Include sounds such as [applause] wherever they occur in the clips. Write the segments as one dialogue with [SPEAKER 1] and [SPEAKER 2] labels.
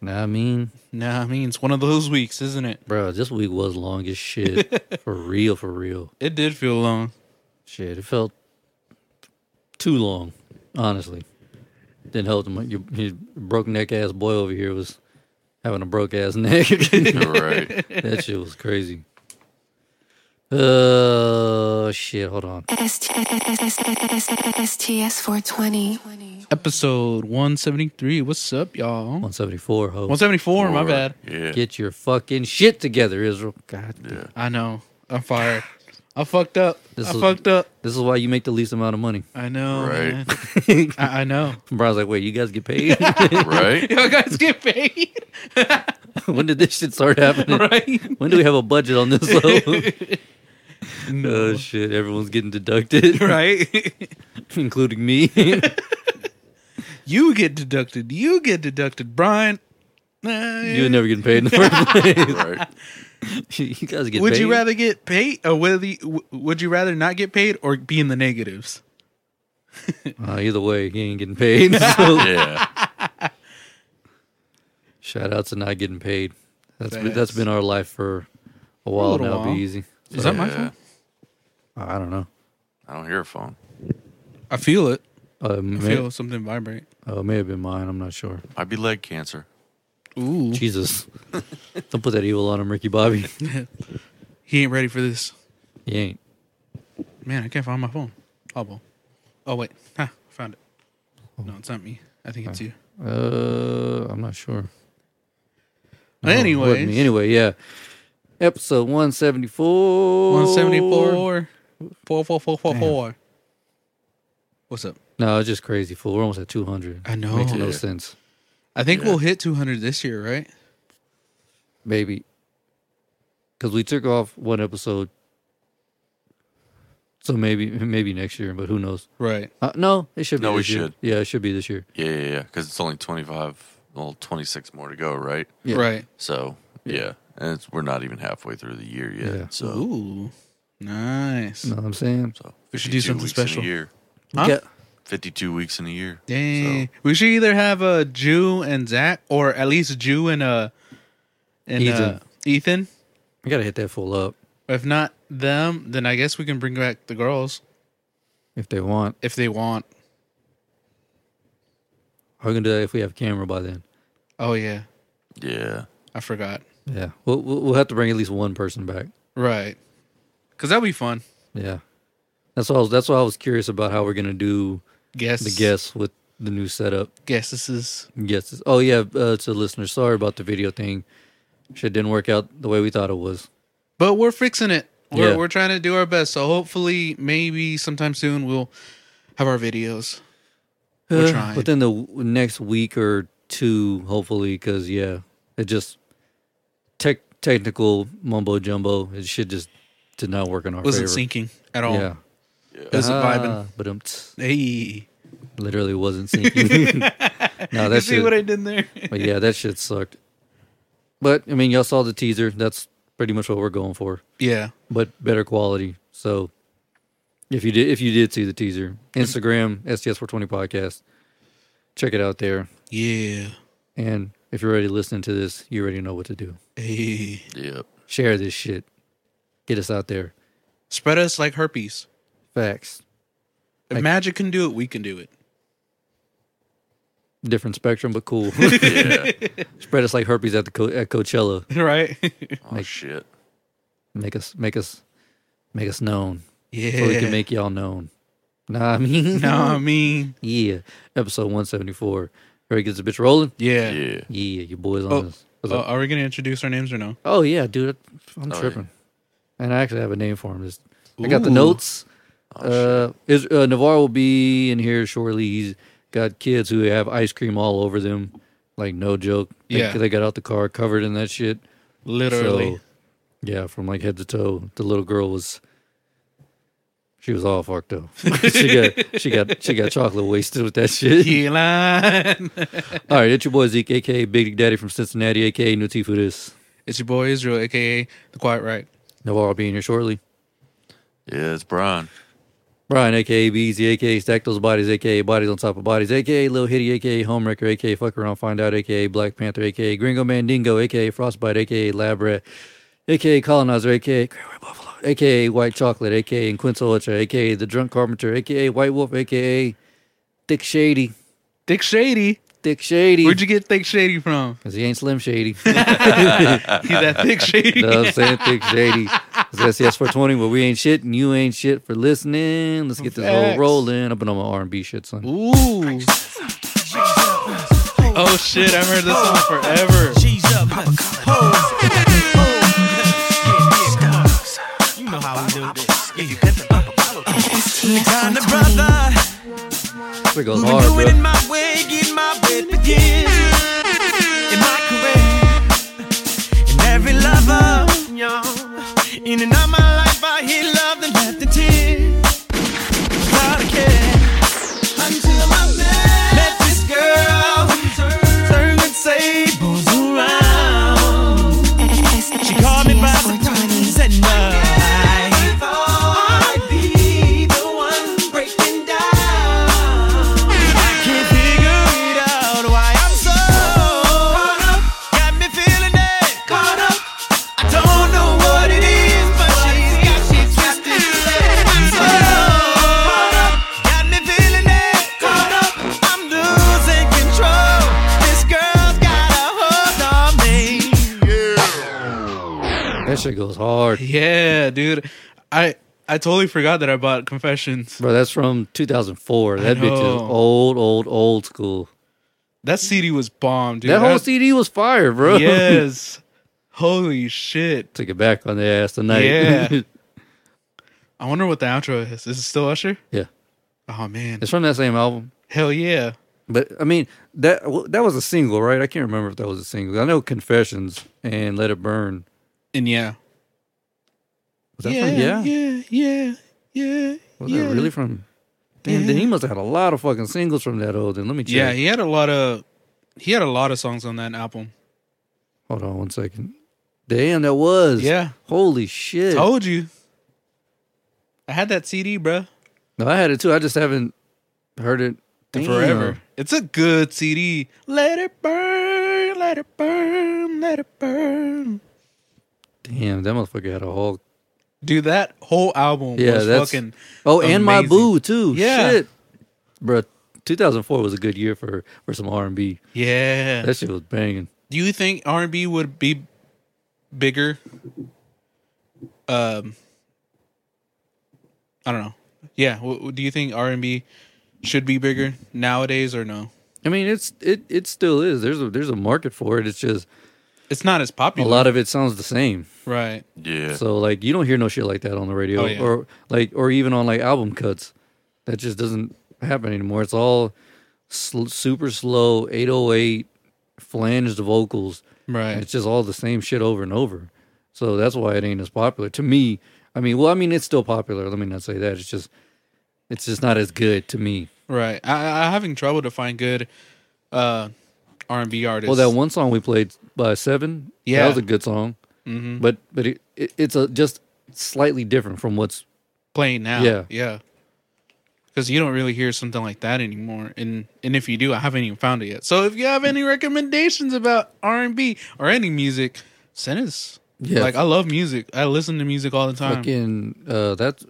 [SPEAKER 1] Nah, I mean,
[SPEAKER 2] Nah, I mean it's one of those weeks, isn't it?
[SPEAKER 1] bro, this week was long as shit. for real, for real.
[SPEAKER 2] It did feel long.
[SPEAKER 1] Shit, it felt too long, honestly. Didn't help them. Your, your broke neck ass boy over here was having a broke ass [laughs] neck.
[SPEAKER 3] [laughs] right.
[SPEAKER 1] that shit was crazy. Uh, shit. Hold on.
[SPEAKER 4] STS 420.
[SPEAKER 2] Episode 173. What's up, y'all?
[SPEAKER 1] 174. Ho.
[SPEAKER 2] 174, my
[SPEAKER 3] Or-
[SPEAKER 2] bad.
[SPEAKER 3] Yeah.
[SPEAKER 1] Get your fucking shit together, Israel. God,
[SPEAKER 3] yeah.
[SPEAKER 2] I know. I'm fired. I fucked up.
[SPEAKER 1] This
[SPEAKER 2] I
[SPEAKER 1] was-
[SPEAKER 2] fucked up.
[SPEAKER 1] this is why you make the least amount of money. [laughs]
[SPEAKER 2] I know.
[SPEAKER 3] Right.
[SPEAKER 2] man. I, I know.
[SPEAKER 1] Brian's like, wait, you guys get paid? [laughs]
[SPEAKER 2] [laughs]
[SPEAKER 3] Right.
[SPEAKER 2] Y'all guys get paid.
[SPEAKER 1] when did this shit start
[SPEAKER 2] [laughs]
[SPEAKER 1] happening?
[SPEAKER 2] right?
[SPEAKER 1] When do we have a budget on this?
[SPEAKER 2] [laughs]
[SPEAKER 1] ho? Oh shit! Everyone's getting
[SPEAKER 2] [laughs]
[SPEAKER 1] deducted,
[SPEAKER 2] Right?
[SPEAKER 1] including me. [laughs]
[SPEAKER 2] you get deducted. You get deducted, Brian. Nah,
[SPEAKER 1] you were never getting paid in
[SPEAKER 2] [laughs]
[SPEAKER 1] the first
[SPEAKER 3] Right.
[SPEAKER 1] place. [laughs] you guys get
[SPEAKER 2] would
[SPEAKER 1] paid.
[SPEAKER 2] you rather get paid or whether you, w- would you rather not get paid or be in the negatives?
[SPEAKER 1] Uh, either way, he ain't
[SPEAKER 2] [laughs]
[SPEAKER 1] getting paid. So,
[SPEAKER 3] Yeah.
[SPEAKER 1] shout out to not getting paid. That's been,
[SPEAKER 2] Facts.
[SPEAKER 1] that's been our life for a while
[SPEAKER 2] little
[SPEAKER 1] now.
[SPEAKER 2] while.
[SPEAKER 1] Be easy.
[SPEAKER 2] Is that my
[SPEAKER 3] Yeah.
[SPEAKER 2] phone?
[SPEAKER 1] I don't know.
[SPEAKER 3] I don't hear a phone.
[SPEAKER 2] I feel it.
[SPEAKER 1] Uh,
[SPEAKER 2] I
[SPEAKER 1] may,
[SPEAKER 2] feel something vibrate.
[SPEAKER 1] uh, may have been mine. I'm not sure.
[SPEAKER 3] Might be leg cancer.
[SPEAKER 2] Ooh. [laughs]
[SPEAKER 1] Jesus, don't put that evil on him, Ricky Bobby. [laughs]
[SPEAKER 2] He ain't ready for this.
[SPEAKER 1] He ain't.
[SPEAKER 2] Man, I can't find my phone. Oh, well. Oh, wait. Huh, I found it. No, it's not me. I think it's you.
[SPEAKER 1] Uh, I'm not sure.
[SPEAKER 2] Anyways.
[SPEAKER 1] Anyway, anyway, yeah. Episode 174.
[SPEAKER 2] 174. 4444. What's up?
[SPEAKER 1] No, it's just crazy. Fool, we're almost at 200.
[SPEAKER 2] I know.
[SPEAKER 1] Makes no
[SPEAKER 3] Yeah.
[SPEAKER 1] sense.
[SPEAKER 2] I think
[SPEAKER 3] Yeah.
[SPEAKER 2] we'll hit 200 this year, right?
[SPEAKER 1] Maybe because we took off one episode, so maybe maybe next year, but who knows?
[SPEAKER 2] Right.
[SPEAKER 1] Uh, no, it should be.
[SPEAKER 3] No, we
[SPEAKER 1] this year.
[SPEAKER 3] should.
[SPEAKER 1] Yeah, it should be this year.
[SPEAKER 3] Yeah, yeah, yeah. Because it's only 25, well, 26 more to go, right?
[SPEAKER 1] Yeah.
[SPEAKER 2] Right.
[SPEAKER 3] So, yeah. And it's, we're not even halfway through the year yet.
[SPEAKER 1] Yeah.
[SPEAKER 3] So,
[SPEAKER 2] Ooh. Nice.
[SPEAKER 1] You know what I'm saying?
[SPEAKER 3] so
[SPEAKER 2] We should do
[SPEAKER 3] 52
[SPEAKER 2] something
[SPEAKER 3] weeks in a
[SPEAKER 2] special.
[SPEAKER 3] year.
[SPEAKER 2] Huh?
[SPEAKER 1] Yeah.
[SPEAKER 3] 52 weeks in a year.
[SPEAKER 2] Dang. We should either have a Jew and Zach, or at least Jew and uh and Ethan. Uh,
[SPEAKER 1] Ethan.
[SPEAKER 2] Ethan.
[SPEAKER 1] I gotta hit that full up
[SPEAKER 2] If not them, then I guess we can bring back the girls
[SPEAKER 1] if they want.
[SPEAKER 2] if they want.
[SPEAKER 1] How we gonna do that if we have camera by then?
[SPEAKER 2] Oh yeah,
[SPEAKER 3] Yeah.
[SPEAKER 2] I forgot.
[SPEAKER 1] Yeah, we'll we'll we'll have to bring at least one person back.
[SPEAKER 2] Right. Cause that'd be fun.
[SPEAKER 1] Yeah, that's all. That's why I was curious about how we're gonna do
[SPEAKER 2] Guess
[SPEAKER 1] the guests with the new setup.
[SPEAKER 2] Guess this is
[SPEAKER 1] Guesses. Oh yeah, uh, to listeners, sorry about the video thing. Shit didn't work out the way we thought it was.
[SPEAKER 2] but we're fixing it. We're
[SPEAKER 1] Yeah.
[SPEAKER 2] we're trying to do our best. So hopefully maybe sometime soon we'll have our videos. We're
[SPEAKER 1] Uh,
[SPEAKER 2] trying.
[SPEAKER 1] But then the w- next week or two, hopefully, because yeah, it just tech technical mumbo jumbo. It shit just did not work in our
[SPEAKER 2] Wasn't
[SPEAKER 1] favor.
[SPEAKER 2] sinking at all.
[SPEAKER 1] Yeah,
[SPEAKER 2] It wasn't vibing.
[SPEAKER 1] but um,
[SPEAKER 2] Hey. [laughs]
[SPEAKER 1] literally wasn't [laughs] sinking. no,
[SPEAKER 2] You
[SPEAKER 1] that
[SPEAKER 2] see
[SPEAKER 1] shit.
[SPEAKER 2] what I did there? [laughs]
[SPEAKER 1] but yeah, that shit sucked. But I mean, y'all saw the teaser. That's pretty much what we're going for,
[SPEAKER 2] yeah.
[SPEAKER 1] but better quality. So if you did, if you did see the teaser, Instagram STS420 podcast, check it out there.
[SPEAKER 2] Yeah.
[SPEAKER 1] And if you're already listening to this, you already know what to do.
[SPEAKER 2] Hey.
[SPEAKER 3] Yep.
[SPEAKER 1] Share this shit. Get us out there.
[SPEAKER 2] Spread us like herpes.
[SPEAKER 1] Facts.
[SPEAKER 2] If magic can do it, we can do it.
[SPEAKER 1] Different spectrum,
[SPEAKER 2] [laughs]
[SPEAKER 1] but cool.
[SPEAKER 3] Yeah.
[SPEAKER 1] [laughs] Spread us like herpes at the Co- at Coachella.
[SPEAKER 2] Right?
[SPEAKER 3] oh, shit.
[SPEAKER 1] Make us make us make us known.
[SPEAKER 2] [laughs] yeah.
[SPEAKER 1] Or we can make y'all known. Nah, I mean,
[SPEAKER 2] [laughs] no, I mean,
[SPEAKER 1] [laughs] yeah. Episode one seventy four. Ready gets the bitch rolling.
[SPEAKER 2] yeah.
[SPEAKER 3] Yeah.
[SPEAKER 1] Yeah, your boys on
[SPEAKER 2] Oh,
[SPEAKER 1] this. What's
[SPEAKER 2] Uh,
[SPEAKER 1] up?
[SPEAKER 2] are we going to introduce our names or no?
[SPEAKER 1] Oh yeah, dude, I'm
[SPEAKER 3] yeah.
[SPEAKER 1] tripping. And I actually have a name for him. It's- I got the
[SPEAKER 2] Oh, Ooh. Oh,
[SPEAKER 1] notes. uh, is, uh, Navarre will be in here shortly. He's got kids who have ice cream all over them, like no joke. They-
[SPEAKER 2] Yeah.
[SPEAKER 1] they got out the car covered in that shit.
[SPEAKER 2] Literally.
[SPEAKER 1] So, yeah, from like head to toe, the little girl was. She was all fucked up. [laughs] she got she got she got chocolate wasted with that
[SPEAKER 2] [laughs] [laughs]
[SPEAKER 1] shit.
[SPEAKER 2] He lying.
[SPEAKER 1] All right, it's your boy Zeke, aka Big Daddy from Cincinnati, aka New T for this.
[SPEAKER 2] it's your boy Israel, aka The Quiet Right.
[SPEAKER 1] Navarre will be in here shortly.
[SPEAKER 3] Yeah, it's Brian.
[SPEAKER 1] Brian, aka Beezy, aka Stack Those Bodies, aka Bodies on Top of Bodies, aka Lil Hitty, aka Homewrecker, aka Fuck Around Find Out, aka Black Panther, aka Gringo Mandingo, aka Frostbite, aka Lab Rat, aka Colonizer, aka Great White Buffalo, aka White Chocolate, aka Quincy Ultra, aka The Drunk Carpenter, aka White Wolf, aka Dick Shady.
[SPEAKER 2] Dick Shady.
[SPEAKER 1] Dick Shady.
[SPEAKER 2] Where'd you get Thick Shady from?
[SPEAKER 1] Because he ain't Slim Shady.
[SPEAKER 2] He's that
[SPEAKER 1] [laughs]
[SPEAKER 2] Thick Shady.
[SPEAKER 1] No, I'm saying thick shady. That's yes for twenty, but we ain't shit and you ain't shit for listening. Let's get this
[SPEAKER 2] Facts.
[SPEAKER 1] whole rolling. I've been on my R and B shit, son.
[SPEAKER 2] Ooh. Oh shit! I've heard this song forever.
[SPEAKER 5] G's up, ho. Ho. Yeah, yeah, come on. You know how we do this. Yeah, you cut the I'm the brother
[SPEAKER 1] It goes
[SPEAKER 5] who been doing it
[SPEAKER 1] hard,
[SPEAKER 5] my way, getting my way to begin. Am I correct? And every lover, yeah, in and out my life, I hear love and left the tears. Without a care. Until I met, met this girl, turned the tables around. She called me by surprise and I thought I'd be the one breaking down. I can't figure it out why I'm so caught up. Got me feeling it caught up. I don't know what it is, but she's got me twisted. I'm so caught up. Got me feeling it caught up. I'm losing control. This girl's got a hold on me.
[SPEAKER 1] bro. That shit goes hard,
[SPEAKER 2] Yeah, dude. I I totally forgot that I bought Confessions.
[SPEAKER 1] bro. That's from 2004. That bitch is
[SPEAKER 2] know.
[SPEAKER 1] old, old, old school.
[SPEAKER 2] That CD was bomb, dude.
[SPEAKER 1] that whole CD was fire, bro.
[SPEAKER 2] Yes. Holy shit.
[SPEAKER 1] [laughs] Took it back on their ass tonight.
[SPEAKER 2] Yeah. I wonder what the outro is. Is it still Usher?
[SPEAKER 1] yeah.
[SPEAKER 2] Oh man.
[SPEAKER 1] [laughs] It's from that same album.
[SPEAKER 2] Hell yeah.
[SPEAKER 1] But I mean that well, that was a single, right? I can't remember if that was a single. I know Confessions and Let It Burn.
[SPEAKER 2] And yeah.
[SPEAKER 1] Was that from yeah?
[SPEAKER 2] Yeah. Yeah. Yeah.
[SPEAKER 1] Was
[SPEAKER 2] yeah.
[SPEAKER 1] that really from? Damn, then he must have had a lot of fucking singles from that old. And let me check.
[SPEAKER 2] Yeah, he had a lot of he had a lot of songs on that album.
[SPEAKER 1] Hold on one second. Damn, that was.
[SPEAKER 2] Yeah.
[SPEAKER 1] Holy shit.
[SPEAKER 2] Told you. I had that CD, bruh.
[SPEAKER 1] No, I had it too. I just haven't heard it
[SPEAKER 2] in
[SPEAKER 1] Damn.
[SPEAKER 2] forever. It's a good CD. Let it burn, let it burn, let it burn.
[SPEAKER 1] Damn, that motherfucker had a whole.
[SPEAKER 2] Dude, that whole album
[SPEAKER 1] Yeah,
[SPEAKER 2] was
[SPEAKER 1] that's.
[SPEAKER 2] fucking
[SPEAKER 1] oh, and my
[SPEAKER 2] amazing.
[SPEAKER 1] boo too.
[SPEAKER 2] Yeah.
[SPEAKER 1] Shit. Bro, 2004 was a good year for for some R and B.
[SPEAKER 2] yeah.
[SPEAKER 1] That shit was banging.
[SPEAKER 2] Do you think R and B would be bigger? Um, I don't know. Yeah, w- w- do you think R and B should be bigger nowadays or no?
[SPEAKER 1] I mean, it's it it still is. There's a there's a market for it. It's just
[SPEAKER 2] It's not as
[SPEAKER 1] a
[SPEAKER 2] popular,
[SPEAKER 1] lot of it sounds the same.
[SPEAKER 2] right?
[SPEAKER 3] Yeah.
[SPEAKER 1] So like you don't hear no shit like that on the radio
[SPEAKER 2] Oh, yeah.
[SPEAKER 1] or like or even on like album cuts. That just doesn't happen anymore. It's all sl- super slow 808 flanged vocals.
[SPEAKER 2] Right.
[SPEAKER 1] It's just all the same shit over and over. So that's why it ain't as popular to me. I mean, well, I mean it's still popular. Let me not say that. It's just it's just not as good to me.
[SPEAKER 2] right. I, I'm having trouble to find good uh R and B artists.
[SPEAKER 1] Well, that one song we played by Seven,
[SPEAKER 2] Yeah.
[SPEAKER 1] that was a good song. Mm-hmm. But but it, it it's a just slightly different from what's
[SPEAKER 2] playing now.
[SPEAKER 1] Yeah.
[SPEAKER 2] yeah. Because you don't really hear something like that anymore, and and if you do, I haven't even found it yet. So if you have any recommendations about R and B or any music, send us.
[SPEAKER 1] Yeah.
[SPEAKER 2] like I love music. I listen to music all the time.
[SPEAKER 1] uh, Fucking uh, that's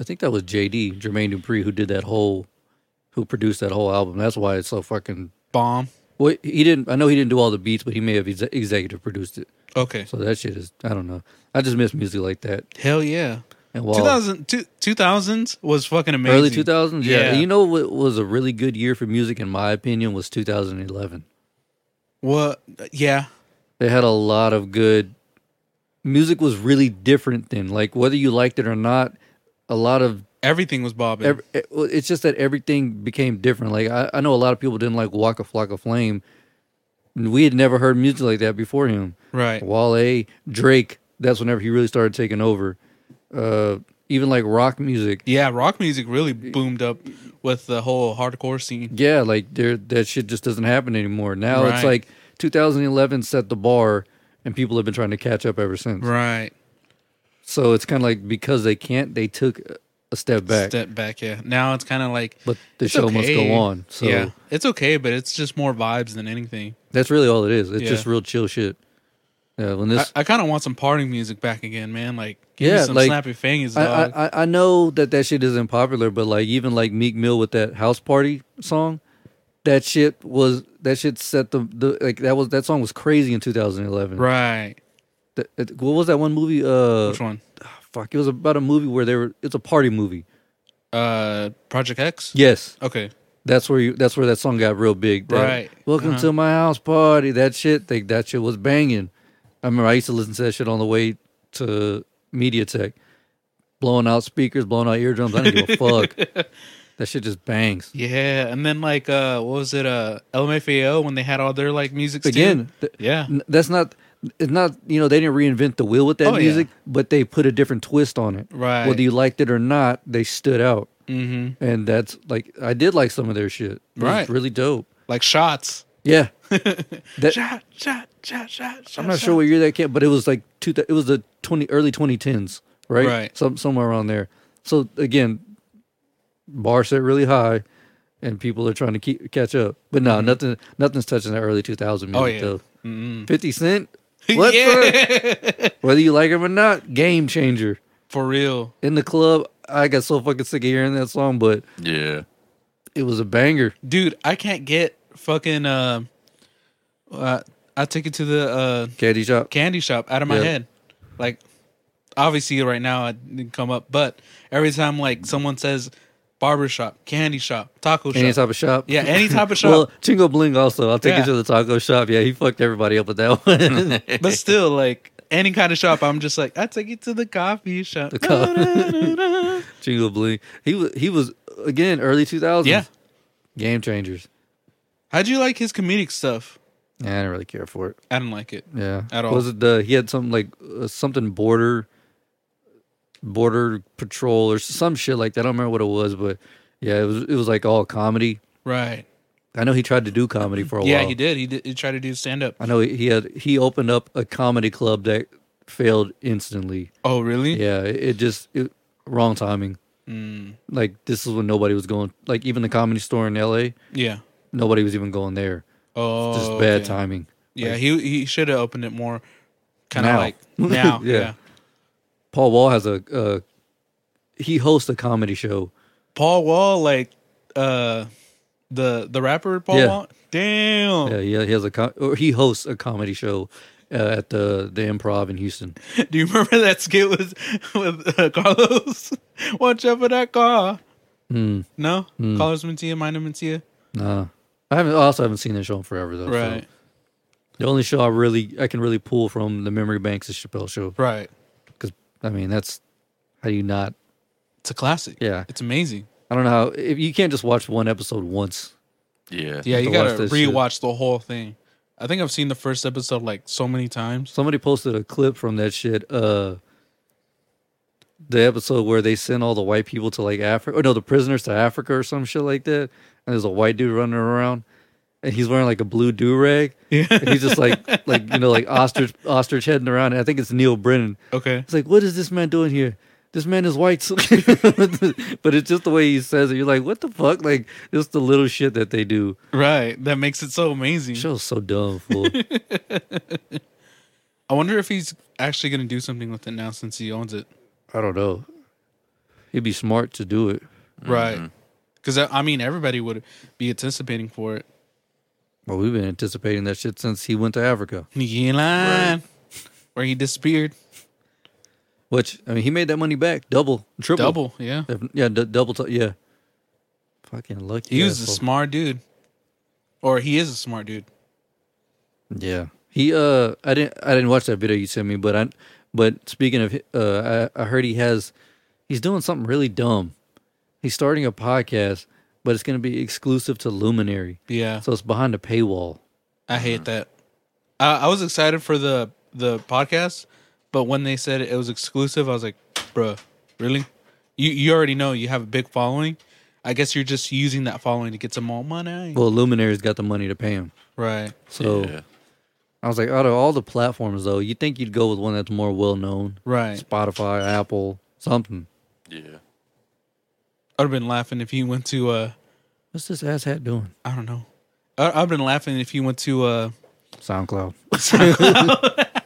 [SPEAKER 1] I think that was JD Jermaine Dupri who did that whole, who produced that whole album. That's why it's so fucking.
[SPEAKER 2] Bomb.
[SPEAKER 1] Well, he didn't. I know he didn't do all the beats, but he may have ex- executive produced it.
[SPEAKER 2] Okay,
[SPEAKER 1] So that shit is. I don't know. I just miss music like that.
[SPEAKER 2] hell yeah.
[SPEAKER 1] And
[SPEAKER 2] Two
[SPEAKER 1] while
[SPEAKER 2] thousand two two thousands was fucking amazing.
[SPEAKER 1] early two thousands,
[SPEAKER 2] Yeah.
[SPEAKER 1] yeah. You know what was a really good year for music, in my opinion, was two thousand eleven.
[SPEAKER 2] What? Yeah,
[SPEAKER 1] They had a lot of good. Music was really different then. Like whether you liked it or not, a lot of
[SPEAKER 2] everything was bobbing.
[SPEAKER 1] Every, it- well, it's just that everything became different. Like I, I know a lot of people didn't like Waka Flocka Flame. We had never heard music like that before him.
[SPEAKER 2] right.
[SPEAKER 1] Wale, Drake. That's whenever he really started taking over. Uh, even like rock music.
[SPEAKER 2] Yeah, rock music really boomed up with the whole hardcore scene.
[SPEAKER 1] Yeah, like there that shit just doesn't happen anymore. Now
[SPEAKER 2] Right.
[SPEAKER 1] it's like 2011 set the bar, and people have been trying to catch up ever since.
[SPEAKER 2] Right.
[SPEAKER 1] So it's kind of like because they can't, they took a step back.
[SPEAKER 2] Step back, yeah. Now it's kind of like
[SPEAKER 1] But the
[SPEAKER 2] it's
[SPEAKER 1] show must
[SPEAKER 2] okay.
[SPEAKER 1] go on. So
[SPEAKER 2] yeah, it's okay, but it's just more vibes than anything.
[SPEAKER 1] that's really all it is. It's
[SPEAKER 2] Yeah.
[SPEAKER 1] just real chill shit. Yeah, when this
[SPEAKER 2] I, I kind of want some party music back again, man. Like give
[SPEAKER 1] Yeah,
[SPEAKER 2] me some
[SPEAKER 1] like,
[SPEAKER 2] snappy fingers,
[SPEAKER 1] I,
[SPEAKER 2] dog.
[SPEAKER 1] I- I, I know that that shit isn't popular, but like even like Meek Mill with that house party song, that shit was that shit set the, the like that was that song was crazy in 2011.
[SPEAKER 2] right?
[SPEAKER 1] Th- it- what was that one movie? Uh,
[SPEAKER 2] Which one?
[SPEAKER 1] fuck, it was about a movie where they were. It's a party movie.
[SPEAKER 2] Uh, Project X.
[SPEAKER 1] Yes,
[SPEAKER 2] Okay.
[SPEAKER 1] that's where you. That's where that song got real big. That,
[SPEAKER 2] Right.
[SPEAKER 1] Welcome
[SPEAKER 2] Uh-huh.
[SPEAKER 1] to my house party. That shit. Like that shit was banging. I remember I used to listen to that shit on the way to Media Tech, blowing out speakers, blowing out eardrums. I didn't
[SPEAKER 2] [laughs]
[SPEAKER 1] give a fuck. That shit just bangs.
[SPEAKER 2] Yeah, and then like uh, what was it? Uh, LMFAO when they had all their like music
[SPEAKER 1] again th-
[SPEAKER 2] Yeah.
[SPEAKER 1] n- that's not it's not you know they didn't reinvent the wheel with that
[SPEAKER 2] Oh, yeah.
[SPEAKER 1] music but they put a different twist on it
[SPEAKER 2] Right.
[SPEAKER 1] whether you liked it or not they stood out
[SPEAKER 2] hmm
[SPEAKER 1] and that's like i did like some of their shit It was
[SPEAKER 2] Right.
[SPEAKER 1] really dope
[SPEAKER 2] Like shots. [laughs]
[SPEAKER 1] yeah that,
[SPEAKER 2] Shot, shot, shot, shot. shot
[SPEAKER 1] i'm not sure what year that came but it was like two thou- it was the 20 early 2010s right
[SPEAKER 2] Right.
[SPEAKER 1] Some, somewhere around there so again bar set really high and people are trying to keep catch up but no nothing nothing's touching that early 2000 music
[SPEAKER 2] Mm-hmm. Oh, yeah.
[SPEAKER 1] though
[SPEAKER 2] Mm-hmm. [laughs]
[SPEAKER 1] 50 Cent. What the- Whether you like him or not, game changer.
[SPEAKER 2] For real.
[SPEAKER 1] In the club, I got so fucking sick of hearing that song, but
[SPEAKER 3] Yeah.
[SPEAKER 1] it was a banger.
[SPEAKER 2] Dude, I can't get fucking uh, uh I took it to the uh
[SPEAKER 1] Caddy Shop.
[SPEAKER 2] candy shop out of my
[SPEAKER 1] Yeah.
[SPEAKER 2] head. Like, obviously, right now I didn't come up, but every time like someone says barber shop, candy shop, taco shop,
[SPEAKER 1] Any type of shop.
[SPEAKER 2] yeah, any type
[SPEAKER 1] [laughs]
[SPEAKER 2] of shop,
[SPEAKER 1] Well, Chingo Bling also. I'll take
[SPEAKER 2] Yeah.
[SPEAKER 1] you to the taco shop. Yeah, he fucked everybody up with that one.
[SPEAKER 2] [laughs]
[SPEAKER 1] [laughs]
[SPEAKER 2] but still, like any kind of shop, I'm just like I take it to the coffee shop.
[SPEAKER 1] The co- Chingo Bling. He was, he was again, early 2000s.
[SPEAKER 2] yeah,
[SPEAKER 1] Game changers.
[SPEAKER 2] how'd you like his comedic stuff?
[SPEAKER 1] Yeah, I didn't really care for it.
[SPEAKER 2] I didn't like it.
[SPEAKER 1] Yeah.
[SPEAKER 2] At all.
[SPEAKER 1] Was it the, he had something like, uh, something border, border patrol or some shit like that. I don't remember what it was, but yeah, it was, it was like all comedy.
[SPEAKER 2] Right?
[SPEAKER 1] I know he tried to do comedy for a
[SPEAKER 2] yeah,
[SPEAKER 1] while.
[SPEAKER 2] he did. He did. He tried to do stand up.
[SPEAKER 1] Oh, I know he had he opened up a comedy club that failed instantly.
[SPEAKER 2] Oh, really?
[SPEAKER 1] Yeah, it, it just it, wrong timing.
[SPEAKER 2] Mm.
[SPEAKER 1] Like this is when nobody was going. Like even the comedy store in L.A.,
[SPEAKER 2] Yeah.
[SPEAKER 1] nobody was even going there.
[SPEAKER 2] Oh,
[SPEAKER 1] Just bad
[SPEAKER 2] okay.
[SPEAKER 1] timing.
[SPEAKER 2] Yeah,
[SPEAKER 1] Like,
[SPEAKER 2] he he should have opened it more, kind of
[SPEAKER 1] Now. [laughs]
[SPEAKER 2] like now.
[SPEAKER 1] Yeah.
[SPEAKER 2] yeah.
[SPEAKER 1] Paul Wall has a uh, he hosts a comedy show.
[SPEAKER 2] Paul Wall, like uh the the rapper Paul
[SPEAKER 1] Yeah.
[SPEAKER 2] Wall. Damn.
[SPEAKER 1] Yeah, yeah, he has a com- or he hosts a comedy show uh, at the the Improv in Houston.
[SPEAKER 2] [laughs] Do you remember that skit with with uh, Carlos? [laughs] Watch out for that car.
[SPEAKER 1] Hmm.
[SPEAKER 2] No, Carlos Mencia, Minor Mencia.
[SPEAKER 1] Nah, I haven't. I also haven't seen that show in forever though. so-
[SPEAKER 2] Right,
[SPEAKER 1] The only show I really I can really pull from the memory banks is Chappelle show
[SPEAKER 2] right.
[SPEAKER 1] because I mean that's how do you not
[SPEAKER 2] It's a classic.
[SPEAKER 1] Yeah.
[SPEAKER 2] it's amazing.
[SPEAKER 1] I don't know how if you can't just watch one episode once.
[SPEAKER 3] Yeah.
[SPEAKER 2] Yeah, you
[SPEAKER 1] have to watch
[SPEAKER 2] gotta
[SPEAKER 1] that shit.
[SPEAKER 2] rewatch the whole thing. I think I've seen the first episode like so many times.
[SPEAKER 1] Somebody posted a clip from that shit. Uh, the episode where they send all the white people to like Africa, or no, the prisoners to Africa or some shit like that. And there's a white dude running around, and he's wearing like a blue do rag. Yeah, and he's just like like you know like ostrich ostrich heading around. And I think it's Neil Brennan.
[SPEAKER 2] Okay,
[SPEAKER 1] It's like, what is this man doing here? This man is white. [laughs] but it's just the way he says it. You're like, what the fuck? Like, it's the little shit that they do.
[SPEAKER 2] right. That makes it so amazing.
[SPEAKER 1] Show's so dumb, fool.
[SPEAKER 2] I wonder if he's actually gonna do something with it now since he owns it.
[SPEAKER 1] I don't know. He'd be smart to do it.
[SPEAKER 2] Right. Because I I mean, everybody would be anticipating for it.
[SPEAKER 1] Well, we've been anticipating that shit since he went to Africa.
[SPEAKER 2] He in line, where he disappeared.
[SPEAKER 1] Which, I mean, he made that money back double, triple.
[SPEAKER 2] Double, yeah.
[SPEAKER 1] If- Yeah, d- double. T- yeah. Fucking lucky.
[SPEAKER 2] He was a
[SPEAKER 1] asshole.
[SPEAKER 2] smart dude, or he is a smart dude.
[SPEAKER 1] Yeah. He uh I didn't I didn't watch that video you sent me, but I but speaking of uh I, I heard he has he's doing something really dumb. He's starting a podcast, but it's gonna be exclusive to Luminary.
[SPEAKER 2] Yeah,
[SPEAKER 1] So mm-hmm. it's behind a paywall.
[SPEAKER 2] I hate that. I, I was excited for the the podcast, but when they said it was exclusive, I was like, "Bruh, really? You you already know you have a big following. I guess you're just using that following to get some more money,
[SPEAKER 1] Well Luminary's got the money to pay him.
[SPEAKER 2] right?
[SPEAKER 1] So
[SPEAKER 2] Oh.
[SPEAKER 3] Yeah.
[SPEAKER 1] I was like, out of all the platforms though, you think you'd go with one that's more well known.
[SPEAKER 2] Right?
[SPEAKER 1] Spotify, Apple, something.
[SPEAKER 3] Yeah.
[SPEAKER 2] I'd have been laughing if he went to uh
[SPEAKER 1] What's this ass hat doing?
[SPEAKER 2] I don't know. I, I've been laughing if he went to uh
[SPEAKER 1] SoundCloud. [laughs]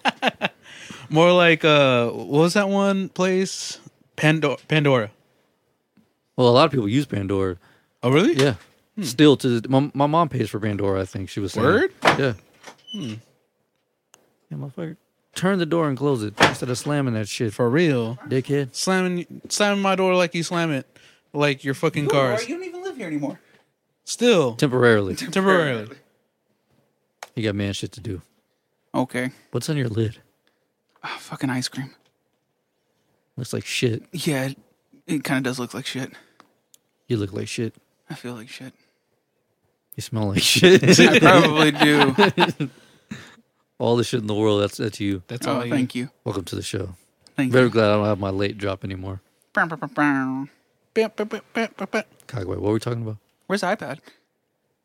[SPEAKER 2] more like uh what was that one place? Pandora. Pandora.
[SPEAKER 1] Well, a lot of people use Pandora.
[SPEAKER 2] Oh really?
[SPEAKER 1] Yeah. Still to this- my, my mom pays for Pandora. I think she was saying. Hmm.
[SPEAKER 2] Word?
[SPEAKER 1] Yeah. Yeah, motherfucker. Turn the door and close it instead of slamming that shit,
[SPEAKER 2] For real.
[SPEAKER 1] dickhead.
[SPEAKER 2] Slamming slamming my door like you slam it. Like your fucking
[SPEAKER 5] Or
[SPEAKER 2] cars.
[SPEAKER 5] you don't even live here anymore.
[SPEAKER 2] Still
[SPEAKER 1] Temporarily,
[SPEAKER 2] temporarily.
[SPEAKER 1] Oh, you got man shit to do.
[SPEAKER 5] Okay.
[SPEAKER 1] What's on your lid?
[SPEAKER 5] Ah, fucking ice cream.
[SPEAKER 1] Looks like shit.
[SPEAKER 5] Yeah, it, it kind of does look like shit.
[SPEAKER 1] You look like shit.
[SPEAKER 5] I feel like shit.
[SPEAKER 1] You smell [laughs] like shit.
[SPEAKER 5] I probably do.
[SPEAKER 1] All the shit in the world. That's that's you.
[SPEAKER 2] That's all
[SPEAKER 5] Oh,
[SPEAKER 2] you
[SPEAKER 5] thank you.
[SPEAKER 1] Welcome to the show.
[SPEAKER 5] Thank
[SPEAKER 1] Very
[SPEAKER 5] you.
[SPEAKER 1] glad I don't have my late drop anymore.
[SPEAKER 5] Brown, brown, brown, brown.
[SPEAKER 2] Bam, bam, bam, bam, bam, bam.
[SPEAKER 1] Cogway, what were we talking about?
[SPEAKER 5] Where's the iPad?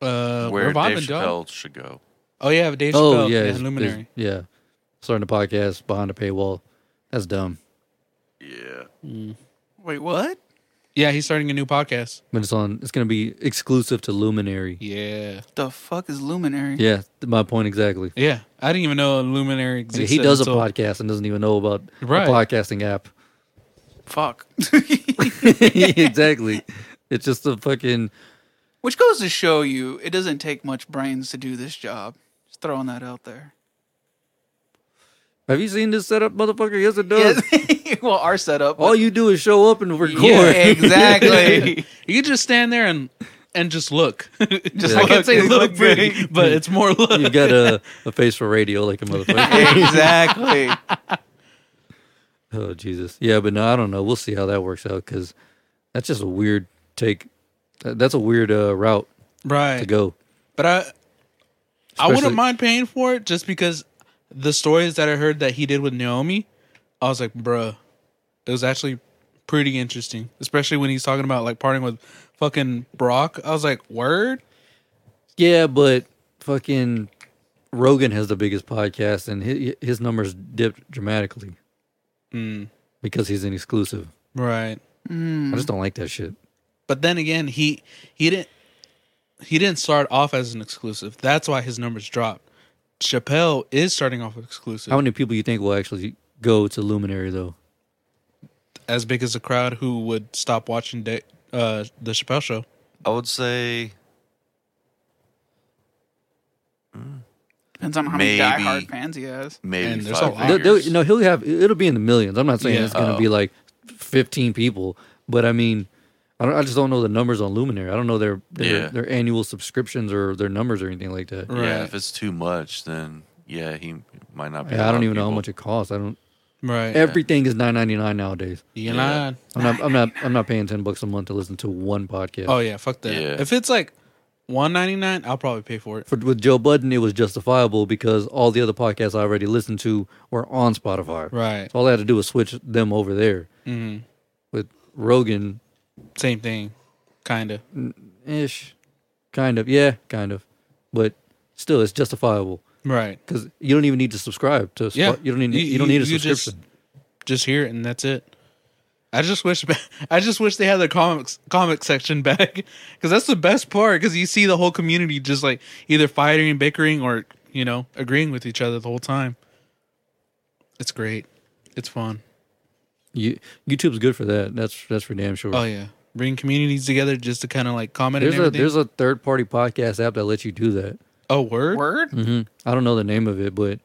[SPEAKER 2] Uh,
[SPEAKER 3] Where
[SPEAKER 2] we're vibing,
[SPEAKER 3] Dave
[SPEAKER 2] dog.
[SPEAKER 3] Chappelle should go.
[SPEAKER 2] Oh yeah, Dave Chappelle.
[SPEAKER 1] Oh yeah,
[SPEAKER 2] yeah,
[SPEAKER 1] it's-
[SPEAKER 2] Luminary.
[SPEAKER 1] it's- Yeah, starting a podcast behind a paywall. That's dumb.
[SPEAKER 3] Yeah.
[SPEAKER 5] Wait, what?
[SPEAKER 2] Yeah, he's starting a new podcast.
[SPEAKER 1] But it's on. It's gonna be exclusive to Luminary.
[SPEAKER 2] Yeah,
[SPEAKER 5] The fuck is Luminary?
[SPEAKER 1] Yeah, th- my point exactly.
[SPEAKER 2] yeah. I didn't even know Luminary
[SPEAKER 1] Like,
[SPEAKER 2] existed.
[SPEAKER 1] he does a
[SPEAKER 2] until-
[SPEAKER 1] podcast and doesn't even know about
[SPEAKER 2] Right.
[SPEAKER 1] a podcasting app. [laughs]
[SPEAKER 5] Fuck. [laughs]
[SPEAKER 1] exactly. It's just a fucking
[SPEAKER 5] Which goes to show you, it doesn't take much brains to do this job. Just throwing that out there.
[SPEAKER 1] Have you seen this setup, motherfucker? Yes, it does.
[SPEAKER 5] [laughs] well, our setup.
[SPEAKER 1] All you do is show up and record.
[SPEAKER 5] yeah,
[SPEAKER 2] [laughs]
[SPEAKER 5] exactly.
[SPEAKER 2] You just stand there and and just look. [laughs]
[SPEAKER 5] Just
[SPEAKER 1] Yeah.
[SPEAKER 2] I
[SPEAKER 5] like
[SPEAKER 2] can't say look pretty,
[SPEAKER 5] pretty.
[SPEAKER 2] [laughs] but it's more look.
[SPEAKER 1] [laughs] you got a, a face for radio like a
[SPEAKER 5] [laughs]
[SPEAKER 1] motherfucker.
[SPEAKER 5] exactly.
[SPEAKER 1] oh Jesus. Yeah, but no, I don't know. We'll see how that works out because that's just a weird take. That- That's a weird uh, route to
[SPEAKER 2] right.
[SPEAKER 1] go.
[SPEAKER 2] But I I
[SPEAKER 1] Especially-
[SPEAKER 2] wouldn't mind paying for it just because the stories that I heard that he did with Naomi, I was like, bruh, it was actually pretty interesting. Especially when he's talking about like parting with fucking Brock. I was like, word.
[SPEAKER 1] Yeah, but fucking Rogan has the biggest podcast, and his, his numbers dipped dramatically because he's an exclusive.
[SPEAKER 2] Right.
[SPEAKER 1] I just don't like that shit.
[SPEAKER 2] But then again, he he didn't he didn't start off as an exclusive. That's why his numbers dropped. Chappelle is starting off exclusive.
[SPEAKER 1] How many people you think will actually go to Luminary though?
[SPEAKER 2] as big as a crowd who would stop watching da- uh, the Chappelle show.
[SPEAKER 3] I would say
[SPEAKER 5] Depends on how many
[SPEAKER 3] Maybe.
[SPEAKER 5] diehard fans he has.
[SPEAKER 3] maybe
[SPEAKER 2] Man, there's a
[SPEAKER 3] five
[SPEAKER 2] lot.
[SPEAKER 1] They'll- they'll-
[SPEAKER 3] figures.
[SPEAKER 1] no, he'll have it'll be in the millions. I'm not saying
[SPEAKER 2] Yeah.
[SPEAKER 1] it's going to
[SPEAKER 3] Oh.
[SPEAKER 1] be like 15 people, but I mean, I, don't, I just don't know the numbers on Luminary. I don't know their their,
[SPEAKER 3] Yeah.
[SPEAKER 1] their annual subscriptions or their numbers or anything like that.
[SPEAKER 3] Yeah,
[SPEAKER 2] Right.
[SPEAKER 3] if it's too much, then yeah, he might not be.
[SPEAKER 1] Yeah, I don't
[SPEAKER 3] allowed
[SPEAKER 1] even know how
[SPEAKER 3] people.
[SPEAKER 1] much it costs. I don't.
[SPEAKER 2] Right.
[SPEAKER 1] Everything is 9.99 nowadays.
[SPEAKER 2] You
[SPEAKER 3] Yeah.
[SPEAKER 2] lying.
[SPEAKER 1] I'm not. I'm not. I'm not paying 10 bucks a month to listen to one podcast.
[SPEAKER 2] Oh yeah, fuck that.
[SPEAKER 3] Yeah.
[SPEAKER 2] If it's like one ninety nine, I'll probably pay for it.
[SPEAKER 1] For, with Joe Budden, it was justifiable because all the other podcasts I already listened to were on Spotify.
[SPEAKER 2] Right.
[SPEAKER 1] So all I had to do was switch them over there.
[SPEAKER 2] Mhm.
[SPEAKER 1] With Rogan,
[SPEAKER 2] Same thing. Kinda.
[SPEAKER 1] ish, kind of, yeah, kind of, but still, it's justifiable
[SPEAKER 2] Right.
[SPEAKER 1] because you don't even need to subscribe to. Spo-
[SPEAKER 2] Yeah.
[SPEAKER 1] you don't need. You, don't need a
[SPEAKER 2] just-
[SPEAKER 1] subscription.
[SPEAKER 2] Just, hear it and that's it. I just wish [laughs] I just wish they had their comics comic section back [laughs] because that's the best part because you see the whole community just like either fighting and bickering or you know agreeing with each other the whole time. It's great. It's fun.
[SPEAKER 1] You, YouTube's good for that. That's that's for damn sure.
[SPEAKER 2] Oh yeah, bring communities together just to kind of like comment
[SPEAKER 1] there's
[SPEAKER 2] and
[SPEAKER 1] a
[SPEAKER 2] everything.
[SPEAKER 1] there's a third party podcast app that lets you do that.
[SPEAKER 2] oh word.
[SPEAKER 5] Word?
[SPEAKER 1] hmm I don't know the name of it, but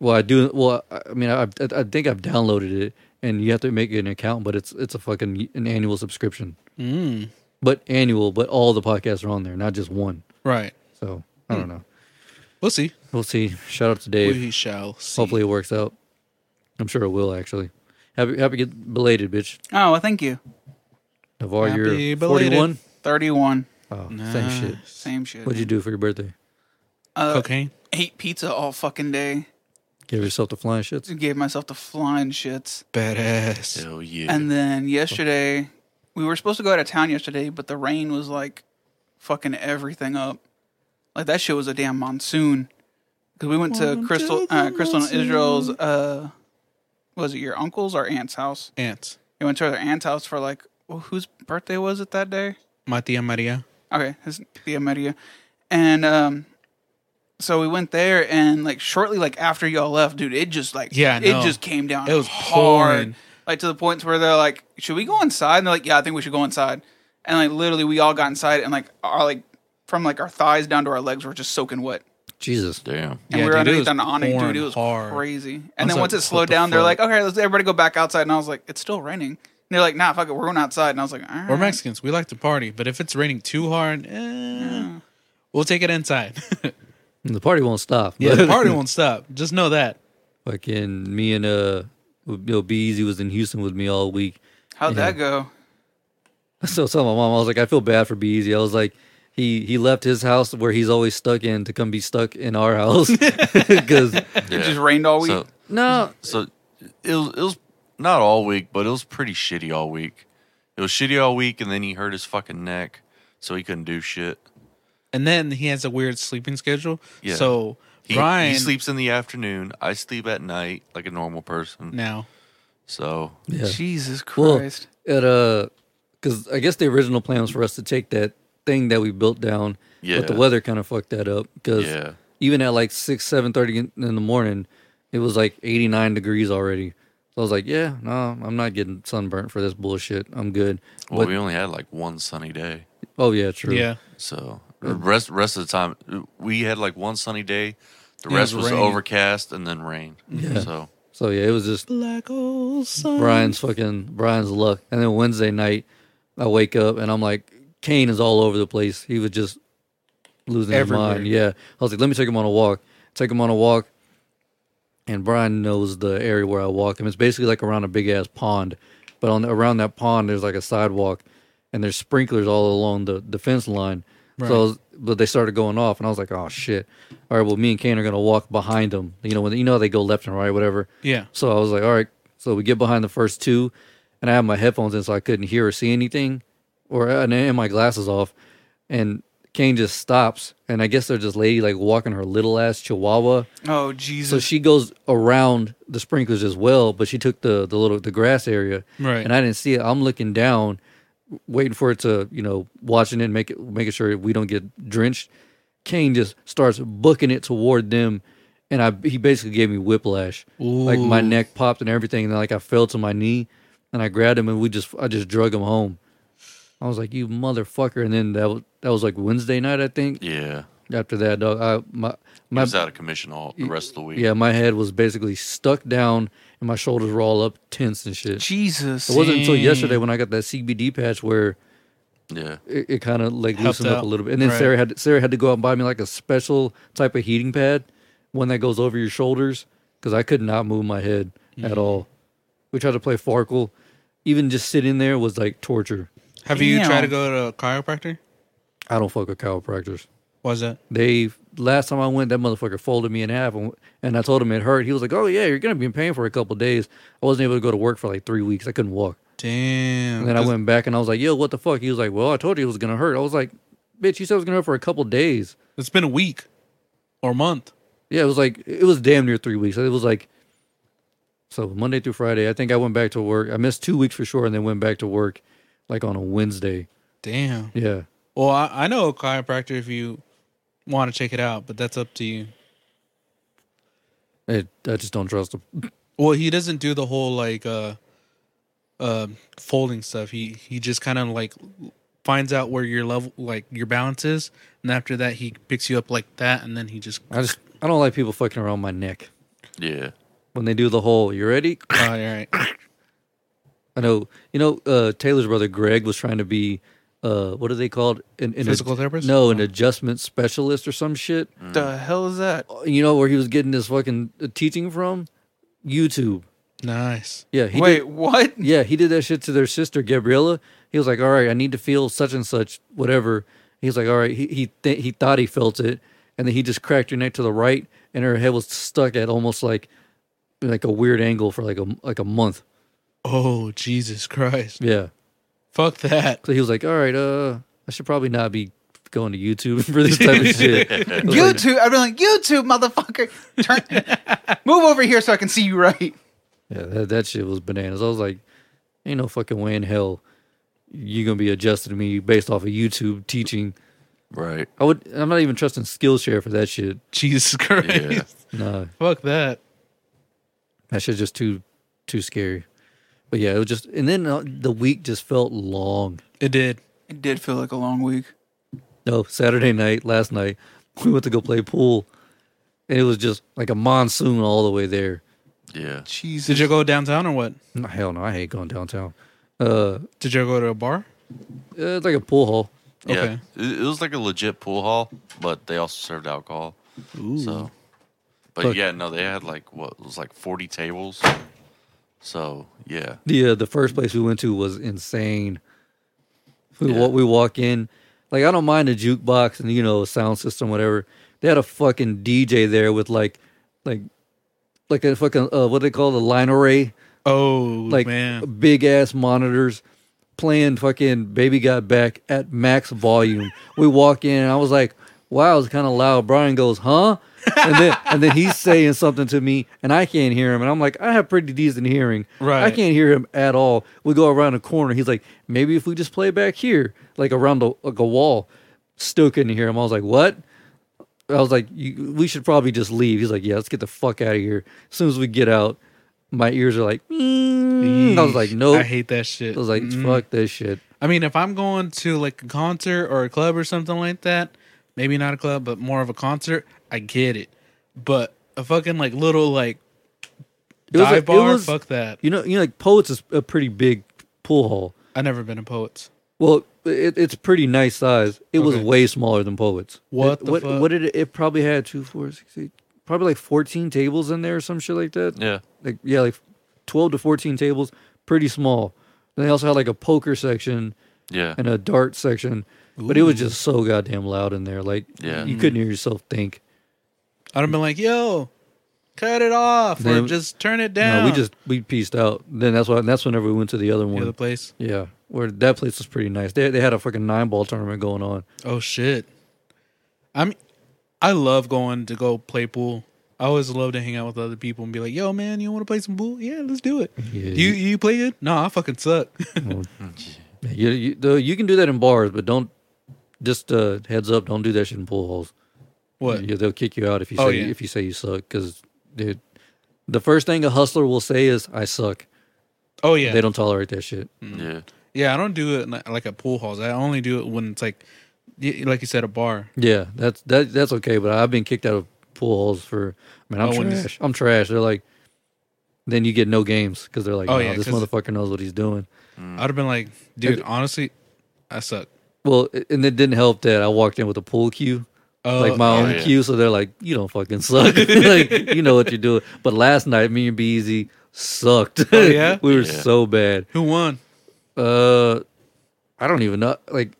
[SPEAKER 1] well, I do. Well, I I mean, I I I think I've downloaded it, and you have to make an account, but it's it's a fucking an annual subscription.
[SPEAKER 2] Mm.
[SPEAKER 1] But annual, but all the podcasts are on there, not just one.
[SPEAKER 2] Right.
[SPEAKER 1] So I don't know.
[SPEAKER 2] We'll see.
[SPEAKER 1] We'll see. Shout out to Dave.
[SPEAKER 2] We shall Hmm. see.
[SPEAKER 1] Hopefully it works out. I'm sure it will actually. Happy happy get belated, bitch.
[SPEAKER 5] Oh, well, thank you.
[SPEAKER 1] Navar,
[SPEAKER 2] Happy
[SPEAKER 1] you're
[SPEAKER 2] belated.
[SPEAKER 1] 41.
[SPEAKER 5] 31.
[SPEAKER 1] Oh, same shit.
[SPEAKER 5] Same shit.
[SPEAKER 1] What'd you do for your birthday?
[SPEAKER 5] uh,
[SPEAKER 2] cocaine.
[SPEAKER 5] Ate pizza all fucking day.
[SPEAKER 1] Give yourself the flying shits.
[SPEAKER 5] Gave myself the flying shits.
[SPEAKER 2] Badass.
[SPEAKER 3] Hell yeah.
[SPEAKER 5] And then yesterday, we were supposed to go out of town yesterday, but the rain was like fucking everything up. Like that shit was a damn monsoon. Because we went to Crystal, uh, Crystal and Israel's, uh, was it your uncle's or aunt's house?
[SPEAKER 2] Ants.
[SPEAKER 5] We went to their aunt's house for like well, whose birthday was it that day?
[SPEAKER 2] My tia Maria.
[SPEAKER 5] Okay, his Tia Maria. And um so we went there and like shortly like after y'all left, dude, it just like
[SPEAKER 2] Yeah, I
[SPEAKER 5] it
[SPEAKER 2] know.
[SPEAKER 5] just came down.
[SPEAKER 2] It was
[SPEAKER 5] hard.
[SPEAKER 2] pouring.
[SPEAKER 5] Like to the point where they're like, Should we go inside? And they're like, Yeah, I think we should go inside. And like literally we all got inside and like our like from like our thighs down to our legs were just soaking wet.
[SPEAKER 1] Jesus.
[SPEAKER 3] Damn.
[SPEAKER 5] And
[SPEAKER 2] Yeah,
[SPEAKER 5] we were
[SPEAKER 2] dude, it
[SPEAKER 5] underneath
[SPEAKER 2] was
[SPEAKER 5] an awning, dude. It
[SPEAKER 2] pouring
[SPEAKER 5] was
[SPEAKER 2] hard.
[SPEAKER 5] crazy. And
[SPEAKER 2] was
[SPEAKER 5] then
[SPEAKER 2] like,
[SPEAKER 5] once it
[SPEAKER 2] what
[SPEAKER 5] slowed
[SPEAKER 2] the
[SPEAKER 5] down, they're
[SPEAKER 2] fuck?
[SPEAKER 5] like, Okay, let's everybody go back outside and I was like, It's still raining. And they're like, nah, fuck it, we're going outside. And I was like, All right.
[SPEAKER 2] We're Mexicans. We like to party, but if it's raining too hard, eh, we'll take it inside. [laughs]
[SPEAKER 1] The party won't stop.
[SPEAKER 2] yeah, the
[SPEAKER 1] [laughs]
[SPEAKER 2] party won't stop. Just know that.
[SPEAKER 1] Fucking me and uh, you know, Beezy was in Houston with me all week. [laughs]
[SPEAKER 5] How'd that go?
[SPEAKER 1] So I was telling my mom, I was like, I feel bad for Beezy. I was like, he he left his house where he's always stuck in to come be stuck in our house [laughs] because
[SPEAKER 3] Yeah.
[SPEAKER 5] It just rained all week.
[SPEAKER 3] So,
[SPEAKER 1] no,
[SPEAKER 3] so it was, it was not all week, but it was pretty shitty all week. It was shitty all week, and then he hurt his fucking neck, so he couldn't do shit.
[SPEAKER 2] And then he has a weird sleeping schedule.
[SPEAKER 3] Yeah.
[SPEAKER 2] So
[SPEAKER 3] He,
[SPEAKER 2] Brian
[SPEAKER 3] he sleeps in the afternoon. I sleep at night like a normal person.
[SPEAKER 2] now.
[SPEAKER 3] So
[SPEAKER 1] yeah.
[SPEAKER 5] Jesus
[SPEAKER 1] Well,
[SPEAKER 5] Christ.
[SPEAKER 1] at uh, because I guess the original plan was for us to take that thing that we built down, but the
[SPEAKER 3] Yeah.
[SPEAKER 1] weather kind of fucked that up. Because
[SPEAKER 3] Yeah.
[SPEAKER 1] even at like six, seven thirty in in the morning, it was like eighty nine degrees already. So I was like, yeah, no, I'm not getting sunburnt for this bullshit. I'm good.
[SPEAKER 3] well,
[SPEAKER 1] But-
[SPEAKER 3] we only had like one sunny day.
[SPEAKER 1] oh yeah, true.
[SPEAKER 2] Yeah.
[SPEAKER 3] So the
[SPEAKER 1] Mm.
[SPEAKER 3] rest rest of the time we had like one sunny day. The
[SPEAKER 2] Yeah, it
[SPEAKER 3] rest
[SPEAKER 2] was
[SPEAKER 3] was
[SPEAKER 2] raining.
[SPEAKER 3] overcast and then rain. So
[SPEAKER 1] So yeah, it was just
[SPEAKER 2] Black old sun.
[SPEAKER 1] Brian's fucking Brian's luck. And then Wednesday night, I wake up and I'm like, Kane is all over the place. He was just losing
[SPEAKER 2] Everywhere.
[SPEAKER 1] his mind. Yeah, I was like, let me take him on a walk. Take him on a walk, and Brian knows the area where I walk him. It's basically like around a big ass pond, but on around that pond there's like a sidewalk, and there's sprinklers all along the, the fence line. So, I was- but they started going off, and I was like, oh shit. All right, well, me and Kane are gonna walk behind them. You know when you know how they go left and right, whatever.
[SPEAKER 2] Yeah.
[SPEAKER 1] So I was like, all right. So we get behind the first two, and I have my headphones in, so I couldn't hear or see anything, or uh, and, and my glasses off. And Kane just stops, and I guess they're just lady like walking her little ass chihuahua.
[SPEAKER 5] oh
[SPEAKER 1] So
[SPEAKER 5] Jesus.
[SPEAKER 1] she goes around the sprinklers as well, but she took the the little the grass area,
[SPEAKER 2] Right.
[SPEAKER 1] And I didn't see it. I'm looking down, waiting for it to you know watching it, make it making sure we don't get drenched. Kane just starts booking it toward them, and I he basically gave me whiplash. Like my neck popped and everything, and like I fell to my knee, and I grabbed him and we just I just drug him home. I was like, you motherfucker! And then that was that was like Wednesday night, I think.
[SPEAKER 3] yeah,
[SPEAKER 1] After that, dog, I my
[SPEAKER 3] he
[SPEAKER 1] my
[SPEAKER 3] was out of commission all the rest of the week.
[SPEAKER 1] yeah, my head was basically stuck down and my shoulders were all up tense and shit.
[SPEAKER 5] Jesus.
[SPEAKER 1] It wasn't until
[SPEAKER 2] Dang.
[SPEAKER 1] yesterday when I got that CBD patch where
[SPEAKER 3] yeah.
[SPEAKER 1] it, it kind of like
[SPEAKER 2] Helped
[SPEAKER 1] loosened up
[SPEAKER 2] out.
[SPEAKER 1] a little bit. And then
[SPEAKER 2] Right.
[SPEAKER 1] Sarah had Sarah had to go out and buy me like a special type of heating pad, one that goes over your shoulders because I could not move my head
[SPEAKER 2] Mm-hmm.
[SPEAKER 1] at all. We tried to play Farkle. Even just sitting there was like torture.
[SPEAKER 2] Have you tried
[SPEAKER 5] Damn.
[SPEAKER 2] to go to a chiropractor?
[SPEAKER 1] I don't fuck with chiropractors.
[SPEAKER 2] Was that?
[SPEAKER 1] They last time I went, that motherfucker folded me in half, and, and I told him it hurt. He was like, "Oh yeah, you're gonna be in pain for a couple of days." I wasn't able to go to work for like three weeks. I couldn't walk.
[SPEAKER 2] Damn.
[SPEAKER 1] And then I
[SPEAKER 2] 'Cause-
[SPEAKER 1] went back and I was like, "Yo, what the fuck?" He was like, "Well, I told you it was gonna hurt." I was like, "Bitch, you said it was gonna hurt for a couple of days."
[SPEAKER 2] It's been a week or a month.
[SPEAKER 1] Yeah, it was like it was damn near three weeks. It was like so Monday through Friday. I think I went back to work. I missed two weeks for sure, and then went back to work like on a Wednesday.
[SPEAKER 2] Damn.
[SPEAKER 1] Yeah,
[SPEAKER 2] Well, I, I know a chiropractor if you want to check it out, but that's up to you.
[SPEAKER 1] it, I just don't trust him.
[SPEAKER 2] Well, he doesn't do the whole like uh uh folding stuff. He he just kind of like finds out where your level like your balance is, and after that he picks you up like that, and then he just [coughs]
[SPEAKER 1] I just I don't like people fucking around my neck
[SPEAKER 3] Yeah.
[SPEAKER 1] when they do the whole "You ready?"
[SPEAKER 2] oh, all right.
[SPEAKER 1] I know. You know, uh, Taylor's brother Greg was trying to be, uh, what are they called? An, an
[SPEAKER 2] Physical therapist?
[SPEAKER 1] No, an adjustment specialist or some shit.
[SPEAKER 5] What the hell is that?
[SPEAKER 1] You know where he was getting his fucking uh, teaching from? YouTube.
[SPEAKER 2] Nice.
[SPEAKER 1] Yeah, he
[SPEAKER 5] Wait,
[SPEAKER 1] Did,
[SPEAKER 5] [laughs] what?
[SPEAKER 1] yeah, he did that shit to their sister Gabriella. He was like, "All right, I need to feel such and such, whatever." He was like, "All right." He he th- he thought he felt it, and then he just cracked her neck to the right, and her head was stuck at almost like like a weird angle for like a like a month.
[SPEAKER 2] Oh Jesus Christ!
[SPEAKER 1] Yeah.
[SPEAKER 2] Fuck that. [laughs]
[SPEAKER 1] So he was like, "All right, uh, I should probably not be going to YouTube [laughs] for this type of shit." I was like,
[SPEAKER 5] YouTube. I've been like, YouTube, motherfucker. Turn, [laughs] move over here so I can see you right.
[SPEAKER 1] yeah, that, that shit was bananas. I was like, "Ain't no fucking way in hell you're gonna be adjusting to me based off of YouTube teaching.
[SPEAKER 3] Right.
[SPEAKER 1] I would. I'm not even trusting Skillshare for that shit.
[SPEAKER 2] Jesus Christ.
[SPEAKER 3] Yeah.
[SPEAKER 1] No,
[SPEAKER 2] Fuck that.
[SPEAKER 1] that shit's just too too scary. But yeah, it was just, and then uh, the week just felt long.
[SPEAKER 2] It did.
[SPEAKER 5] It did feel like a long week.
[SPEAKER 1] No, Saturday night, last night, [laughs] we went to go play pool, and it was just like a monsoon all the way there.
[SPEAKER 3] Yeah.
[SPEAKER 5] Jesus.
[SPEAKER 2] Did you go downtown or what?
[SPEAKER 1] No, Hell no, I hate going downtown. Uh,
[SPEAKER 2] Did you go to a bar?
[SPEAKER 1] Uh, It's like a pool hall.
[SPEAKER 2] Okay.
[SPEAKER 3] Yeah. It, it was like a legit pool hall, but they also served alcohol. So, but
[SPEAKER 1] Look.
[SPEAKER 3] yeah, no, they had like what it was like forty tables. So yeah,
[SPEAKER 1] The uh, the first place we went to was insane. We
[SPEAKER 3] Yeah.
[SPEAKER 1] wa- we walk in, like I don't mind a jukebox and you know sound system whatever. They had a fucking DJ there with like, like, like a fucking uh, what they call the line array,
[SPEAKER 2] Oh
[SPEAKER 1] like
[SPEAKER 2] man.
[SPEAKER 1] big ass monitors playing fucking Baby Got Back at max volume. we walk in and I was like, wow, it's kind of loud. Brian goes, huh? and
[SPEAKER 2] [laughs]
[SPEAKER 1] then and then he's saying something to me and I can't hear him and I'm like, I have pretty decent hearing. I
[SPEAKER 2] Right.
[SPEAKER 1] can't hear him at all. We go around a corner. He's like, maybe if we just play back here, like around a, like a wall. Still couldn't hear him. I was like, what? I was like, you, we should probably just leave. He's like, yeah, let's get the fuck out of here. As soon as we get out, my ears are like, mm. I was like,
[SPEAKER 2] Yeesh.
[SPEAKER 1] nope.
[SPEAKER 2] I hate that shit.
[SPEAKER 1] I was like,
[SPEAKER 2] Mm.
[SPEAKER 1] fuck this shit.
[SPEAKER 2] I mean, if I'm going to like a concert or a club or something like that, maybe not a club, but more of a concert, I get it. But a fucking like little like
[SPEAKER 1] It was
[SPEAKER 2] dive
[SPEAKER 1] like- it
[SPEAKER 2] bar,
[SPEAKER 1] was-
[SPEAKER 2] fuck that.
[SPEAKER 1] You know, you know, like Poets is a pretty big pool hall.
[SPEAKER 2] I've never been to Poets.
[SPEAKER 1] Well, it, it's pretty nice size. It was
[SPEAKER 2] Okay.
[SPEAKER 1] way smaller than Poets.
[SPEAKER 2] What
[SPEAKER 1] It-
[SPEAKER 2] the
[SPEAKER 1] what,
[SPEAKER 2] fuck?
[SPEAKER 1] what did it? It probably had two, four, six, eight, probably like fourteen tables in there or some shit like that.
[SPEAKER 3] yeah,
[SPEAKER 1] like yeah, like twelve to fourteen tables, pretty small. And they also had like a poker section
[SPEAKER 3] yeah,
[SPEAKER 1] and a dart section, but it was just so goddamn loud in there. Like
[SPEAKER 3] Yeah.
[SPEAKER 1] you couldn't hear yourself think.
[SPEAKER 2] I'd have been like, yo, cut it off or
[SPEAKER 1] Then-
[SPEAKER 2] just turn it
[SPEAKER 1] No,
[SPEAKER 2] down.
[SPEAKER 1] we just we pieced out. Then that's why that's whenever we went to the other
[SPEAKER 2] the
[SPEAKER 1] one.
[SPEAKER 2] other place.
[SPEAKER 1] yeah, where that place was pretty nice. They they had a fucking nine ball tournament going on.
[SPEAKER 2] Oh shit. I'm I love going to go play pool. I always love to hang out with other people and be like, yo man, you wanna play some pool? Yeah, let's do it.
[SPEAKER 1] Yeah.
[SPEAKER 2] You you play good? No, I fucking suck. [laughs]
[SPEAKER 1] You you, though you can do that in bars, but don't just uh, heads up. Don't do that shit in pool halls.
[SPEAKER 2] what?
[SPEAKER 1] Yeah, they'll kick you out if you say
[SPEAKER 2] Oh, yeah.
[SPEAKER 1] if you say you suck. Because dude, the first thing a hustler will say is "I suck."
[SPEAKER 2] Oh yeah.
[SPEAKER 1] They don't tolerate that shit.
[SPEAKER 3] yeah,
[SPEAKER 2] Yeah, I don't do it li- like at pool halls. I only do it when it's like, y- like you said, a bar.
[SPEAKER 1] Yeah, that's that that's okay. But I've been kicked out of pool halls for. I mean, I'm
[SPEAKER 2] Oh, when you-
[SPEAKER 1] trash. I'm trash. They're like, then you get no games because they're like,
[SPEAKER 2] Oh,
[SPEAKER 1] oh,
[SPEAKER 2] yeah,
[SPEAKER 1] this
[SPEAKER 2] 'cause-
[SPEAKER 1] motherfucker knows what he's doing. Hmm.
[SPEAKER 2] I'd have been like, dude, honestly, I suck.
[SPEAKER 1] Well, i- and it didn't help that I walked in with a pool cue,
[SPEAKER 2] Oh,
[SPEAKER 1] like my
[SPEAKER 3] oh,
[SPEAKER 1] own
[SPEAKER 3] yeah.
[SPEAKER 1] cue. So they're like, you don't fucking suck. [laughs] like you know what you're doing. But last night, me and Beezy sucked.
[SPEAKER 2] Oh, yeah?
[SPEAKER 1] [laughs] we were
[SPEAKER 3] Yeah.
[SPEAKER 1] so bad.
[SPEAKER 2] who won?
[SPEAKER 1] Uh, I don't even know. Like,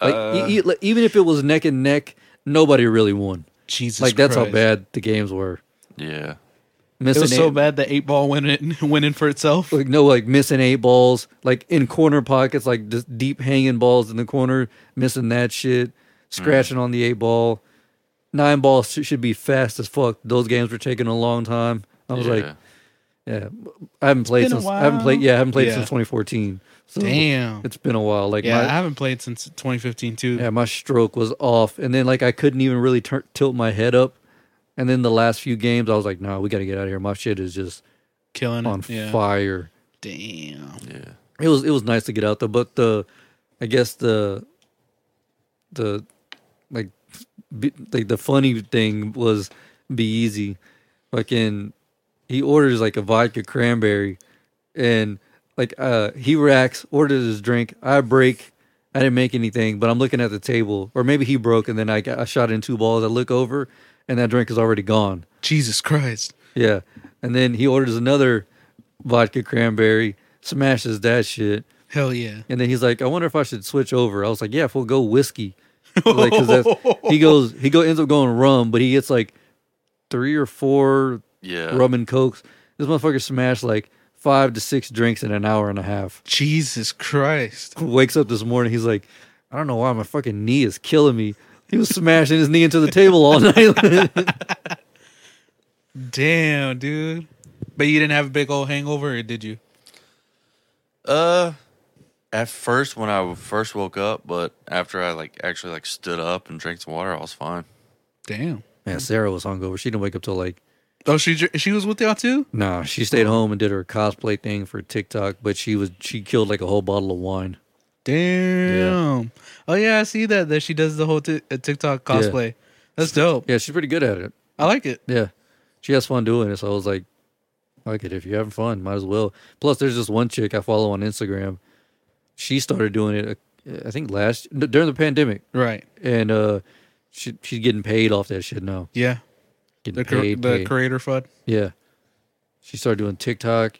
[SPEAKER 1] like e- e- like, even if it was neck and neck, nobody really won.
[SPEAKER 2] Jesus,
[SPEAKER 1] like that's how
[SPEAKER 2] Christ.
[SPEAKER 1] bad the games were.
[SPEAKER 3] yeah.
[SPEAKER 2] It
[SPEAKER 1] Missing
[SPEAKER 2] was so
[SPEAKER 1] eight-
[SPEAKER 2] bad that eight ball went in, [laughs] went in for itself.
[SPEAKER 1] Like no, like missing eight balls, like in corner pockets, like just deep hanging balls in the corner, missing that shit, scratching on the eight ball. Nine balls sh- should be fast as fuck. Those games were taking a long time. I was like,
[SPEAKER 3] yeah.
[SPEAKER 1] yeah, I haven't played
[SPEAKER 2] Been a
[SPEAKER 1] since I haven't played.
[SPEAKER 2] while.
[SPEAKER 1] Yeah, I haven't played
[SPEAKER 2] Yeah.
[SPEAKER 1] since 2014. So
[SPEAKER 2] Damn.
[SPEAKER 1] it's been a while. Like
[SPEAKER 2] yeah,
[SPEAKER 1] my-
[SPEAKER 2] I haven't played since 2015 too.
[SPEAKER 1] Yeah, my stroke was off, and then like I couldn't even really tur tilt my head up. And then the last few games, I was like, "Nah, we got to get out of here. My shit is just
[SPEAKER 2] Killing
[SPEAKER 1] on
[SPEAKER 2] it. Mm, Yeah.
[SPEAKER 1] fire."
[SPEAKER 2] Damn.
[SPEAKER 3] yeah.
[SPEAKER 1] It was it was nice to get out though, but the I guess the the like be, like the funny thing was be easy. Fucking, he orders like a vodka cranberry, and like uh he racks orders his drink. I break. I didn't make anything, but I'm looking at the table, or maybe he broke, and then I got, I shot in two balls. I look over, and that drink is already gone.
[SPEAKER 2] Jesus Christ.
[SPEAKER 1] Yeah. And then he orders another vodka cranberry, smashes that shit.
[SPEAKER 2] Hell yeah.
[SPEAKER 1] And then he's like, I wonder if I should switch over. I was like, yeah, if we'll go whiskey. like, 'cause that's, he goes, he go, ends up going rum, but he gets like three or four
[SPEAKER 3] Yeah.
[SPEAKER 1] rum and cokes. This motherfucker smashed like five to six drinks in an hour and a half. [laughs]
[SPEAKER 2] Jesus Christ.
[SPEAKER 1] Wakes up this morning, he's like, I don't know why my fucking knee is killing me. He was smashing his knee into the table all [laughs] night.
[SPEAKER 2] Damn, dude. But you didn't have a big old hangover, or did you?
[SPEAKER 3] Uh, at first when I first woke up, but after I like actually like stood up and drank some water, I was fine.
[SPEAKER 2] Damn.
[SPEAKER 1] Man, Sarah was hungover. She didn't wake up till like
[SPEAKER 2] Oh, she dr- she was with y'all too.
[SPEAKER 1] nah. She stayed home and did her cosplay thing for TikTok, but she was she killed like a whole bottle of wine.
[SPEAKER 2] Damn. Oh yeah, I see that that she does the whole t- uh, TikTok cosplay. That's dope.
[SPEAKER 1] Yeah, she's pretty good at it.
[SPEAKER 2] I like it.
[SPEAKER 1] Yeah, she has fun doing it. So I was like, like it. If you're having fun, might as well. Plus, there's this one chick I follow on Instagram. She started doing it. uh, I think last during the pandemic,
[SPEAKER 2] Right.
[SPEAKER 1] and uh, she she's getting paid off that shit now.
[SPEAKER 2] Yeah.
[SPEAKER 1] Getting
[SPEAKER 2] The cr-
[SPEAKER 1] paid,
[SPEAKER 2] the
[SPEAKER 1] paid.
[SPEAKER 2] creator fud.
[SPEAKER 1] Yeah. She started doing TikTok.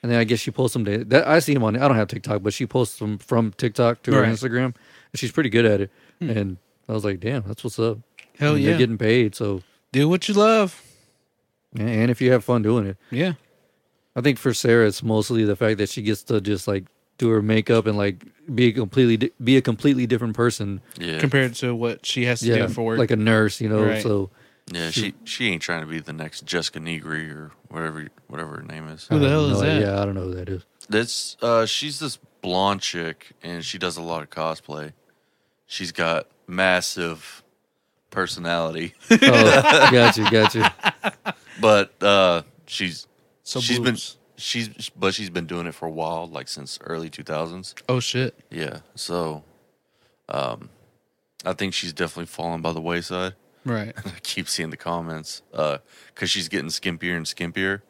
[SPEAKER 1] And then I guess she posts them. To, that I see him on. I don't have TikTok, but she posts them from TikTok to her
[SPEAKER 2] Right. Hmm.
[SPEAKER 1] Instagram. And she's pretty good at it. And I was like, damn, that's what's up.
[SPEAKER 2] Hell
[SPEAKER 1] And
[SPEAKER 2] yeah.
[SPEAKER 1] They're getting paid. So,
[SPEAKER 2] Do what you love.
[SPEAKER 1] yeah, and if you have fun doing it,
[SPEAKER 2] Yeah.
[SPEAKER 1] I think for Sarah, it's mostly the fact that she gets to just like do her makeup and like be a completely di- be a completely different person.
[SPEAKER 3] Yeah,
[SPEAKER 2] Compared to what she has to
[SPEAKER 1] Yeah,
[SPEAKER 2] do for work.
[SPEAKER 1] like a nurse, you know.
[SPEAKER 2] Right.
[SPEAKER 1] So
[SPEAKER 3] yeah. She she ain't trying to be the next Jessica Negri or whatever whatever her name is.
[SPEAKER 2] Who the
[SPEAKER 1] I have
[SPEAKER 2] hell is
[SPEAKER 1] no
[SPEAKER 2] that?
[SPEAKER 1] idea. Yeah, I don't know who that is.
[SPEAKER 3] That's uh, she's this blonde chick, and she does a lot of cosplay. She's got massive personality, [laughs]
[SPEAKER 1] Oh, [laughs] gotcha, gotcha.
[SPEAKER 3] but uh, she's
[SPEAKER 2] So
[SPEAKER 3] she's
[SPEAKER 2] boobs.
[SPEAKER 3] been she's but she's been doing it for a while, like since early two thousands.
[SPEAKER 2] Oh shit.
[SPEAKER 3] Yeah, so um, I think she's definitely fallen by the wayside. [laughs]
[SPEAKER 2] Right.
[SPEAKER 3] I keep seeing the comments because she's getting skimpier and skimpier.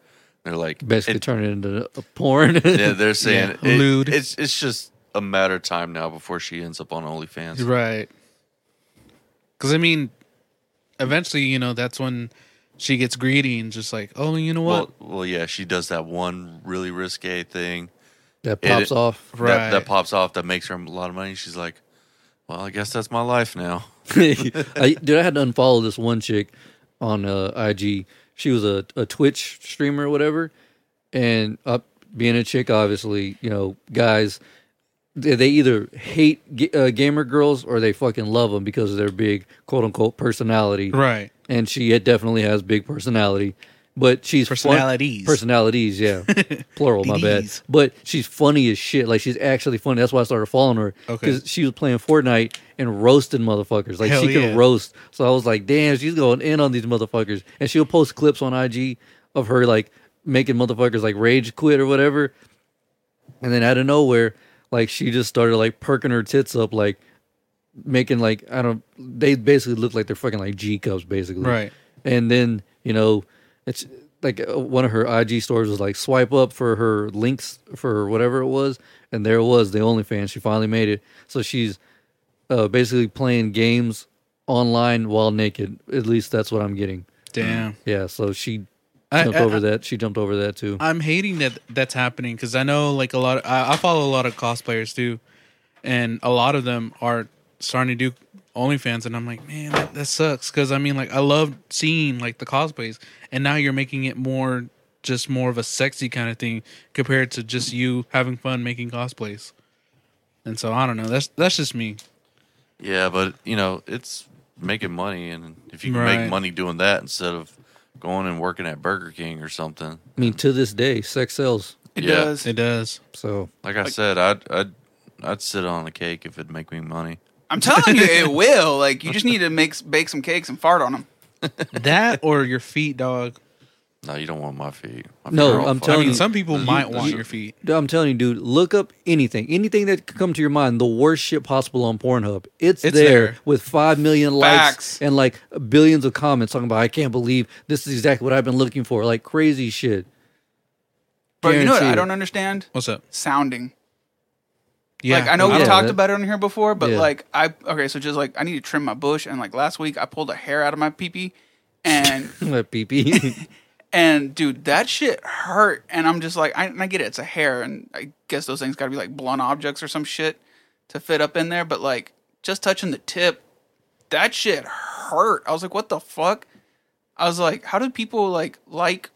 [SPEAKER 3] They're like,
[SPEAKER 1] Basically,
[SPEAKER 3] it-
[SPEAKER 1] turn it into a porn.
[SPEAKER 3] yeah,
[SPEAKER 2] [laughs]
[SPEAKER 3] they're saying
[SPEAKER 2] Yeah,
[SPEAKER 3] it-
[SPEAKER 2] lewd.
[SPEAKER 3] It's it's just a matter of time now before she ends up on OnlyFans.
[SPEAKER 2] [laughs] Right. Because I mean, eventually, you know, that's when she gets greedy and just like, oh, you know what?
[SPEAKER 3] Well, well, yeah, she does that one really risque thing
[SPEAKER 1] [laughs] that
[SPEAKER 3] It-
[SPEAKER 1] pops off.
[SPEAKER 3] that,
[SPEAKER 2] Right.
[SPEAKER 3] that pops off that makes her a lot of money. She's like, well, I guess that's my life now.
[SPEAKER 1] [laughs] I, dude, I had to unfollow this one chick on uh, IG. She was a, a Twitch streamer or whatever. And uh, being a chick, obviously, you know, guys, they, they either hate ga- uh, gamer girls or they fucking love them because of their big quote unquote personality.
[SPEAKER 2] right.
[SPEAKER 1] And she had- definitely has big personality. But she's fun-
[SPEAKER 2] Personalities.
[SPEAKER 1] personalities,
[SPEAKER 2] [laughs]
[SPEAKER 1] yeah. Plural, my bad.
[SPEAKER 2] Ds.
[SPEAKER 1] But she's funny as shit. Like she's actually funny. That's why I started following her.
[SPEAKER 2] Okay.
[SPEAKER 1] she was playing Fortnite and roasting motherfuckers. Like
[SPEAKER 2] Hell
[SPEAKER 1] she
[SPEAKER 2] yeah.
[SPEAKER 1] could roast. So I was like, damn, she's going in on these motherfuckers. And she'll post clips on IG of her like making motherfuckers like rage quit or whatever. And then out of nowhere, like she just started like perking her tits up, like making like I don't. They basically look like they're fucking like G cups, basically.
[SPEAKER 2] Right.
[SPEAKER 1] And then you know, it's like uh, one of her IG stories was like swipe up for her links for whatever it was, and there it was the OnlyFans. She finally made it, so she's uh, basically playing games online while naked. At least that's what I'm getting.
[SPEAKER 2] Damn.
[SPEAKER 1] Yeah. So she
[SPEAKER 2] I-
[SPEAKER 1] jumped
[SPEAKER 2] I-
[SPEAKER 1] over that. She jumped over that too.
[SPEAKER 2] I'm hating that that's happening because I know like a lot. Of, I, I follow a lot of cosplayers too, and a lot of them are starting to do OnlyFans, and I'm like, man, that, that sucks. Because I mean, like, I love seeing like the cosplays, and now you're making it more just more of a sexy kind of thing compared to just you having fun making cosplays. And so I don't know. That's that's just me.
[SPEAKER 3] Yeah, but you know, it's making money, and if you can
[SPEAKER 2] Right.
[SPEAKER 3] make money doing that instead of going and working at Burger King or something,
[SPEAKER 1] I mean, to this day, sex sells.
[SPEAKER 5] It
[SPEAKER 3] Yeah.
[SPEAKER 5] does.
[SPEAKER 2] It does.
[SPEAKER 1] So
[SPEAKER 3] like I said, I'd I'd I'd sit on a cake if it'd make me money.
[SPEAKER 5] I'm telling you, [laughs] it will. Like you just need to make bake some cakes and fart on them.
[SPEAKER 2] That or your feet, dog.
[SPEAKER 3] No, you don't want my feet. My
[SPEAKER 1] No,
[SPEAKER 3] feet are all
[SPEAKER 1] I'm
[SPEAKER 3] fucked.
[SPEAKER 1] telling
[SPEAKER 2] I mean,
[SPEAKER 1] you-
[SPEAKER 2] some people might want
[SPEAKER 3] you-
[SPEAKER 2] your feet.
[SPEAKER 1] Dude, I'm telling you, dude, look up anything, anything that could come to your mind, the worst shit possible on Pornhub. It's,
[SPEAKER 2] It's
[SPEAKER 1] there,
[SPEAKER 2] there.
[SPEAKER 1] with 5 million
[SPEAKER 5] Facts.
[SPEAKER 1] likes and like billions of comments talking about, I can't believe this is exactly what I've been looking for. Like crazy shit. [laughs]
[SPEAKER 5] But you know what?
[SPEAKER 1] Guaranteed.
[SPEAKER 5] I don't understand
[SPEAKER 2] What's up?
[SPEAKER 5] sounding.
[SPEAKER 2] Yeah,
[SPEAKER 5] like I know
[SPEAKER 1] yeah,
[SPEAKER 5] we've talked
[SPEAKER 1] that-
[SPEAKER 5] about it on here before, but
[SPEAKER 1] Yeah.
[SPEAKER 5] like I okay, so just like I need to trim my bush, and like last week I pulled a hair out of my peepee, and
[SPEAKER 1] Like, pee pee.
[SPEAKER 5] and dude, that shit hurt, and I'm just like I, and I get it, it's a hair, and I guess those things got to be like blunt objects or some shit to fit up in there, but like just touching the tip, that shit hurt. I was like, what the fuck? I was like, how do people like like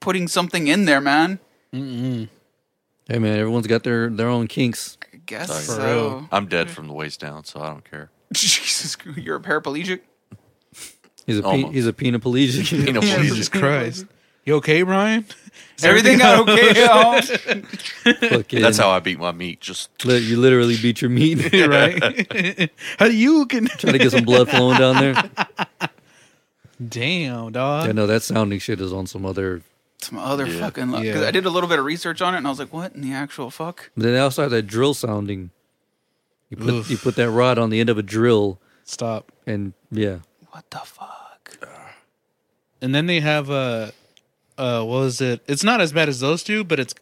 [SPEAKER 5] putting something in there, man?
[SPEAKER 1] hey man, everyone's got their, their own kinks.
[SPEAKER 5] I guess
[SPEAKER 3] Sorry.
[SPEAKER 5] so.
[SPEAKER 3] For
[SPEAKER 2] real.
[SPEAKER 3] I'm dead from the waist down, so I don't care.
[SPEAKER 5] [laughs] Jesus, you're a paraplegic.
[SPEAKER 1] He's a, pe-
[SPEAKER 3] Almost.
[SPEAKER 1] he's a penaplegic. [laughs]
[SPEAKER 3] Peanut butter.
[SPEAKER 2] Jesus Christ. You okay, Brian? [laughs] Is
[SPEAKER 5] Everything got okay
[SPEAKER 2] [laughs]
[SPEAKER 5] at home.
[SPEAKER 1] Fucking-
[SPEAKER 3] That's how I beat my meat. Just
[SPEAKER 1] Li- you literally beat your meat.
[SPEAKER 2] all
[SPEAKER 5] [laughs]
[SPEAKER 2] right? [laughs] How do you can?
[SPEAKER 1] Trying to get some blood flowing down there.
[SPEAKER 2] Damn, dog.
[SPEAKER 1] I know that sounding shit is on some other.
[SPEAKER 5] Some other
[SPEAKER 3] Yeah.
[SPEAKER 5] fucking luck. Because
[SPEAKER 2] Yeah.
[SPEAKER 5] I did a little bit of research on it and I was like, what in the actual fuck?
[SPEAKER 1] Then they also have that drill sounding. You put
[SPEAKER 2] Oof.
[SPEAKER 1] you put that rod on the end of a drill,
[SPEAKER 2] Stop.
[SPEAKER 1] and yeah,
[SPEAKER 5] What the fuck?
[SPEAKER 2] And then they have uh, uh, what was it? It's not as bad as those two, but it's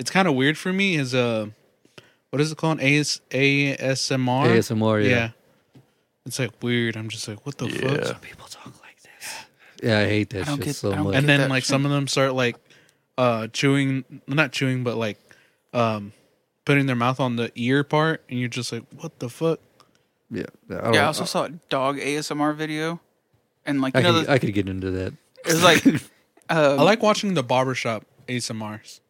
[SPEAKER 2] it's kind of weird for me. Is uh, what is it called? AS, ASMR.
[SPEAKER 1] ASMR. Yeah. yeah,
[SPEAKER 2] It's like weird. I'm just like, what the
[SPEAKER 3] yeah,
[SPEAKER 2] fuck?
[SPEAKER 1] people talk like this. Yeah, I hate that
[SPEAKER 5] I don't
[SPEAKER 1] shit
[SPEAKER 5] get-
[SPEAKER 1] so
[SPEAKER 5] I don't
[SPEAKER 1] much.
[SPEAKER 5] get
[SPEAKER 2] And then
[SPEAKER 5] that
[SPEAKER 2] like
[SPEAKER 5] shit.
[SPEAKER 2] some of them start like uh chewing, not chewing, but like um putting their mouth on the ear part, and you're just like, what the fuck?
[SPEAKER 1] yeah, I, don't,
[SPEAKER 5] Yeah, I also saw a dog ASMR video. And like,
[SPEAKER 1] I,
[SPEAKER 5] you know,
[SPEAKER 1] could,
[SPEAKER 5] the,
[SPEAKER 1] I could get into that. [laughs]
[SPEAKER 5] it's like, um,
[SPEAKER 2] I like watching the barbershop ASMRs.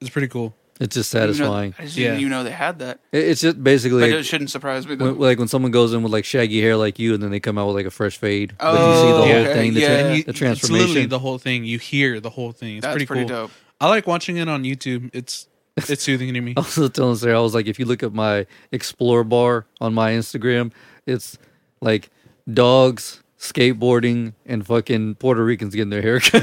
[SPEAKER 2] It's pretty cool.
[SPEAKER 1] It's just
[SPEAKER 5] you know-
[SPEAKER 1] satisfying.
[SPEAKER 5] I just
[SPEAKER 2] Yeah.
[SPEAKER 5] didn't even know they had that.
[SPEAKER 1] It- it's just
[SPEAKER 5] But
[SPEAKER 1] basically
[SPEAKER 5] it shouldn't surprise me.
[SPEAKER 1] when,
[SPEAKER 5] Though.
[SPEAKER 1] like when someone goes in with like shaggy hair like you, and then they come out with like a fresh fade. but
[SPEAKER 5] Oh,
[SPEAKER 1] you see the
[SPEAKER 2] okay,
[SPEAKER 1] whole thing, the,
[SPEAKER 5] yeah.
[SPEAKER 1] tra-
[SPEAKER 5] And you-
[SPEAKER 1] the
[SPEAKER 2] It's literally
[SPEAKER 1] transformation.
[SPEAKER 2] the whole thing. You hear the whole thing. It's
[SPEAKER 5] That's
[SPEAKER 2] pretty,
[SPEAKER 5] pretty
[SPEAKER 2] cool.
[SPEAKER 5] dope.
[SPEAKER 2] I like watching it on YouTube. It's
[SPEAKER 5] [laughs]
[SPEAKER 2] it's soothing to me.
[SPEAKER 1] [laughs] I was telling Sarah, I was like, if you look at my explore bar on my Instagram, it's like dogs, skateboarding, and fucking Puerto Ricans getting their hair
[SPEAKER 5] [laughs]
[SPEAKER 1] cut.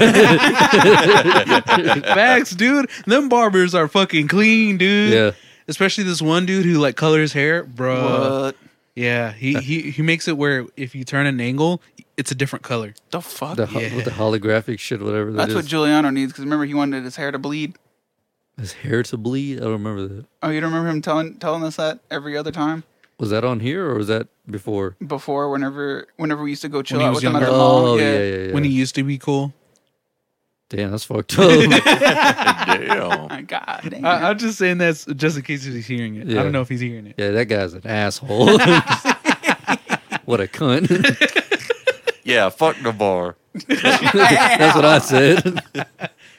[SPEAKER 2] [laughs]
[SPEAKER 1] [laughs]
[SPEAKER 2] Facts, dude. Them barbers are fucking clean, dude.
[SPEAKER 1] Yeah.
[SPEAKER 2] Especially this one dude who like colors hair,
[SPEAKER 1] uh,
[SPEAKER 2] bro.
[SPEAKER 5] What
[SPEAKER 2] Yeah, he, he he makes it where if you turn an angle, it's a different color.
[SPEAKER 5] the fuck?
[SPEAKER 1] The, ho-
[SPEAKER 2] Yeah.
[SPEAKER 1] With the holographic shit, whatever that
[SPEAKER 5] That's
[SPEAKER 1] is.
[SPEAKER 5] what Giuliano needs because remember he wanted his hair to bleed.
[SPEAKER 1] His hair to bleed? I don't remember that.
[SPEAKER 5] Oh, you don't remember him telling telling us that every other time
[SPEAKER 1] Was that on here or was that before?
[SPEAKER 5] before, whenever whenever we used to go chill
[SPEAKER 2] When he
[SPEAKER 5] out
[SPEAKER 2] was
[SPEAKER 5] with him at
[SPEAKER 2] younger.
[SPEAKER 5] the mall.
[SPEAKER 1] Oh, yeah, yeah, yeah.
[SPEAKER 2] When he used to be cool.
[SPEAKER 1] Damn, that's
[SPEAKER 2] [laughs]
[SPEAKER 1] fucked up.
[SPEAKER 3] damn.
[SPEAKER 5] My God, damn.
[SPEAKER 2] I, I'm just saying that's just in case he's hearing it. I
[SPEAKER 1] Yeah.
[SPEAKER 2] don't know if he's hearing it.
[SPEAKER 1] yeah, that guy's an asshole. [laughs] what a cunt. [laughs]
[SPEAKER 3] Yeah, fuck the bar.
[SPEAKER 1] that's what I said.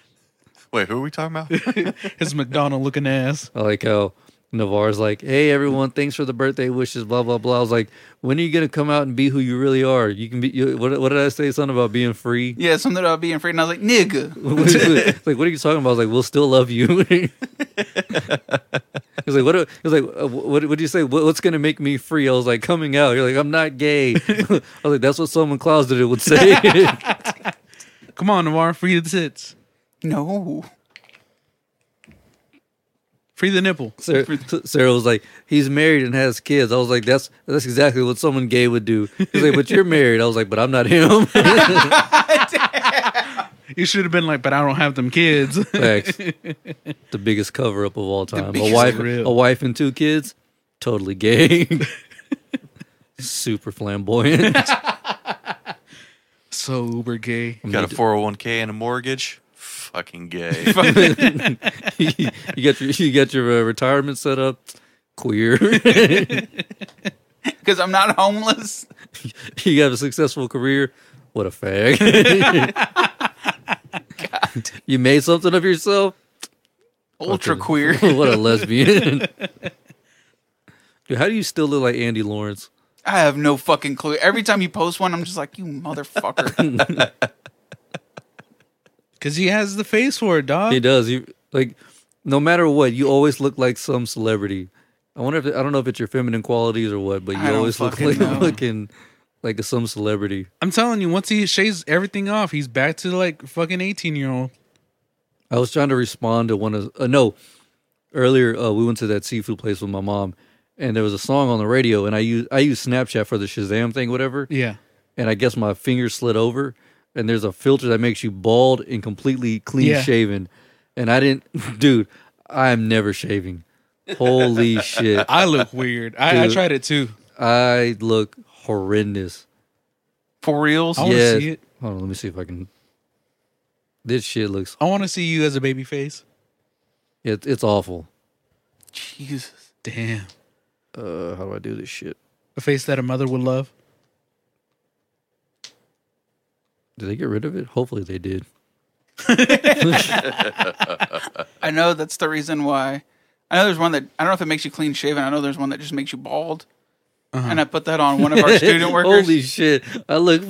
[SPEAKER 1] [laughs]
[SPEAKER 3] Wait, who are we talking about?
[SPEAKER 2] His McDonald looking ass.
[SPEAKER 1] I like how Navarre's like, hey, everyone, thanks for the birthday wishes, blah, blah, blah. I was like, when are you going to come out and be who you really are? You can be, you, what, what did I say? Something about being free?
[SPEAKER 5] yeah, something about being afraid. And I was
[SPEAKER 1] [laughs]
[SPEAKER 5] like, nigga,
[SPEAKER 1] It's like, what are you talking about? I was like, we'll still love you. [laughs] He's like, what? do- He was like, uh, what? What do you say? What, what's going to make me free? I was like, coming out. You're like, I'm not gay. [laughs] I was like, that's what Solomon Klaus did. It would say. [laughs]
[SPEAKER 2] Come on, Navarre, free the tits.
[SPEAKER 5] no.
[SPEAKER 2] Free the nipple.
[SPEAKER 1] Sarah, Sarah was like, he's married and has kids. I was like, that's that's exactly what someone gay would do. He's like, but you're married. I was like, but I'm not him. [laughs]
[SPEAKER 2] You should have been like, but I don't have them
[SPEAKER 1] [laughs]
[SPEAKER 2] kids.
[SPEAKER 1] Facts. The biggest cover up of all time. A
[SPEAKER 5] biggest
[SPEAKER 1] wife,
[SPEAKER 2] rip.
[SPEAKER 1] a wife and two kids, totally gay. Super flamboyant.
[SPEAKER 2] so uber gay.
[SPEAKER 3] Got a 401k and a mortgage? Fucking gay.
[SPEAKER 1] [laughs] you got your you got your uh, retirement set up. Queer. [laughs]
[SPEAKER 5] Because I'm not homeless.
[SPEAKER 1] you have a successful career. What a
[SPEAKER 5] [laughs]
[SPEAKER 1] fag. You made something of yourself. [laughs]
[SPEAKER 5] Ultra
[SPEAKER 1] Fucking-
[SPEAKER 5] queer.
[SPEAKER 1] what a lesbian. [laughs] Dude, how do you still look like Andy Lawrence?
[SPEAKER 5] I have no fucking clue. Every time you post one, I'm just like,
[SPEAKER 1] [laughs]
[SPEAKER 5] you motherfucker.
[SPEAKER 2] Because he has the face for it, dog.
[SPEAKER 1] He does. You like no matter what, you always look like some celebrity. I wonder if I don't know if it's your feminine qualities or what, but you
[SPEAKER 5] I don't
[SPEAKER 1] always look
[SPEAKER 5] fucking
[SPEAKER 1] like [laughs]
[SPEAKER 5] know.
[SPEAKER 1] fucking like some celebrity.
[SPEAKER 2] I'm telling you, once he shaves everything off, he's back to like fucking 18 year old.
[SPEAKER 1] I was trying to respond to one of uh, no earlier. Uh, we went to that seafood place with my mom, and there was a song on the radio, and I use I use Snapchat for the Shazam thing, whatever.
[SPEAKER 2] Yeah.
[SPEAKER 1] And I guess my finger slid over, and there's a filter that makes you bald and completely clean
[SPEAKER 2] Yeah.
[SPEAKER 1] shaven, and I didn't, [laughs] dude. I am never shaving.
[SPEAKER 2] [laughs]
[SPEAKER 1] Holy shit!
[SPEAKER 2] I look weird. I, I
[SPEAKER 1] Dude.
[SPEAKER 2] tried it too.
[SPEAKER 1] I look horrendous.
[SPEAKER 5] For reals?
[SPEAKER 2] I want to
[SPEAKER 1] Yeah.
[SPEAKER 2] see it.
[SPEAKER 1] Hold on, let me see if I can. This shit looks
[SPEAKER 2] I want to see you as a baby face.
[SPEAKER 1] it, it's awful.
[SPEAKER 5] Jesus.
[SPEAKER 2] Damn.
[SPEAKER 1] Uh, how do I do this shit?
[SPEAKER 2] A face that a mother would love.
[SPEAKER 1] Did they get rid of it? Hopefully they did.
[SPEAKER 5] I know that's the reason why. I know there's one that, I don't know if it makes you clean shaven. I know there's one that just makes you bald.
[SPEAKER 1] Uh-huh.
[SPEAKER 5] And I put that on one of our
[SPEAKER 1] [laughs]
[SPEAKER 5] student workers.
[SPEAKER 1] Holy shit! I look.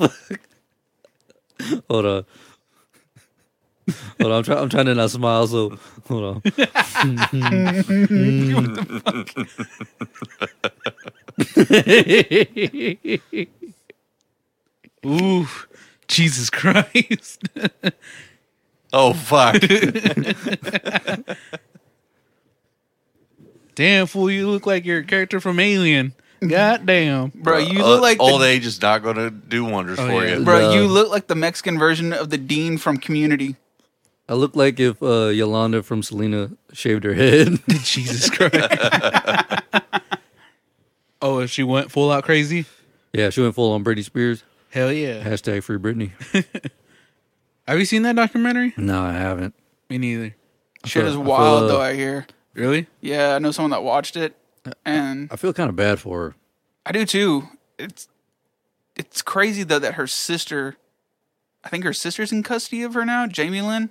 [SPEAKER 1] Hold on. Hold on, I'm, try- I'm trying to not smile. So hold on. [laughs]
[SPEAKER 2] Ooh, Jesus Christ. [laughs]
[SPEAKER 3] Oh fuck!
[SPEAKER 2] damn fool, you look like you're a character from Alien. God damn.
[SPEAKER 5] bro. You
[SPEAKER 3] Uh,
[SPEAKER 5] look like
[SPEAKER 3] old
[SPEAKER 5] the,
[SPEAKER 3] age is not going to do wonders
[SPEAKER 2] Oh,
[SPEAKER 3] for
[SPEAKER 2] yeah.
[SPEAKER 3] you.
[SPEAKER 5] bro. You
[SPEAKER 1] No.
[SPEAKER 5] look like the Mexican version of the dean from Community.
[SPEAKER 1] I look like if uh, Yolanda from Selena shaved her head.
[SPEAKER 2] [laughs]
[SPEAKER 1] [laughs]
[SPEAKER 2] Jesus Christ. [laughs] oh, if she went full out crazy?
[SPEAKER 1] yeah, she went full on Britney Spears.
[SPEAKER 2] Hell yeah.
[SPEAKER 1] Hashtag free Britney.
[SPEAKER 2] Have you seen that documentary?
[SPEAKER 1] No, I haven't.
[SPEAKER 2] Me neither.
[SPEAKER 1] feel-
[SPEAKER 5] Shit is
[SPEAKER 1] I feel,
[SPEAKER 5] wild
[SPEAKER 1] uh,
[SPEAKER 5] though. I hear.
[SPEAKER 2] Really?
[SPEAKER 5] Yeah, I know someone that watched it, and
[SPEAKER 1] I feel kind of bad for her.
[SPEAKER 5] I do too. It's it's crazy though that her sister, I think her sister's in custody of her now, Jamie Lynn.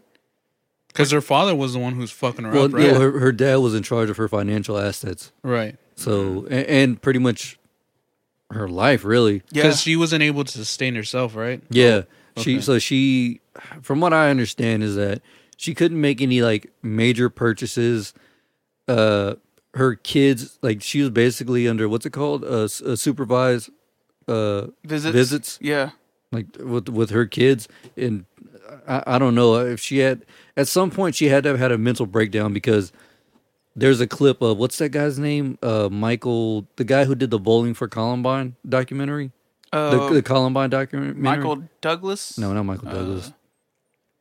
[SPEAKER 2] Because her father was the one who's fucking her
[SPEAKER 1] Well,
[SPEAKER 2] up, right?
[SPEAKER 1] no, her, her dad was in charge of her financial assets.
[SPEAKER 2] Right.
[SPEAKER 1] So, and, and pretty much her life, really. Oh,
[SPEAKER 5] Yeah,
[SPEAKER 2] Because she wasn't able to sustain herself, right?
[SPEAKER 1] Yeah. She
[SPEAKER 2] okay.
[SPEAKER 1] so she from what I understand is that she couldn't make any like major purchases. Uh her kids like she was basically under what's it called? Uh, s- uh supervised uh
[SPEAKER 5] visits.
[SPEAKER 1] visits
[SPEAKER 5] Yeah,
[SPEAKER 1] like with with her kids and I, I don't know if she had at some point she had to have had a mental breakdown because there's a clip of what's that guy's name? Uh Michael, the guy who did the bowling for Columbine documentary.
[SPEAKER 5] uh,
[SPEAKER 1] the, the Columbine documentary.
[SPEAKER 5] Michael Douglas.
[SPEAKER 1] No, not Michael Douglas.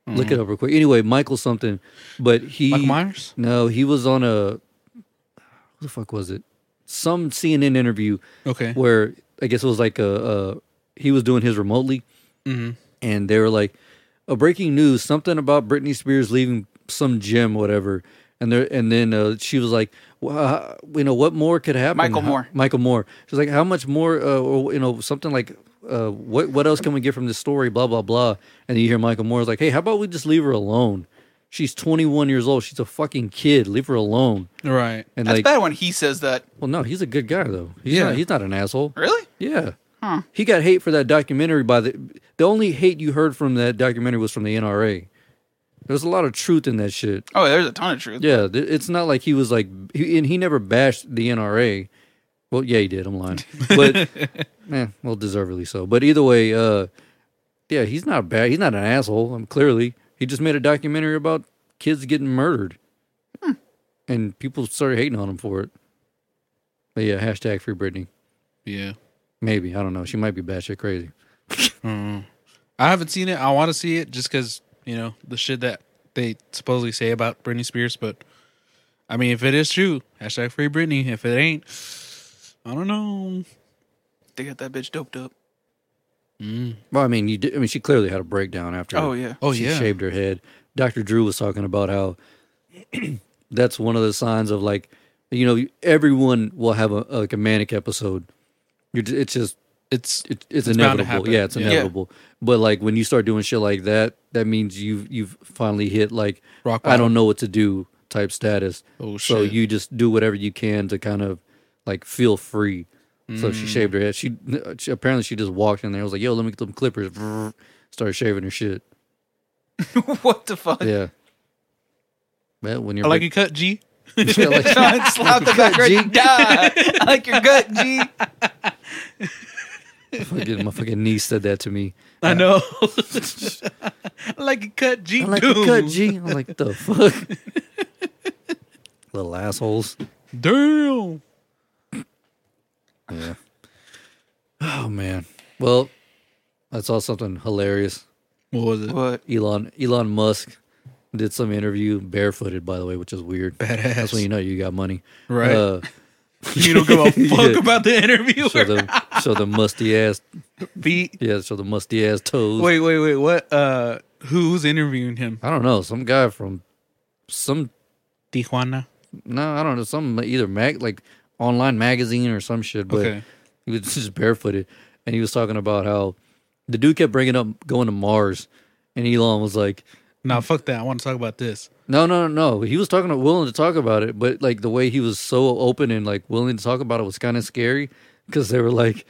[SPEAKER 1] Look it up real quick. Anyway, Michael something, but he
[SPEAKER 2] Mike Myers?
[SPEAKER 1] no, he was on a who the fuck was it? Some CNN interview
[SPEAKER 2] Okay.
[SPEAKER 1] where I guess it was like a, uh he was doing his remotely,
[SPEAKER 5] Mm-hmm.
[SPEAKER 1] and they were like a breaking news something about Britney Spears leaving some gym whatever, and there and then uh, she was like, well, uh, you know what more could happen?
[SPEAKER 5] Michael
[SPEAKER 1] How-
[SPEAKER 5] Moore.
[SPEAKER 1] Michael Moore. She's like, how much more? Uh, or, you know something like. Uh, what what else can we get from this story? Blah blah blah. And you hear Michael Moore's like, "Hey, how about we just leave her alone? She's 21 years old. She's a fucking kid. Leave her alone."
[SPEAKER 2] Right.
[SPEAKER 1] And
[SPEAKER 5] That's
[SPEAKER 1] like,
[SPEAKER 5] bad when he says that.
[SPEAKER 1] well, no, he's a good guy though. He's
[SPEAKER 2] Yeah.
[SPEAKER 1] not, he's not an asshole.
[SPEAKER 5] Really?
[SPEAKER 1] Yeah. He got hate for that documentary by the the only hate you heard from that documentary was from the NRA. There's a lot of truth in that shit.
[SPEAKER 5] Oh, there's a ton of truth.
[SPEAKER 1] Yeah, th- it's not like he was like he, and he never bashed the NRA. Well, yeah, he did. I'm lying. But eh, well, deservedly so. But either way, uh yeah, he's not bad. He's not an asshole. I'm clearly. He just made a documentary about kids getting murdered. And people started hating on him for it. But yeah, hashtag free Britney.
[SPEAKER 2] Yeah.
[SPEAKER 1] Maybe. I don't know. She might be batshit crazy.
[SPEAKER 2] Mm-hmm. I haven't seen it. I want to see it just because, you know, the shit that they supposedly say about Britney Spears. But, I mean, if it is true, hashtag free Britney. If it ain't, I don't know.
[SPEAKER 5] They got that bitch doped up.
[SPEAKER 1] Well, I mean, you did, I mean, she clearly had a breakdown after.
[SPEAKER 2] [laughs]
[SPEAKER 5] Oh yeah.
[SPEAKER 2] Oh,
[SPEAKER 1] she
[SPEAKER 2] yeah.
[SPEAKER 1] shaved her head. Dr. Drew was talking about how [clears throat] that's one of the signs of like, you know, everyone will have a like a manic episode. You're, ju- it's just
[SPEAKER 2] It's
[SPEAKER 1] it, it's,
[SPEAKER 2] It's bound to
[SPEAKER 1] inevitable.
[SPEAKER 2] happen.
[SPEAKER 1] Yeah, it's
[SPEAKER 2] Yeah.
[SPEAKER 1] inevitable. But like when you start doing shit like that, that means you've you've finally hit like
[SPEAKER 2] Rock
[SPEAKER 1] I
[SPEAKER 2] bottom.
[SPEAKER 1] don't know what to do type status.
[SPEAKER 2] Oh,
[SPEAKER 1] So
[SPEAKER 2] shit.
[SPEAKER 1] you just do whatever you can to kind of like feel free. So she shaved
[SPEAKER 2] Mm.
[SPEAKER 1] her head. She, she apparently she just walked in there. I was like, "Yo, let me get them clippers." Brrr. Started shaving her shit.
[SPEAKER 5] what the fuck?
[SPEAKER 1] Yeah. Man, when you're
[SPEAKER 2] I like
[SPEAKER 1] big-
[SPEAKER 2] you cut, G.
[SPEAKER 1] [laughs]
[SPEAKER 2] [laughs]
[SPEAKER 1] Yeah, like-
[SPEAKER 5] I slapped the back right
[SPEAKER 1] G.
[SPEAKER 5] die. I [laughs] like your gut, G.
[SPEAKER 1] fucking- my fucking niece said that to me.
[SPEAKER 2] I know. [laughs] I like you cut, G.
[SPEAKER 1] I like
[SPEAKER 2] Doom.
[SPEAKER 1] you cut G. I'm like the
[SPEAKER 2] [laughs]
[SPEAKER 1] fuck, little assholes.
[SPEAKER 2] Damn.
[SPEAKER 1] Yeah. Oh man. Well, I saw something hilarious.
[SPEAKER 2] What was it?
[SPEAKER 5] What?
[SPEAKER 1] Elon Elon Musk did some interview barefooted, by the way, which is weird.
[SPEAKER 2] Badass.
[SPEAKER 1] That's when you know you got money,
[SPEAKER 2] Right. [laughs]
[SPEAKER 1] Uh,
[SPEAKER 2] You don't give a fuck
[SPEAKER 1] [laughs] Yeah.
[SPEAKER 2] about the interviewer.
[SPEAKER 1] show the
[SPEAKER 2] [laughs]
[SPEAKER 1] show the musty ass
[SPEAKER 2] Beat.
[SPEAKER 1] yeah, show the musty ass toes.
[SPEAKER 2] Wait, wait, wait. What? Uh, who's interviewing him?
[SPEAKER 1] I don't know, some guy from some
[SPEAKER 2] Tijuana.
[SPEAKER 1] no, I don't know, some either mag like online magazine or some shit. But
[SPEAKER 2] Okay.
[SPEAKER 1] he was [laughs] just barefooted, and he was talking about how the dude kept bringing up going to Mars, and Elon was like.
[SPEAKER 2] Nah, fuck that. I want to talk about this.
[SPEAKER 1] No, no, no. He was talking willing to talk about it, but like the way he was so open and like willing to talk about it was kind of scary because they were like,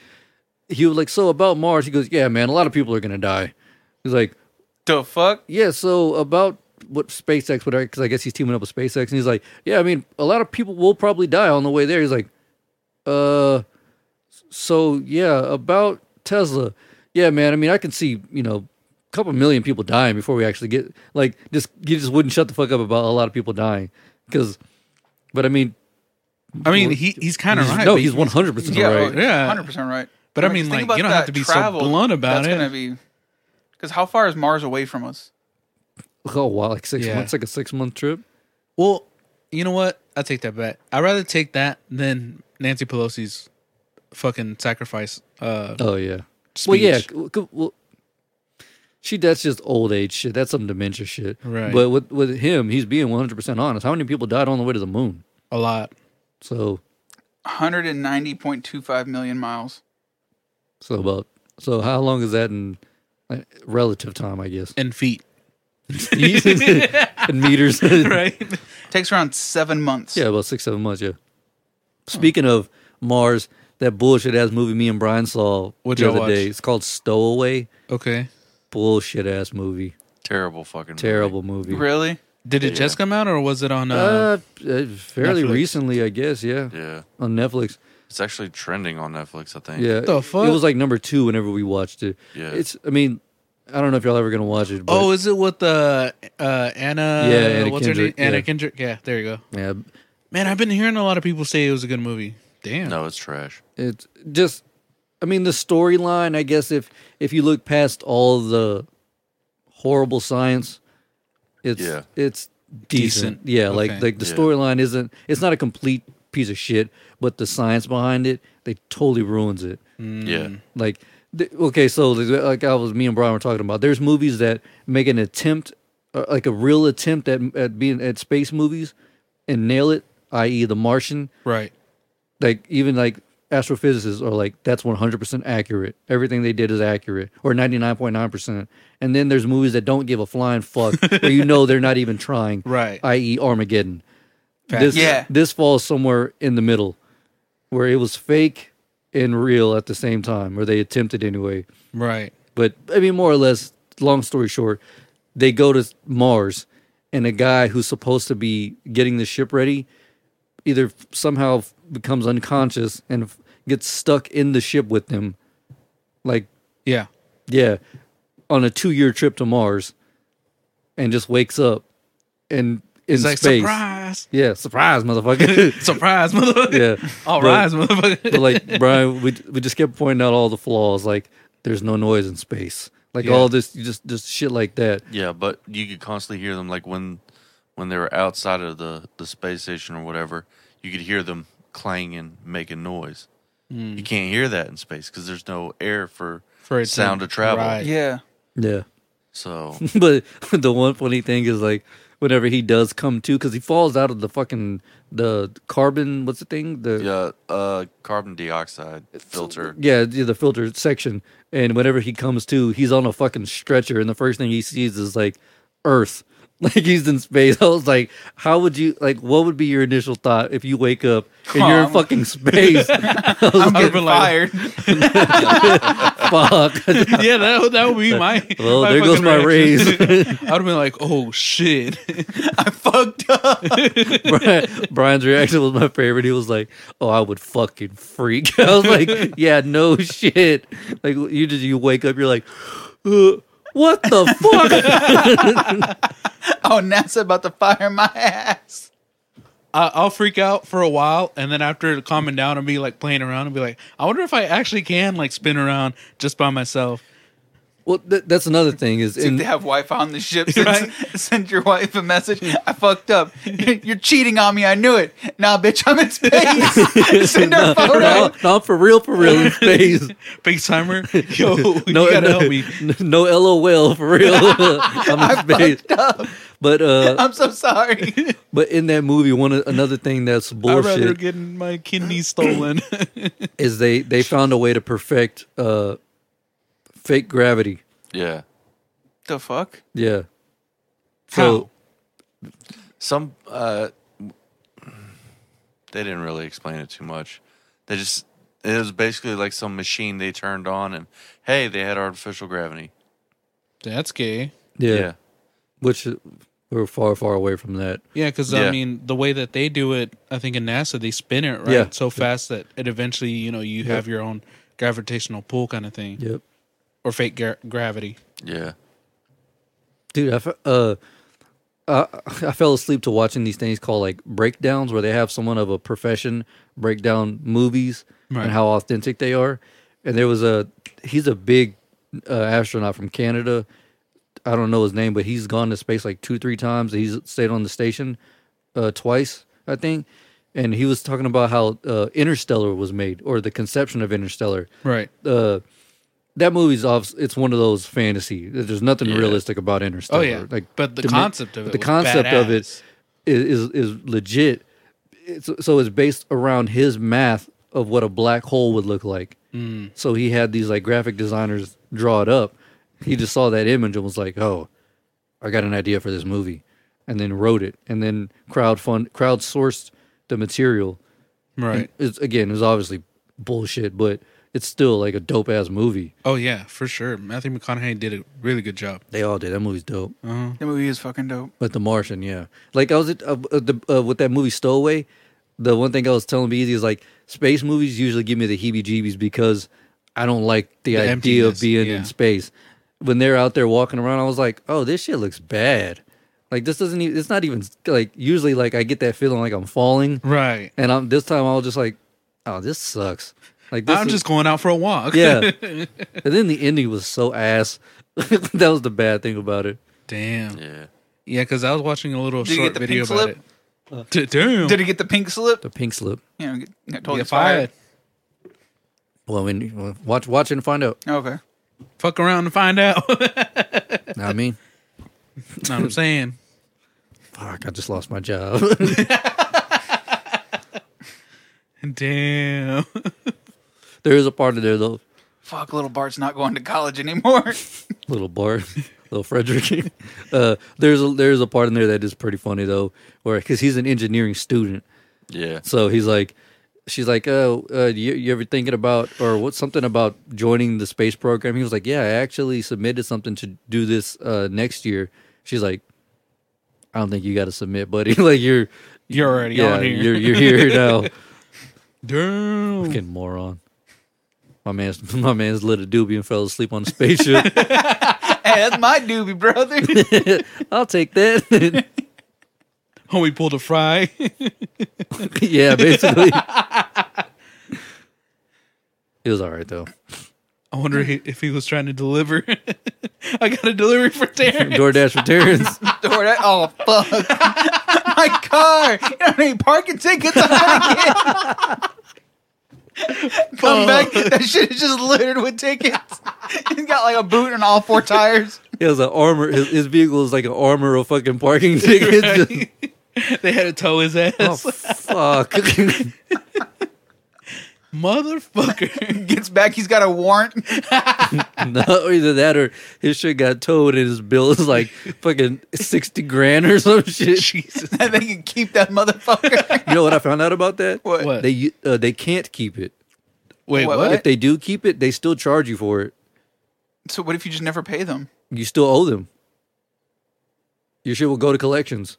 [SPEAKER 1] he was like, so about Mars. He goes, yeah, man, a lot of people are gonna die. He's like,
[SPEAKER 5] the fuck?
[SPEAKER 1] Yeah, so about what SpaceX, whatever, because I guess he's teaming up with SpaceX, and he's like, yeah, I mean, a lot of people will probably die on the way there. He's like, uh, so yeah, about Tesla, yeah, man. I mean, I can see you know a couple million people dying before we actually get like just you just wouldn't shut the fuck up about a lot of people dying because, but I mean,
[SPEAKER 2] I mean, he, he's kind of
[SPEAKER 1] he's-
[SPEAKER 2] right.
[SPEAKER 1] no,
[SPEAKER 2] but
[SPEAKER 1] he's
[SPEAKER 2] you-
[SPEAKER 1] one hundred percent
[SPEAKER 5] Yeah, oh,
[SPEAKER 1] right.
[SPEAKER 2] Yeah.
[SPEAKER 5] hundred percent right.
[SPEAKER 2] But I
[SPEAKER 5] Like,
[SPEAKER 2] mean,
[SPEAKER 5] think
[SPEAKER 2] like,
[SPEAKER 5] about
[SPEAKER 2] you don't have
[SPEAKER 5] that
[SPEAKER 2] to be so
[SPEAKER 5] travel
[SPEAKER 2] blunt about
[SPEAKER 5] that's
[SPEAKER 2] it.
[SPEAKER 5] That's gonna be because how far is Mars away from us?
[SPEAKER 1] Oh wow, like six
[SPEAKER 2] Yeah.
[SPEAKER 1] months, like a six month trip.
[SPEAKER 2] Well, you know what? I take that bet. I'd rather take that than Nancy Pelosi's fucking sacrifice. Uh,
[SPEAKER 1] Oh yeah. Well, yeah.
[SPEAKER 2] speech.
[SPEAKER 1] c- c- Well, she that's just old age shit. That's some dementia shit.
[SPEAKER 2] Right.
[SPEAKER 1] But with with him, he's being one hundred percent honest. How many people died on the way to the moon?
[SPEAKER 2] a lot.
[SPEAKER 1] So
[SPEAKER 5] One hundred and ninety point two five million miles.
[SPEAKER 1] so about so how long is that in like, relative time?
[SPEAKER 2] [laughs]
[SPEAKER 1] I guess
[SPEAKER 2] And feet. [laughs]
[SPEAKER 1] in meters.
[SPEAKER 2] Right?
[SPEAKER 5] Takes around seven months.
[SPEAKER 1] Yeah, about six seven months. Yeah. Speaking of Mars, that bullshit ass movie me and Brian saw
[SPEAKER 2] What'd
[SPEAKER 1] the
[SPEAKER 2] y'all
[SPEAKER 1] other
[SPEAKER 2] watch?
[SPEAKER 1] day. It's called Stowaway.
[SPEAKER 2] okay.
[SPEAKER 1] Bullshit ass movie.
[SPEAKER 3] Terrible fucking. movie.
[SPEAKER 1] Terrible movie.
[SPEAKER 5] Really?
[SPEAKER 2] Did it just come out or was it on? Uh,
[SPEAKER 1] Uh, uh, fairly
[SPEAKER 2] Netflix.
[SPEAKER 1] recently, I guess. Yeah,
[SPEAKER 3] Yeah,
[SPEAKER 1] on Netflix.
[SPEAKER 3] it's actually trending on Netflix. I think.
[SPEAKER 1] Yeah,
[SPEAKER 2] the fuck?
[SPEAKER 1] it was like number two whenever we watched it.
[SPEAKER 3] Yeah.
[SPEAKER 1] it's. I mean, I don't know if y'all ever gonna watch it. But,
[SPEAKER 2] oh, is it with uh, uh, Anna?
[SPEAKER 1] Yeah, Anna
[SPEAKER 2] what's
[SPEAKER 1] Kendrick,
[SPEAKER 2] her name? Anna
[SPEAKER 1] yeah.
[SPEAKER 2] Kendrick. Yeah, there you go.
[SPEAKER 1] yeah,
[SPEAKER 2] Man, I've been hearing a lot of people say it was a good movie. Damn.
[SPEAKER 3] No, it's trash.
[SPEAKER 1] it's just. I mean, the storyline. I guess if if you look past all the horrible science, it's
[SPEAKER 3] Yeah.
[SPEAKER 1] it's decent.
[SPEAKER 2] Decent.
[SPEAKER 1] Yeah,
[SPEAKER 2] Okay.
[SPEAKER 1] like like the
[SPEAKER 3] Yeah.
[SPEAKER 1] storyline isn't. It's not a complete piece of shit, but the science behind it, they totally ruins it.
[SPEAKER 2] Mm.
[SPEAKER 3] Yeah,
[SPEAKER 1] Like, th- okay, so th- like I was, me and Brian were talking about. There's movies that make an attempt, uh, like a real attempt at at being at space movies, and nail it. I.e., The Martian.
[SPEAKER 2] Right.
[SPEAKER 1] Like even like astrophysicists are like that's 100 percent accurate. Everything they did is accurate, or 99.9 percent. And then there's movies that don't give a flying fuck, where you know they're not even trying.
[SPEAKER 2] Right.
[SPEAKER 1] I.e., E Armageddon.
[SPEAKER 2] Fact.
[SPEAKER 1] This,
[SPEAKER 5] Yeah.
[SPEAKER 1] this falls somewhere in the middle, where it was fake and real at the same time, or they attempted anyway
[SPEAKER 2] Right.
[SPEAKER 1] but I mean, more or less, long story short, they go to Mars, and a guy who's supposed to be getting the ship ready either somehow f- becomes unconscious and f- gets stuck in the ship with them. Like,
[SPEAKER 2] Yeah.
[SPEAKER 1] yeah, on a two year trip to Mars, and just wakes up and in
[SPEAKER 2] It's like
[SPEAKER 1] space.
[SPEAKER 2] surprise,
[SPEAKER 1] Yeah, surprise, motherfucker. [laughs]
[SPEAKER 2] surprise, [laughs] motherfucker.
[SPEAKER 1] yeah.
[SPEAKER 2] All
[SPEAKER 1] But-
[SPEAKER 2] rise, motherfucker. [laughs]
[SPEAKER 1] but like Brian, we we just kept pointing out all the flaws. Like there's no noise in space. Like
[SPEAKER 2] Yeah.
[SPEAKER 1] all this, you just just shit like that.
[SPEAKER 3] yeah, but you could constantly hear them like when when they were outside of the the space station or whatever. You could hear them clanging, making noise. You can't hear that in space because there's no air for
[SPEAKER 2] Mm. For it to-
[SPEAKER 3] sound to travel.
[SPEAKER 2] right.
[SPEAKER 5] Yeah.
[SPEAKER 1] Yeah.
[SPEAKER 2] [laughs]
[SPEAKER 3] So
[SPEAKER 1] [laughs] But [laughs] the one funny thing is like whenever he does come to, because he falls out of the fucking the carbon. What's the thing? The
[SPEAKER 3] yeah, uh, carbon dioxide filter.
[SPEAKER 1] Yeah, the the filter section. And whenever he comes to, he's on a fucking stretcher, and the first thing he sees is like Earth. [laughs] Like he's in space. I was like, how would you like what would be your initial thought if you wake up and you're in
[SPEAKER 5] Calm.
[SPEAKER 1] fucking
[SPEAKER 5] [laughs]
[SPEAKER 1] space?
[SPEAKER 5] I'm
[SPEAKER 2] I've
[SPEAKER 5] getting
[SPEAKER 2] been Oh, like-
[SPEAKER 5] fired. [laughs]
[SPEAKER 1] Fuck. [laughs]
[SPEAKER 2] [laughs] yeah, that would, that would be my.
[SPEAKER 1] Well,
[SPEAKER 2] my
[SPEAKER 1] there goes
[SPEAKER 2] fucking
[SPEAKER 1] my raise. [laughs]
[SPEAKER 2] reaction. [laughs] I'd have been like, oh shit. [laughs]
[SPEAKER 5] I fucked up.
[SPEAKER 1] Brian- Brian's reaction was my favorite. He was like, "Oh, I would fucking freak." [laughs] I was like, "Yeah, no shit." Like you just you wake up, you're like, [gasps] "Uh, "What the fuck?" [laughs]
[SPEAKER 5] Oh, NASA about to fire my ass.
[SPEAKER 2] I, I'll freak out for a while, and then after calming down and be like playing around and be like, I wonder if I actually can like spin around just by myself.
[SPEAKER 1] well, th- that's another thing is
[SPEAKER 5] Dude,
[SPEAKER 1] in,
[SPEAKER 5] they have Wi-Fi on the ship. Send,
[SPEAKER 2] Right.
[SPEAKER 5] send your wife a message. I fucked up. You're cheating on me. I knew it. Nah, bitch, I'm
[SPEAKER 2] [laughs]
[SPEAKER 5] in space. send her a photo.
[SPEAKER 1] no, no, for real, for real in space.
[SPEAKER 2] Big
[SPEAKER 1] [laughs]
[SPEAKER 2] timer, yo, you
[SPEAKER 1] No,
[SPEAKER 2] gotta
[SPEAKER 1] no,
[SPEAKER 2] help
[SPEAKER 1] [laughs]
[SPEAKER 2] me.
[SPEAKER 1] no LOL for
[SPEAKER 2] [laughs]
[SPEAKER 1] real. I'm in space. But uh,
[SPEAKER 5] I'm so sorry.
[SPEAKER 1] but in that movie, one of- another thing that's
[SPEAKER 2] I'd rather
[SPEAKER 1] bullshit
[SPEAKER 2] get my kidney stolen. [laughs]
[SPEAKER 1] is they they found a way to perfect uh fake gravity.
[SPEAKER 3] Yeah,
[SPEAKER 5] the fuck?
[SPEAKER 1] Yeah.
[SPEAKER 2] How?
[SPEAKER 3] some uh, they didn't really explain it too much. They just it was basically like some machine they turned on and hey, they had artificial gravity.
[SPEAKER 2] That's gay.
[SPEAKER 1] Yeah.
[SPEAKER 3] yeah.
[SPEAKER 1] Which uh, we're far, far away from that.
[SPEAKER 2] Yeah, because I
[SPEAKER 3] Yeah.
[SPEAKER 2] mean, the way that they do it, I think in NASA they spin it right
[SPEAKER 1] Yeah.
[SPEAKER 2] so fast that it eventually, you know, you have your own gravitational pull kind of thing
[SPEAKER 1] Yep.
[SPEAKER 2] or fake gra- gravity.
[SPEAKER 3] Yeah.
[SPEAKER 1] Dude, I, fe- uh, I, I fell asleep to watching these things called like breakdowns where they have someone of a profession break down movies
[SPEAKER 2] Right.
[SPEAKER 1] and how authentic they are. And there was a, he's a big uh, astronaut from Canada. I don't know his name, but he's gone to space like two, three times. He's stayed on the station uh, twice, I think. And he was talking about how uh, Interstellar was made or the conception of Interstellar
[SPEAKER 2] Right.
[SPEAKER 1] uh that movie's off it's one of those fantasy there's nothing realistic about interstellar
[SPEAKER 2] Oh, yeah. But the
[SPEAKER 1] dimen-
[SPEAKER 2] concept of
[SPEAKER 1] but
[SPEAKER 2] it
[SPEAKER 1] the
[SPEAKER 2] was
[SPEAKER 1] concept of it
[SPEAKER 2] badass.
[SPEAKER 1] is is, is legit it's, so it's based around his math of what a black hole would look like
[SPEAKER 2] Mm.
[SPEAKER 1] so he had these like graphic designers draw it up he just saw that image and was like oh i got an idea for this movie and then wrote it and then crowdfund crowdsourced the material
[SPEAKER 2] Right.
[SPEAKER 1] it's again it's obviously bullshit but it's still like a dope ass movie
[SPEAKER 2] Oh yeah, for sure. Matthew McConaughey did a really good job.
[SPEAKER 1] they all did that movie's dope
[SPEAKER 5] That movie is fucking dope.
[SPEAKER 1] but the martian yeah like i was at, uh, uh, the, uh, with that movie stowaway the one thing i was telling beezy is like space movies usually give me the heebie jeebies because i don't like the, idea
[SPEAKER 2] emptiness,
[SPEAKER 1] of being
[SPEAKER 2] yeah.
[SPEAKER 1] in space when they're out there walking around i was like oh this shit looks bad like this doesn't even it's not even like usually like i get that feeling like i'm falling
[SPEAKER 2] Right.
[SPEAKER 1] and i'm this time i was just like oh this sucks like this
[SPEAKER 2] I'm
[SPEAKER 1] is-
[SPEAKER 2] just going out for a walk.
[SPEAKER 1] [laughs]
[SPEAKER 2] [laughs]
[SPEAKER 1] Yeah. and then the ending was so ass. [laughs] that was the bad thing about it.
[SPEAKER 2] Damn.
[SPEAKER 3] Yeah.
[SPEAKER 2] Yeah, because I was watching a little
[SPEAKER 5] Did you
[SPEAKER 2] short
[SPEAKER 5] get the
[SPEAKER 2] video
[SPEAKER 5] pink
[SPEAKER 2] about
[SPEAKER 5] slip?
[SPEAKER 2] it. D- damn.
[SPEAKER 5] Did he get the pink slip?
[SPEAKER 1] The pink slip.
[SPEAKER 5] Yeah, you got
[SPEAKER 2] Yeah,
[SPEAKER 5] totally
[SPEAKER 2] fired.
[SPEAKER 5] fired.
[SPEAKER 1] Well, I mean, well, watch, watch it and find out.
[SPEAKER 5] Okay.
[SPEAKER 2] Fuck around and find out. [laughs] know what
[SPEAKER 1] Know what I mean, [laughs]
[SPEAKER 2] [laughs] I'm saying.
[SPEAKER 1] fuck, I just lost my job. [laughs]
[SPEAKER 2] Damn.
[SPEAKER 1] there is a part of there though,
[SPEAKER 5] Fuck, little Bart's not going to college anymore. [laughs]
[SPEAKER 1] little Bart, [laughs] little Frederick. [laughs] uh, there's a there's a part in there that is pretty funny though, where because he's an engineering student,
[SPEAKER 3] Yeah.
[SPEAKER 1] so he's like, she's like, oh, uh, you, you ever thinking about or what's something about joining the space program? He was like, yeah, I actually submitted something to do this uh, next year. She's like, I don't think you got to submit, buddy. [laughs] like you're
[SPEAKER 2] You're already
[SPEAKER 1] yeah,
[SPEAKER 2] on here.
[SPEAKER 1] you're you're here
[SPEAKER 2] [laughs]
[SPEAKER 1] now.
[SPEAKER 2] Damn.
[SPEAKER 1] Fucking moron. My man's [laughs] my man's lit a doobie and fell asleep on the spaceship.
[SPEAKER 5] hey, that's my doobie, brother.
[SPEAKER 1] I'll take that. [laughs]
[SPEAKER 2] Homie Oh, pulled a fry. [laughs]
[SPEAKER 1] yeah, basically. it was all right though.
[SPEAKER 2] I wonder he- if he was trying to deliver. [laughs] I got a delivery for [laughs] Darren.
[SPEAKER 1] DoorDash returns.
[SPEAKER 5] Door that- oh fuck. [laughs] my car. You know how many parking tickets [laughs] I get? Come back. That shit is just littered with tickets. He's got like a boot and all four tires.
[SPEAKER 1] He has an armor. His, his vehicle is like an armor of fucking parking tickets. Just-
[SPEAKER 2] [laughs] they had to tow his ass.
[SPEAKER 1] [laughs] oh fuck! [laughs]
[SPEAKER 2] Motherfucker. [laughs]
[SPEAKER 5] Gets back, he's got a warrant.
[SPEAKER 1] no, either that or his shit got towed and his bill is like fucking sixty grand or some
[SPEAKER 5] [laughs]
[SPEAKER 1] shit.
[SPEAKER 2] Jesus.
[SPEAKER 5] And they can keep that motherfucker.
[SPEAKER 1] You know what I found out about that?
[SPEAKER 5] What?
[SPEAKER 2] What?
[SPEAKER 1] They uh, they can't keep it.
[SPEAKER 2] Wait,
[SPEAKER 5] What-
[SPEAKER 2] what?
[SPEAKER 1] If they do keep it, they still charge you for it.
[SPEAKER 5] So what if you just never pay them?
[SPEAKER 1] You still owe them. Your shit will go to collections.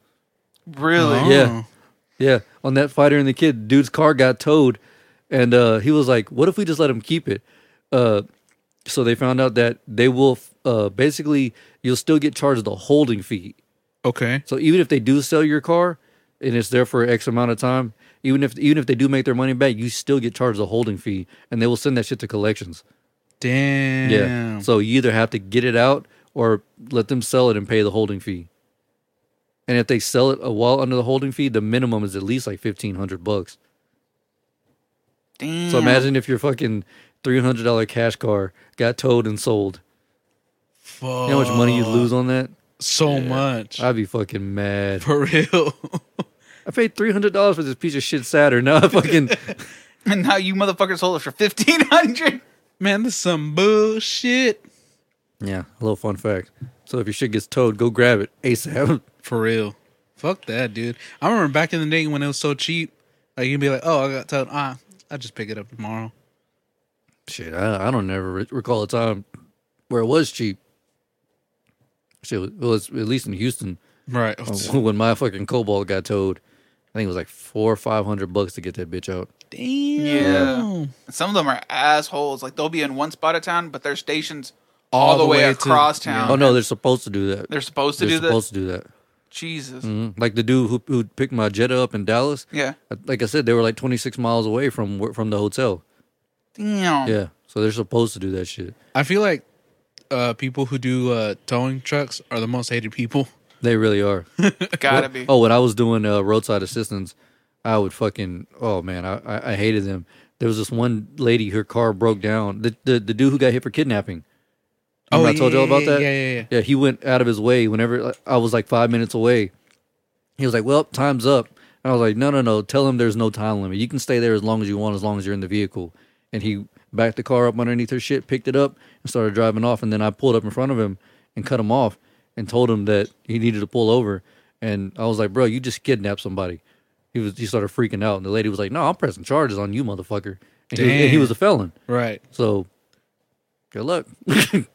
[SPEAKER 5] Really?
[SPEAKER 2] Oh.
[SPEAKER 1] Yeah. Yeah, on that fighter and the kid, dude's car got towed, and uh, he was like, "What if we just let him keep it?" Uh, so they found out that they will uh, basically you'll still get charged the holding fee.
[SPEAKER 2] Okay.
[SPEAKER 1] So even if they do sell your car and it's there for X amount of time, even if even if they do make their money back, you still get charged the holding fee, and they will send that shit to collections.
[SPEAKER 2] Damn.
[SPEAKER 1] Yeah, so you either have to get it out or let them sell it and pay the holding fee. And if they sell it a while under the holding fee, the minimum is at least like fifteen hundred bucks.
[SPEAKER 5] Damn.
[SPEAKER 1] So imagine if your fucking three hundred dollar cash car got towed and sold. You know how much money you'd lose Uh, on that?
[SPEAKER 2] So much.
[SPEAKER 1] I'd be fucking
[SPEAKER 2] [laughs]
[SPEAKER 1] mad.
[SPEAKER 2] for real.
[SPEAKER 1] I paid three hundred dollars for this piece of shit Saturn. [laughs] Now I fucking
[SPEAKER 5] And now you motherfuckers sold it for fifteen hundred.
[SPEAKER 2] Man, this is some bullshit.
[SPEAKER 1] yeah. A little fun fact. So if your shit gets towed, go grab it [laughs] ASAP.
[SPEAKER 2] For real. Fuck that, dude. I remember back in the day when it was so cheap, like you'd be like, oh, I got told, ah, I'll just pick it up tomorrow.
[SPEAKER 1] shit, I, I don't never re- recall a time where it was cheap. Shit, was- well, it's, at least in Houston, Oh,
[SPEAKER 2] Right.
[SPEAKER 1] [laughs]
[SPEAKER 5] Oh.
[SPEAKER 1] when my fucking Cobalt got towed, I think it was like four or five hundred bucks to get that bitch out.
[SPEAKER 5] Yeah. Some of them are assholes. Like they'll be in one spot of town, but their stations all, the, way,
[SPEAKER 2] to-
[SPEAKER 5] across town.
[SPEAKER 1] Oh no, they're supposed to do that.
[SPEAKER 5] They're supposed to
[SPEAKER 1] They're
[SPEAKER 5] do that.
[SPEAKER 1] supposed to do that.
[SPEAKER 5] Jesus.
[SPEAKER 1] Mhm. Like the dude who who picked my Jetta up in Dallas.
[SPEAKER 5] Yeah.
[SPEAKER 1] Like I said, they were like twenty six miles away from where- from the hotel.
[SPEAKER 5] Damn.
[SPEAKER 1] Yeah, so they're supposed to do that shit.
[SPEAKER 2] I feel like uh, people who do uh, towing trucks are the most hated people. [laughs]
[SPEAKER 1] They really are.
[SPEAKER 5] Gotta be.
[SPEAKER 1] Oh, when I was doing uh, roadside assistance, I would fucking oh man, I, I I hated them. There was this one lady, her car broke down. The the, the dude who got hit for kidnapping. Remember I told you all about
[SPEAKER 2] Oh, yeah,
[SPEAKER 1] that.
[SPEAKER 2] Yeah, yeah, yeah.
[SPEAKER 1] Yeah, he went out of his way whenever like, I was like five minutes away. He was like, "Well, time's up," and I was like, "No, no, no! Tell him there's no time limit. You can stay there as long as you want, as long as you're in the vehicle." And he backed the car up underneath her shit, picked it up, and started driving off. And then I pulled up in front of him and cut him off and told him that he needed to pull over. And I was like, "Bro, you just kidnapped somebody." He was he started freaking out, and the lady was like, "No, I'm pressing charges on you, motherfucker." And he, was- and he
[SPEAKER 2] Damn.
[SPEAKER 1] was a felon,
[SPEAKER 2] Right.
[SPEAKER 1] so good luck, [laughs]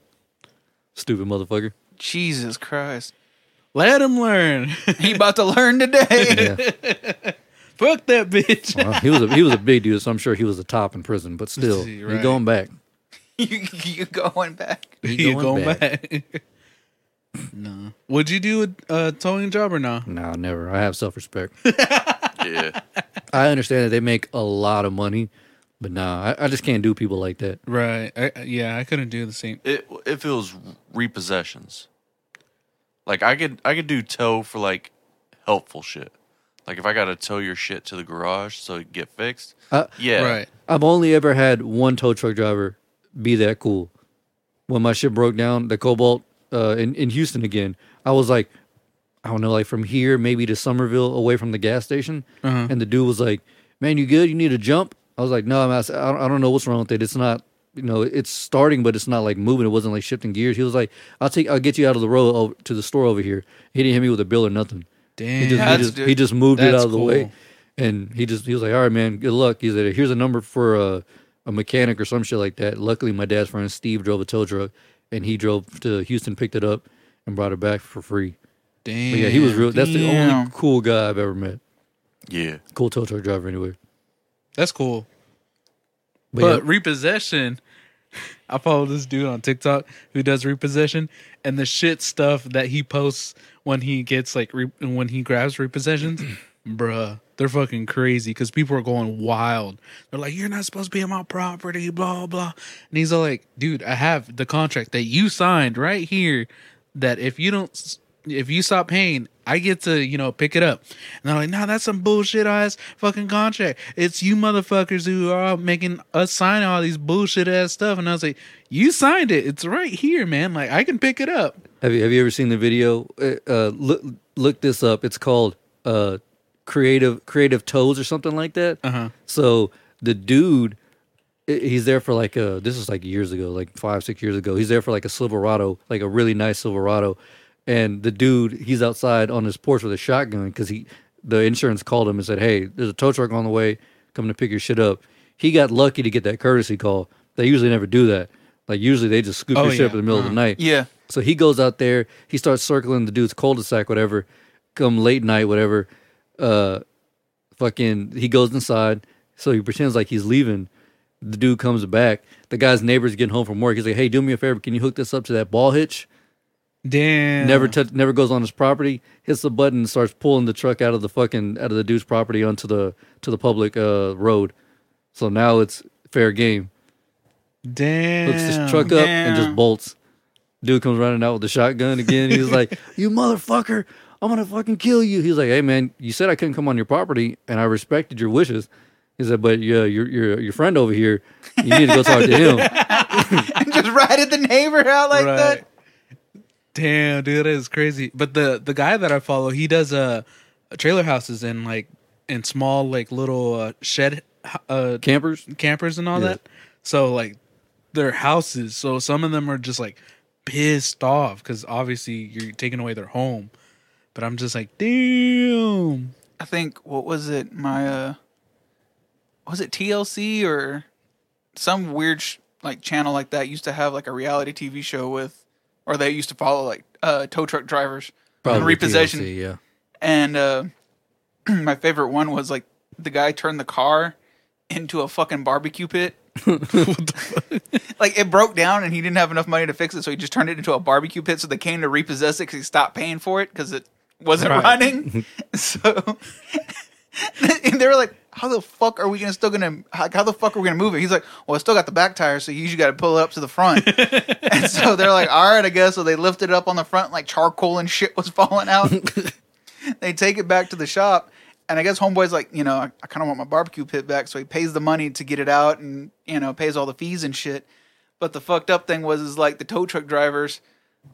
[SPEAKER 1] stupid motherfucker.
[SPEAKER 5] Jesus Christ.
[SPEAKER 2] Let them learn. [laughs]
[SPEAKER 5] He about to
[SPEAKER 1] [laughs]
[SPEAKER 5] learn today.
[SPEAKER 1] Yeah.
[SPEAKER 2] Fuck that bitch.
[SPEAKER 1] Well, he was a he was a big dude, so I'm sure he was a top in prison. But still,
[SPEAKER 2] Right.
[SPEAKER 1] you're going back.
[SPEAKER 5] [laughs] you, you going back.
[SPEAKER 2] [laughs] you
[SPEAKER 1] going
[SPEAKER 2] going
[SPEAKER 1] back.
[SPEAKER 2] back? [laughs] no. Would you do a uh, towing job or not?
[SPEAKER 1] No, never. I have self respect.
[SPEAKER 3] Yeah. [laughs]
[SPEAKER 1] I understand that they make a lot of money, but nah, I, I just can't do people like that.
[SPEAKER 2] Right. I, yeah, I couldn't do the same.
[SPEAKER 3] It if it was repossessions. Like I could I could do tow for like helpful shit. Like if I gotta tow your shit to the garage so it get fixed.
[SPEAKER 1] Uh,
[SPEAKER 3] yeah.
[SPEAKER 2] Right.
[SPEAKER 1] I've only ever had one tow truck driver be that cool. When my shit broke down, the Cobalt uh, in in Houston again, I was like, I don't know, like from here maybe to Somerville, away from the gas station, and the dude was like, "Man, you good? You need a jump?" I was like, "No, I'm out. I don't- I don't know what's wrong with it. It's not." You know, it's starting, but it's not like moving. It wasn't like shifting gears. He was like, "I'll take, I'll get you out of the road over, to the store over here." He didn't hit me with a bill or nothing. He
[SPEAKER 2] Damn.
[SPEAKER 1] just, he
[SPEAKER 5] That's
[SPEAKER 1] just,
[SPEAKER 5] dude-
[SPEAKER 1] he just moved it
[SPEAKER 2] that's
[SPEAKER 1] out of the way,
[SPEAKER 2] cool.
[SPEAKER 1] and he just he was like, "All right, man, good luck." He's like, "Here's a number for a, a mechanic or some shit like that." Luckily, my dad's friend Steve drove a tow truck, and he drove to Houston, picked it up, and brought it back for free.
[SPEAKER 2] Damn.
[SPEAKER 1] But yeah, he was real. That's the
[SPEAKER 5] Damn.
[SPEAKER 1] only cool guy I've ever met.
[SPEAKER 3] Yeah.
[SPEAKER 1] Cool tow truck driver, anyway.
[SPEAKER 2] That's cool.
[SPEAKER 1] But,
[SPEAKER 2] But
[SPEAKER 1] yeah,
[SPEAKER 2] repossession, [laughs] I follow this dude on TikTok who does repossession and the shit stuff that he posts when he gets like re- when he grabs repossessions, [clears throat] bruh. They're fucking crazy because people are going wild. They're like, "You're not supposed to be on my property," blah blah. And he's all like, "Dude, I have the contract that you signed right here. That if you don't, s- if you stop paying, I get to you know pick it up." And they're like, "No, that's some bullshit ass fucking contract. It's you motherfuckers who are out making us sign all these bullshit ass stuff." And I was like, "You signed it. It's right here, man. Like I can pick it up."
[SPEAKER 1] have you have you ever seen the video? Uh, uh, look look this up. It's called uh, creative creative toes or something like that.
[SPEAKER 2] Uh-huh.
[SPEAKER 1] So the dude, i- he's there for like a. This is like years ago, like five six years ago. He's there for like a Silverado, like a really nice Silverado, and the dude he's outside on his porch with a shotgun because he the insurance called him and said, "Hey, there's a tow truck on the way, coming to pick your shit up." He got lucky to get that courtesy call. They usually never do that. Like usually they just scoop
[SPEAKER 2] Oh,
[SPEAKER 1] your shit
[SPEAKER 2] yeah.
[SPEAKER 1] up in the middle of the night.
[SPEAKER 5] Yeah.
[SPEAKER 1] So he goes out there, he starts circling the dude's cul-de-sac, whatever, come late night, whatever. Uh fucking he goes inside, so he pretends like he's leaving. The dude comes back. The guy's neighbor's getting home from work. He's like, Hey, do me a favor, can you hook this up to that ball hitch?
[SPEAKER 2] Damn.
[SPEAKER 1] Never touch never goes on his property, hits the button and starts pulling the truck out of the fucking out of the dude's property onto the to the public uh road. So now it's fair game.
[SPEAKER 2] Damn.
[SPEAKER 1] hooks his truck up and
[SPEAKER 5] Damn.
[SPEAKER 1] just bolts. Dude comes running out with the shotgun again. He's
[SPEAKER 5] [laughs]
[SPEAKER 1] like, "You motherfucker, I'm gonna fucking kill you." He's like, "Hey man, you said I couldn't come on your property, and I respected your wishes." He said, "But yeah, your your your friend over here, you need to go talk to him."
[SPEAKER 5] [laughs] [laughs] Just ratted the neighbor out like that.
[SPEAKER 2] Damn, dude, that is crazy. But the the guy that I follow, he does uh trailer houses and like in small like little uh, shed uh
[SPEAKER 1] Campers,
[SPEAKER 2] campers and all
[SPEAKER 1] Yeah.
[SPEAKER 2] that. So like their houses. So some of them are just like pissed off because obviously you're taking away their home. But I'm just like, damn. [laughs]
[SPEAKER 5] I think what was it? My uh was it TLC or some weird sh- like channel like that used to have like a reality TV show with or they used to follow like uh, tow truck drivers
[SPEAKER 1] Probably
[SPEAKER 5] on repossession.
[SPEAKER 1] TLC, yeah.
[SPEAKER 5] And uh, [clears throat] my favorite one was like the guy turned the car into a fucking barbecue pit. like it broke down and he didn't have enough money to fix it, so he just turned it into a barbecue pit. So they came to repossess it because he stopped paying for it because it wasn't running. so [laughs] and they were like, "How the fuck are we gonna still gonna how, how the fuck are we gonna move it?" He's like, "Well, I still got the back tire, so you usually got to pull it up to the front." and so they're like, "All right, I guess." So they lifted it up on the front, like charcoal and shit was falling out. they take it back to the shop, and I guess homeboy's like, you know, I, I kind of want my barbecue pit back, so he pays the money to get it out, and you know, pays all the fees and shit. But the fucked up thing was, is like the tow truck drivers,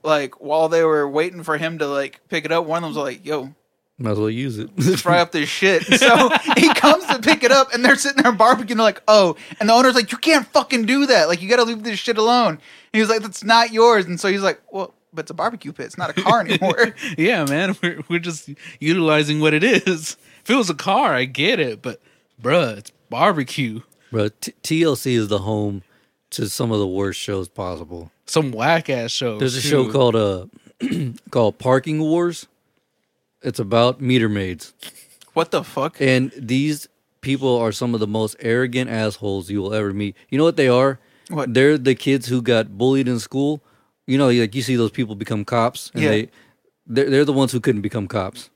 [SPEAKER 5] like while they were waiting for him to like pick it up, one of them was like, "Yo,
[SPEAKER 1] Might as well use it. [laughs]
[SPEAKER 5] fry up this shit. [laughs] So he comes to pick it up, and they're sitting there barbecuing. They're like, "Oh!" And the owner's like, "You can't fucking do that. Like, you got to leave this shit alone." And he was like, "That's not yours." And so he's like, "Well, but it's a barbecue pit. It's not a [laughs] car anymore."
[SPEAKER 2] yeah, man, [laughs] we're we're just utilizing what it is. [laughs] If it was a car, I get it, but bruh, it's barbecue.
[SPEAKER 1] Bro, t- TLC is the home to some of the worst shows possible.
[SPEAKER 2] Some whack ass
[SPEAKER 5] Oh,
[SPEAKER 2] show.
[SPEAKER 1] There's a
[SPEAKER 2] too.
[SPEAKER 1] show called uh [clears throat] called Parking Wars. It's about meter maids.
[SPEAKER 5] what the fuck?
[SPEAKER 1] And these people are some of the most arrogant assholes you will ever meet. You know what they are?
[SPEAKER 5] What?
[SPEAKER 1] They're the kids who got bullied in school. You know, like you see those people become cops, and
[SPEAKER 5] Yeah.
[SPEAKER 1] they they're, they're the ones who couldn't become cops.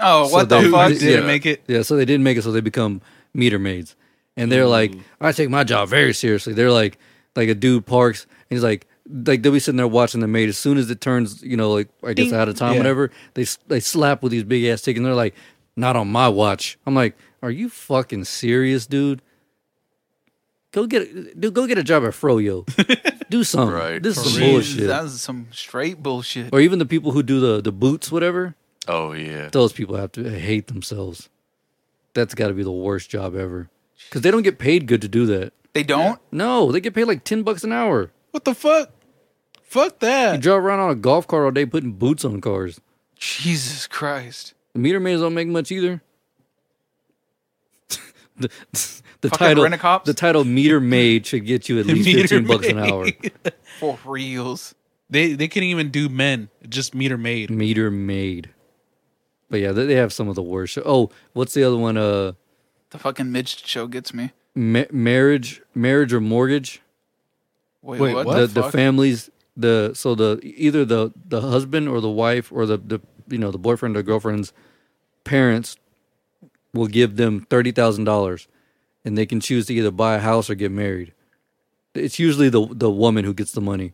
[SPEAKER 5] Oh, what
[SPEAKER 1] they-
[SPEAKER 5] the fuck?
[SPEAKER 2] Who didn't make it?
[SPEAKER 1] Yeah, so they didn't make it, so they become meter maids. And they're like, I take my job very seriously. They're like, like a dude parks, and he's like, like they'll be sitting there watching the maid. As soon as it turns, you know, like I guess out of time,
[SPEAKER 2] Yeah.
[SPEAKER 1] whatever, they s- they slap with these big ass tickets. And they're like, not on my watch. I'm like, are you fucking serious, dude? Go get a, dude, go get a job at
[SPEAKER 2] [laughs]
[SPEAKER 1] Froyo. do something.
[SPEAKER 3] Right.
[SPEAKER 1] This is
[SPEAKER 2] For
[SPEAKER 1] some
[SPEAKER 2] real.
[SPEAKER 1] bullshit.
[SPEAKER 5] That was some straight bullshit.
[SPEAKER 1] Or even the people who do the the boots, whatever
[SPEAKER 3] Oh yeah.
[SPEAKER 1] those people have to hate themselves. That's got to be the worst job ever because they don't get paid good to do that.
[SPEAKER 5] They don't.
[SPEAKER 1] No, they get paid like ten bucks an hour.
[SPEAKER 2] What the fuck? Fuck
[SPEAKER 1] You
[SPEAKER 2] that.
[SPEAKER 1] drive around on a golf cart all day putting boots on cars.
[SPEAKER 5] Jesus Christ.
[SPEAKER 1] The meter maids don't make much either. [laughs] the [laughs] the
[SPEAKER 5] Fucking
[SPEAKER 1] title,
[SPEAKER 5] rent-a-cops?
[SPEAKER 1] the title meter maid should get you at least
[SPEAKER 2] Meter
[SPEAKER 1] fifteen bucks an hour.
[SPEAKER 5] For reals.
[SPEAKER 2] They they couldn't even do men, just meter maid.
[SPEAKER 1] [laughs] Meter maid. But yeah, they they have some of the worst. show- Oh, what's the other one? Uh,
[SPEAKER 5] The fucking midget show gets me.
[SPEAKER 1] ma- marriage, marriage or mortgage.
[SPEAKER 5] Wait,
[SPEAKER 2] Wait,
[SPEAKER 5] what?
[SPEAKER 2] what?
[SPEAKER 1] the,
[SPEAKER 5] the
[SPEAKER 1] the
[SPEAKER 5] fuck?
[SPEAKER 1] families the so the either the the husband or the wife or the the you know the boyfriend or girlfriend's parents will give them thirty thousand dollars and they can choose to either buy a house or get married it's usually the the woman who gets the money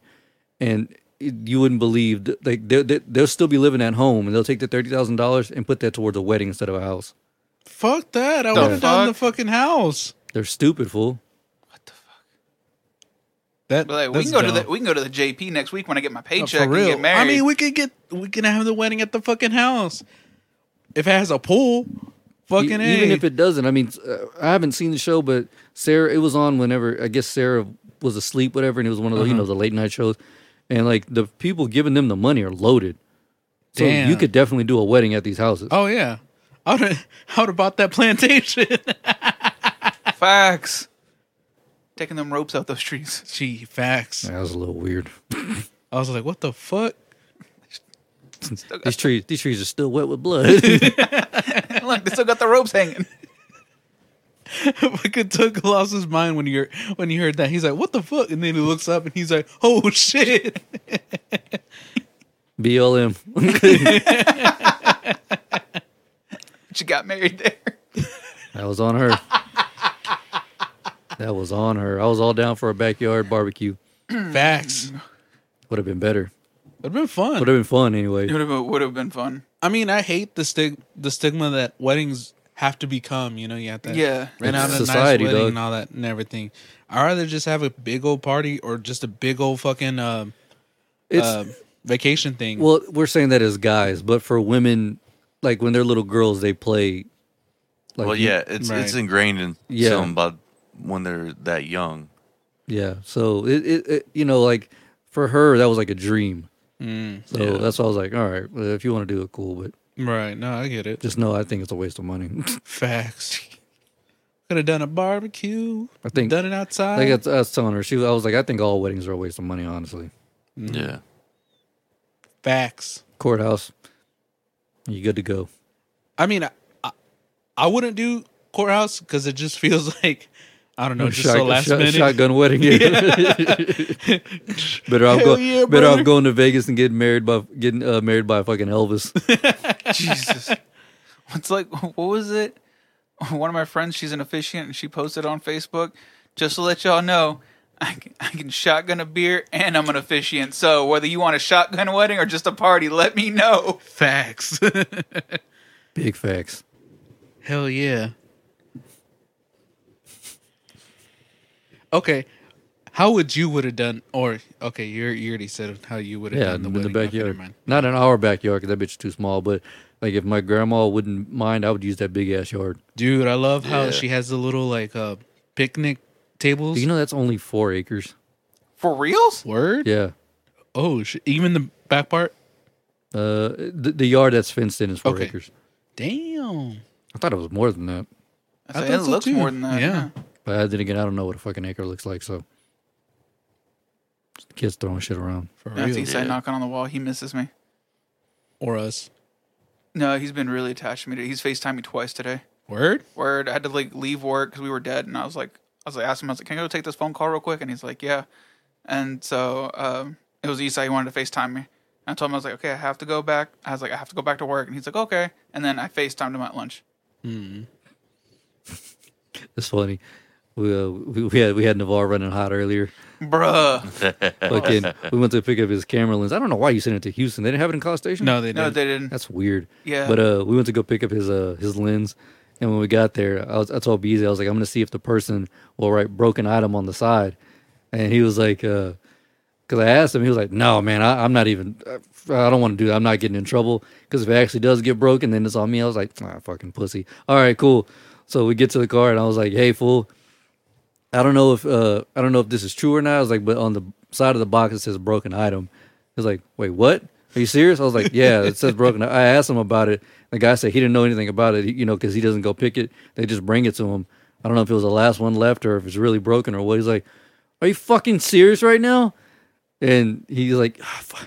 [SPEAKER 1] and it- you wouldn't believe th- like they, they, they'll still be living at home and they'll take the $30000 and put that towards a wedding instead of a house
[SPEAKER 2] Fuck that. I
[SPEAKER 5] The
[SPEAKER 2] would have done the
[SPEAKER 5] fuck?
[SPEAKER 2] fucking house.
[SPEAKER 1] they're stupid fool
[SPEAKER 2] That
[SPEAKER 5] But, like, we
[SPEAKER 2] that's
[SPEAKER 5] can go
[SPEAKER 2] dumb.
[SPEAKER 5] to the we can go to the JP next week when I get my
[SPEAKER 2] Oh,
[SPEAKER 5] paycheck and get married.
[SPEAKER 2] I mean, we could get we can have the wedding at the fucking house. If it has a pool,
[SPEAKER 1] E-
[SPEAKER 2] fucking A.
[SPEAKER 1] even if it doesn't. I mean, s- uh, I haven't seen the show, but Sarah, it was on whenever I guess Sarah was asleep, whatever, and it was one of
[SPEAKER 2] Uh-huh.
[SPEAKER 1] those you know the late night shows, and like the people giving them the money are loaded. So you
[SPEAKER 2] Damn.
[SPEAKER 1] could definitely do a wedding at these houses.
[SPEAKER 2] oh yeah, [laughs] I would I would have bought that plantation. [laughs]
[SPEAKER 5] Facts. Taking them ropes out those [laughs] trees.
[SPEAKER 2] Gee, facts.
[SPEAKER 1] That was a little weird.
[SPEAKER 2] I was like, what the fuck? [laughs]
[SPEAKER 5] [laughs]
[SPEAKER 1] These trees, these trees are still wet with blood. [laughs]
[SPEAKER 5] Look, they still got the ropes hanging. [laughs]
[SPEAKER 2] Fucking took lost his mind when you when you heard that. He's like, what the fuck? And then he looks up and he's like, oh [laughs] shit.
[SPEAKER 1] BLM.
[SPEAKER 5] She got married there.
[SPEAKER 1] that was on her. That was on her. I was all down for a backyard barbecue.
[SPEAKER 5] Hmm.
[SPEAKER 2] facts.
[SPEAKER 1] Would have been better.
[SPEAKER 2] It'd been fun.
[SPEAKER 1] Would have been fun anyway.
[SPEAKER 5] It would have been, would have been fun.
[SPEAKER 2] I mean, I hate the stig- the stigma that weddings have to become. You know, you have to
[SPEAKER 5] Yeah.
[SPEAKER 2] rent out
[SPEAKER 1] It's
[SPEAKER 2] a
[SPEAKER 1] society,
[SPEAKER 2] nice wedding
[SPEAKER 1] dog.
[SPEAKER 2] and all that and everything. I'd rather just have a big old party or just a big old fucking um
[SPEAKER 1] It's
[SPEAKER 2] um, vacation thing.
[SPEAKER 1] Well, we're saying that as guys, but for women, like when they're little girls, they play. Like,
[SPEAKER 3] Well, yeah, it's
[SPEAKER 2] Right.
[SPEAKER 3] it's ingrained in
[SPEAKER 1] Yeah.
[SPEAKER 3] some but when they're that young.
[SPEAKER 1] yeah. So it, it, it, you know, like for her, that was like a dream. so
[SPEAKER 3] Mm, yeah.
[SPEAKER 1] that's why I was like, all right, well, if you want to do it, cool, but
[SPEAKER 2] right? No, I get it.
[SPEAKER 1] just know I think it's a waste of money. [laughs]
[SPEAKER 2] Facts. Could have done a barbecue.
[SPEAKER 1] I think-
[SPEAKER 2] done it outside.
[SPEAKER 1] like I, I was telling her, she, I was like, I think all weddings are a waste of money, honestly.
[SPEAKER 3] Yeah.
[SPEAKER 2] Facts.
[SPEAKER 1] courthouse. You good to go?
[SPEAKER 2] I mean, I, I, I wouldn't do courthouse because it just [laughs] feels like I don't know, just so
[SPEAKER 1] Shot-
[SPEAKER 2] last
[SPEAKER 1] shot-
[SPEAKER 2] minute.
[SPEAKER 1] shotgun wedding. Yeah. [laughs] better off
[SPEAKER 2] Hell
[SPEAKER 1] go,
[SPEAKER 2] yeah,
[SPEAKER 1] better
[SPEAKER 2] brother.
[SPEAKER 1] off going to Vegas and getting married by getting uh, married by fucking Elvis.
[SPEAKER 5] Jesus. It's like, [laughs] what was it? One of my friends, she's an officiant, and she posted on Facebook just to let y'all know. I can, I can shotgun a beer and I'm an officiant. So whether you want a shotgun wedding or just a party, let me know.
[SPEAKER 2] Facts. [laughs]
[SPEAKER 1] Big facts.
[SPEAKER 2] Hell yeah. Okay, how would you would have done? Or okay, you you already said how you would have
[SPEAKER 1] Yeah,
[SPEAKER 2] done the
[SPEAKER 1] in the
[SPEAKER 2] wedding. Okay, never
[SPEAKER 1] backyard.
[SPEAKER 2] mind.
[SPEAKER 1] Not in our backyard because that bitch is too small. But like, if my grandma wouldn't mind, I would use that big ass yard.
[SPEAKER 2] Dude, I love how
[SPEAKER 3] Yeah.
[SPEAKER 2] she has the little like uh picnic tables.
[SPEAKER 1] Do you know that's only four acres?
[SPEAKER 5] For reals?
[SPEAKER 2] Word.
[SPEAKER 1] Yeah.
[SPEAKER 2] Oh, sh- even the back part.
[SPEAKER 1] Uh, the, the yard that's fenced in is four
[SPEAKER 2] Okay.
[SPEAKER 1] acres.
[SPEAKER 2] Damn.
[SPEAKER 1] I thought it was more than that,
[SPEAKER 5] I think
[SPEAKER 2] thought
[SPEAKER 5] it
[SPEAKER 2] so,
[SPEAKER 5] looks
[SPEAKER 2] too.
[SPEAKER 5] more than that.
[SPEAKER 2] Yeah.
[SPEAKER 1] but I- then again, I don't know what a fucking acre looks like. So, Just kids throwing shit around.
[SPEAKER 2] For
[SPEAKER 5] That's
[SPEAKER 2] real.
[SPEAKER 5] Eastside
[SPEAKER 3] Yeah.
[SPEAKER 5] knocking on the wall. He misses me.
[SPEAKER 2] Or us.
[SPEAKER 5] No, he's been really attached to me. Today. He's FaceTimed me twice today.
[SPEAKER 1] [laughs]
[SPEAKER 2] Word.
[SPEAKER 5] Word, I had to like leave work because we were dead, and I was like, I was like, asked him, I was like, can I go take this phone call real quick? And he's like, yeah. And so um, it was Esau. He wanted to FaceTime me. And I told him I was like, okay, I have to go back. I was like, I have to go back to work. And he's like, okay. And then I FaceTimed him at lunch.
[SPEAKER 1] It's funny. We, uh, we, we had we had Navarre running
[SPEAKER 2] [laughs]
[SPEAKER 1] hot earlier.
[SPEAKER 5] Bruh.
[SPEAKER 1] Fucking, we went to pick up his camera lens. I don't know why you sent it to Houston. They didn't have it in College Station.
[SPEAKER 2] No, they didn't.
[SPEAKER 5] No, they didn't.
[SPEAKER 1] That's weird.
[SPEAKER 5] Mm-hmm. Yeah.
[SPEAKER 1] But uh, we went to go pick up his uh his lens, and when we got there, I was I told Beasley I was like I'm gonna see if the person will write broken item on the side, and he was like, uh, because I asked him, he was like, no man, I, I'm not even. uh, I don't want to do that. I'm not getting in trouble because if it actually does get broken, then it's on me. I was like, ah, fucking pussy. All right, cool. So we get to the car, and I was like, hey fool, I don't know if uh I don't know if this is true or not. I was like, but on the side of the box it says broken item. He was like, wait, what? Are you serious? I was like, yeah, it says broken. I asked him about it. The guy said he didn't know anything about it, you know, because he doesn't go pick it. They just bring it to him. I don't know if it was the last one left or if it's really broken or what. He's like, are you fucking serious right now? And he's like, "Ah, fu-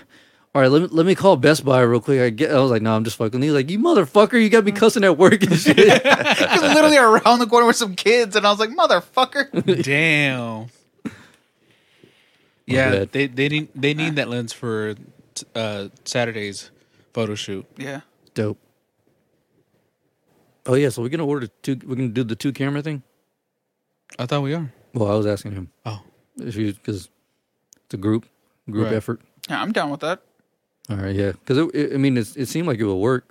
[SPEAKER 1] all right, let me let me call Best Buy real quick. I get. I was like, no, I'm just fucking. He's like, you motherfucker, you got me cussing at work and shit.
[SPEAKER 5] [laughs] Because literally around the corner with some kids, and I was
[SPEAKER 2] [laughs]
[SPEAKER 5] like, motherfucker.
[SPEAKER 2] Damn. Yeah,
[SPEAKER 1] bad.
[SPEAKER 2] they they need they need that lens for t- uh Saturday's photo shoot.
[SPEAKER 5] yeah.
[SPEAKER 1] Dope. Oh yeah, so we're gonna order two. We're gonna do the two camera thing.
[SPEAKER 2] I thought we are.
[SPEAKER 1] Well, I was asking him
[SPEAKER 2] Oh,
[SPEAKER 1] because it's a group group
[SPEAKER 2] Right.
[SPEAKER 1] effort.
[SPEAKER 5] Yeah, I'm down with that.
[SPEAKER 1] All right, yeah, because it, it, I mean, it's, it seemed like it would work.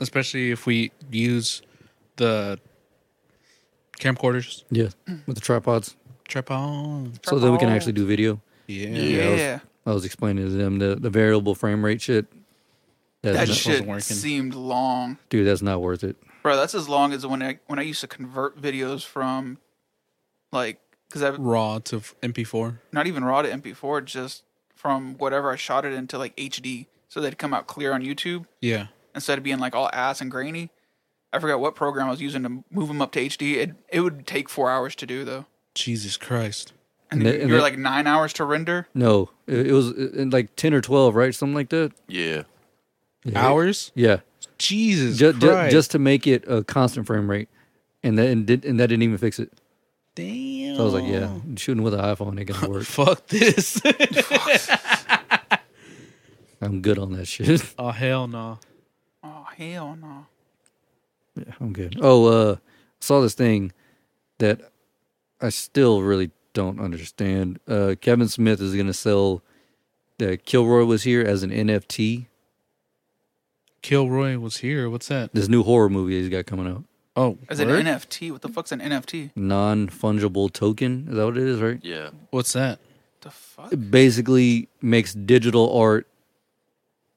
[SPEAKER 2] especially if we use the camcorders
[SPEAKER 1] Yeah, [clears throat] with the tripods,
[SPEAKER 2] tripod.
[SPEAKER 1] so that we can actually do video.
[SPEAKER 2] Yeah.
[SPEAKER 5] Yeah.
[SPEAKER 1] I was- I was explaining to them the, the variable frame rate shit. That's
[SPEAKER 5] That
[SPEAKER 1] not-
[SPEAKER 2] wasn't
[SPEAKER 5] shit
[SPEAKER 2] working.
[SPEAKER 5] seemed long.
[SPEAKER 1] dude, that's not worth it.
[SPEAKER 5] Bro, that's as long as when I when I used to convert videos from like because I
[SPEAKER 2] raw to f- MP4.
[SPEAKER 5] not even raw to MP4, just from whatever I shot it into like HD, so they'd come out clear on YouTube
[SPEAKER 2] Yeah,
[SPEAKER 5] instead of being like all ass and grainy. I forgot what program I was using to move them up to HD. It it would take four hours to do though,
[SPEAKER 2] Jesus Christ.
[SPEAKER 5] and,
[SPEAKER 1] And
[SPEAKER 5] you-
[SPEAKER 1] they- and
[SPEAKER 5] you're
[SPEAKER 1] they-
[SPEAKER 5] like nine hours to render.
[SPEAKER 1] No, it, it was uh, uh, like ten or twelve, right? Something like that.
[SPEAKER 3] yeah.
[SPEAKER 2] Hours?
[SPEAKER 1] Yeah,
[SPEAKER 2] Jesus
[SPEAKER 1] just,
[SPEAKER 2] Christ.
[SPEAKER 1] just to make it a constant frame rate, and that and, did, and that didn't even fix it.
[SPEAKER 2] damn.
[SPEAKER 1] So I was like, yeah, shooting with an iPhone ain't gonna [laughs] work.
[SPEAKER 2] Fuck
[SPEAKER 3] [laughs]
[SPEAKER 2] this.
[SPEAKER 1] I'm good on that shit.
[SPEAKER 2] oh hell no.
[SPEAKER 5] Oh hell no!
[SPEAKER 1] I'm good. Oh, uh, saw this thing that I still really don't understand. Uh, Kevin Smith is gonna sell that Kilroy was here as an NFT.
[SPEAKER 2] Kilroy was here. What's that?
[SPEAKER 1] This new horror movie he's got coming out,
[SPEAKER 2] Oh,
[SPEAKER 5] As an
[SPEAKER 2] word?
[SPEAKER 5] NFT, what the fuck's an NFT?
[SPEAKER 1] non fungible token. Is that what it is? Right.
[SPEAKER 3] Yeah.
[SPEAKER 2] What's that?
[SPEAKER 5] The fuck?
[SPEAKER 1] It basically makes digital art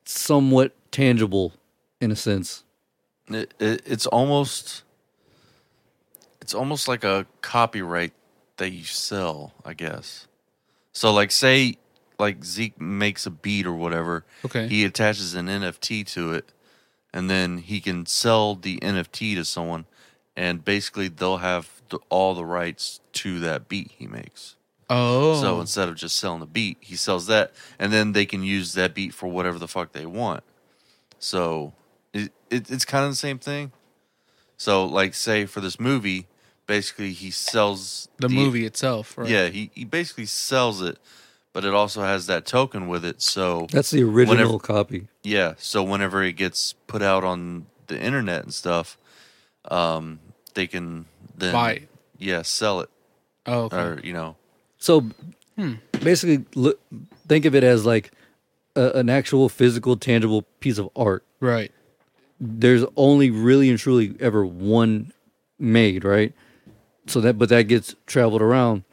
[SPEAKER 1] somewhat tangible, in a sense.
[SPEAKER 3] It, it, it's almost it's almost like a copyright that you sell, I guess. So like say like Zeke makes a beat or whatever,
[SPEAKER 2] Okay.
[SPEAKER 3] he attaches an NFT to it and then he can sell the NFT to someone and basically they'll have the, all the rights to that beat he makes.
[SPEAKER 2] Oh,
[SPEAKER 3] So instead of just selling the beat, he sells that, and then they can use that beat for whatever the fuck they want. So it, it, it's kind of the same thing. So, like, say for this movie, basically he sells
[SPEAKER 2] the movie itself, right?
[SPEAKER 3] Yeah, he, he basically sells it, but it also has that token with it. So
[SPEAKER 1] That's the original
[SPEAKER 3] Whenever-
[SPEAKER 1] copy.
[SPEAKER 3] yeah, so whenever it gets put out on the internet and stuff, um, they can then
[SPEAKER 2] Buy it.
[SPEAKER 3] Yeah, sell it
[SPEAKER 2] Oh, okay.
[SPEAKER 3] or you know,
[SPEAKER 1] So basically, look, think of it as like a, an actual physical, tangible piece of art.
[SPEAKER 2] right.
[SPEAKER 1] There's only really and truly ever one made, right? So that, but that gets traveled around,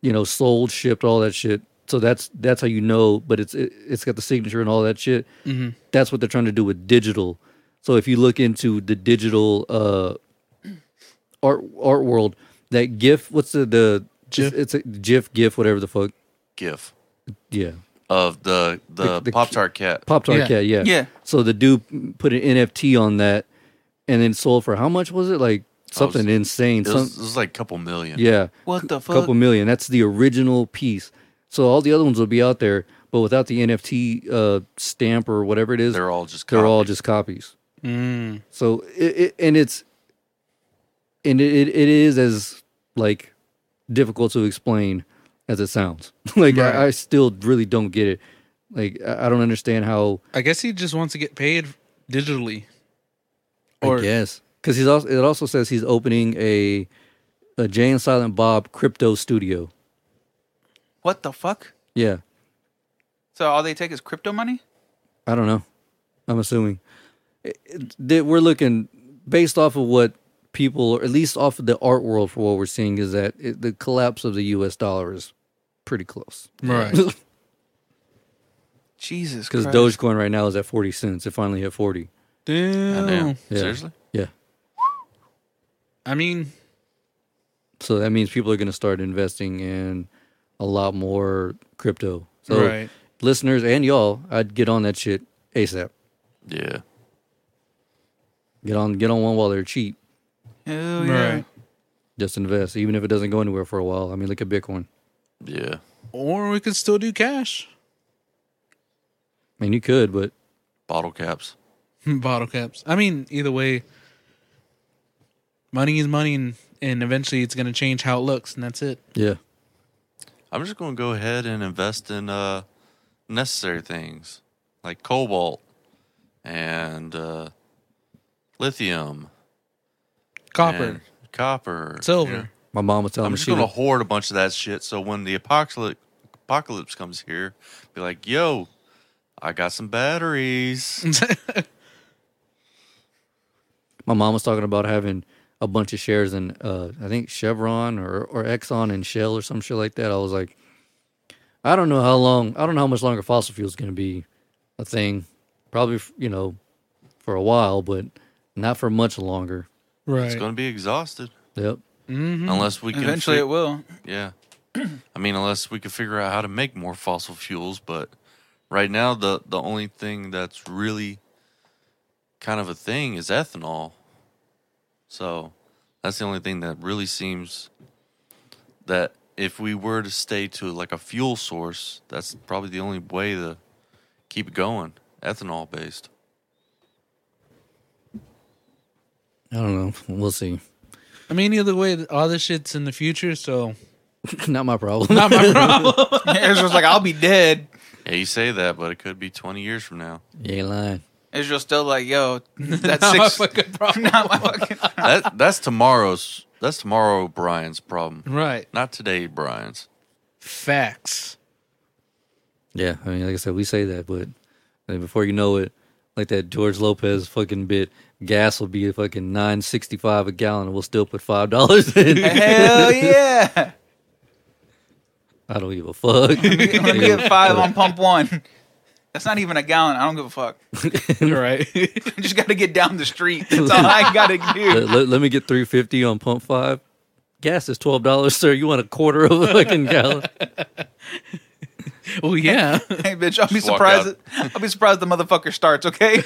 [SPEAKER 1] you know, sold, shipped, all that shit. So that's that's how you know. But it's it, it's got the signature and all that shit. That's what they're trying to do with digital. So if you look into the digital uh, [clears throat] art art world, that GIF, what's the the
[SPEAKER 2] GIF?
[SPEAKER 1] It's, it's a GIF, GIF, whatever the fuck.
[SPEAKER 3] GIF
[SPEAKER 1] Yeah.
[SPEAKER 3] of the the,
[SPEAKER 1] The- the
[SPEAKER 3] Pop Tart cat.
[SPEAKER 1] Pop Tart
[SPEAKER 2] Yeah.
[SPEAKER 1] Cat, yeah.
[SPEAKER 5] Yeah.
[SPEAKER 1] So the dude put an NFT on that and then sold for how much was it? Like something
[SPEAKER 3] it was-
[SPEAKER 1] insane.
[SPEAKER 3] It
[SPEAKER 1] Some,
[SPEAKER 3] was, it was like a couple million.
[SPEAKER 1] yeah.
[SPEAKER 5] What the fuck?
[SPEAKER 1] couple million. That's the original piece. So all the other ones will be out there, but without the NFT uh, stamp or whatever it is,
[SPEAKER 3] they're all just
[SPEAKER 1] they're all
[SPEAKER 3] copies.
[SPEAKER 1] just copies.
[SPEAKER 2] Mm.
[SPEAKER 1] So it, it and it's and it, it, it is as like difficult to explain as it sounds. [laughs] like
[SPEAKER 2] Right.
[SPEAKER 1] I, I still really don't get it. Like I I don't understand how
[SPEAKER 2] I guess he just wants to get paid digitally. Or
[SPEAKER 1] I guess because he's also it also says he's opening a a Jay and Silent Bob crypto studio.
[SPEAKER 5] What the fuck?
[SPEAKER 1] Yeah,
[SPEAKER 5] So all they take is crypto money?
[SPEAKER 1] I don't know. I'm assuming It- it- that we're looking based off of what people, or at least off of the art world, for what we're seeing is that it, the collapse of the U.S. dollar is pretty close [laughs]
[SPEAKER 2] right.
[SPEAKER 5] Jesus
[SPEAKER 1] because
[SPEAKER 5] Christ.
[SPEAKER 1] Dogecoin right now is at 40 cents. It finally hit 40.
[SPEAKER 3] I know.
[SPEAKER 2] Damn.
[SPEAKER 1] Oh. Yeah.
[SPEAKER 3] Seriously?
[SPEAKER 1] Yeah,
[SPEAKER 2] I mean,
[SPEAKER 1] so that means people are going to start investing in a lot more crypto. So
[SPEAKER 2] right.
[SPEAKER 1] listeners and y'all, I'd get on that shit ASAP.
[SPEAKER 3] Yeah.
[SPEAKER 1] Get on get on one while they're cheap.
[SPEAKER 5] Hell yeah.
[SPEAKER 2] Right.
[SPEAKER 1] Just invest, even if it doesn't go anywhere for a while. I mean, look at Bitcoin.
[SPEAKER 3] Yeah.
[SPEAKER 2] Or we could still do cash. [laughs]
[SPEAKER 1] I mean, you could, but
[SPEAKER 3] Bottle caps.
[SPEAKER 2] Bottle caps. I mean, either way, money is money, and, and eventually it's going to change how it looks, and that's it.
[SPEAKER 1] yeah,
[SPEAKER 3] I'm just gonna go ahead and invest in uh necessary things like cobalt and uh lithium.
[SPEAKER 2] Copper,
[SPEAKER 3] and copper.
[SPEAKER 2] silver.
[SPEAKER 3] Yeah.
[SPEAKER 1] my mom was telling
[SPEAKER 3] I'm
[SPEAKER 1] me
[SPEAKER 3] just
[SPEAKER 1] she
[SPEAKER 3] gonna
[SPEAKER 1] was,
[SPEAKER 3] hoard a bunch of that shit. So when the apocalypse apocalypse comes here, be like, yo, I got some batteries.
[SPEAKER 2] [laughs]
[SPEAKER 1] my mom was talking about having a bunch of shares in uh, I think Chevron or or Exxon and Shell or some shit like that. I was like, I don't know how long, I don't know how much longer fossil fuels going to be a thing. Probably f- you know for a while, but not for much longer.
[SPEAKER 2] Right.
[SPEAKER 3] It's gonna be exhausted
[SPEAKER 1] Yep.
[SPEAKER 3] unless we can.
[SPEAKER 5] Eventually
[SPEAKER 3] fi-
[SPEAKER 5] it will. [laughs]
[SPEAKER 3] yeah. I mean, unless we can figure out how to make more fossil fuels, but right now the the only thing that's really kind of a thing is ethanol. So that's the only thing that really seems that if we were to stay to like a fuel source, that's probably the only way to keep it going, ethanol based.
[SPEAKER 1] I don't know. [laughs] We'll see.
[SPEAKER 2] I mean, either way, all this shit's in the future, so
[SPEAKER 1] not my problem.
[SPEAKER 2] not my problem.
[SPEAKER 5] Israel's like, I'll be dead.
[SPEAKER 3] Yeah, you say that, but it could be 20 years from now.
[SPEAKER 1] you ain't lying.
[SPEAKER 5] Israel's still like, yo,
[SPEAKER 1] [laughs]
[SPEAKER 5] that's
[SPEAKER 2] Not my [laughs]
[SPEAKER 5] six.
[SPEAKER 2] fucking problem.
[SPEAKER 5] [laughs] not my fucking.
[SPEAKER 3] That that's tomorrow's that's tomorrow Brian's problem.
[SPEAKER 2] Right.
[SPEAKER 3] Not today, Brian's.
[SPEAKER 2] Facts.
[SPEAKER 1] Yeah, I mean, like I said, we say that, but and before you know it, like that George Lopez fucking bit, gas will be a fucking nine sixty five a gallon, and we'll still put five
[SPEAKER 2] [laughs]
[SPEAKER 1] dollars in.
[SPEAKER 5] Hell yeah.
[SPEAKER 1] I don't give a fuck. [laughs]
[SPEAKER 5] Let me get five on pump one. That's not even a gallon. I don't give a fuck.
[SPEAKER 2] [laughs]
[SPEAKER 5] [laughs]
[SPEAKER 2] Right. [laughs]
[SPEAKER 5] I just got to get down the street. That's all I got to
[SPEAKER 1] [laughs]
[SPEAKER 5] do.
[SPEAKER 1] let, let- let me get three fifty on pump five. Gas is twelve dollars, sir. You want a quarter of a
[SPEAKER 2] [laughs]
[SPEAKER 1] fucking gallon?
[SPEAKER 2] well, yeah.
[SPEAKER 5] Hey, bitch, I'll be
[SPEAKER 3] Just walk
[SPEAKER 5] surprised. [laughs] I'll be surprised the motherfucker starts, okay?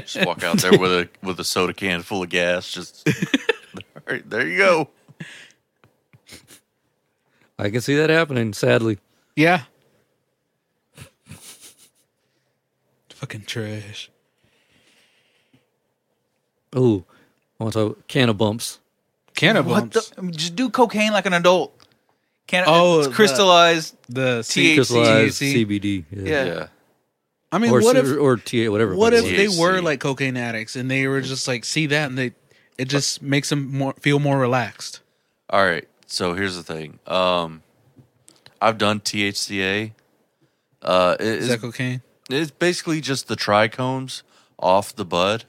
[SPEAKER 3] Just walk out there with a with a soda can full of [laughs] gas. Just all right, there you go.
[SPEAKER 1] I can see that happening. Sadly,
[SPEAKER 2] [laughs] Yeah. Fucking trash.
[SPEAKER 1] ooh, I want to talk can of bumps.
[SPEAKER 2] Canna
[SPEAKER 5] What
[SPEAKER 2] bumps.
[SPEAKER 5] the? Just do cocaine like an adult. Can't,
[SPEAKER 2] Oh,
[SPEAKER 5] it's
[SPEAKER 2] the-
[SPEAKER 5] crystallized.
[SPEAKER 2] the
[SPEAKER 5] THC.
[SPEAKER 1] Crystallized
[SPEAKER 2] THC.
[SPEAKER 1] CBD.
[SPEAKER 5] Yeah.
[SPEAKER 3] Yeah.
[SPEAKER 2] I mean,
[SPEAKER 1] or
[SPEAKER 2] what
[SPEAKER 1] C-
[SPEAKER 2] if
[SPEAKER 1] or T whatever.
[SPEAKER 2] what if
[SPEAKER 1] fucking
[SPEAKER 2] they
[SPEAKER 3] THC.
[SPEAKER 2] were like cocaine addicts and they were just like see that and they it just makes them more feel more relaxed.
[SPEAKER 3] All right. So here's the thing. Um, I've done THCA. Uh, it-
[SPEAKER 2] Is that
[SPEAKER 3] it's,
[SPEAKER 2] cocaine?
[SPEAKER 3] it's basically just the trichomes off the bud.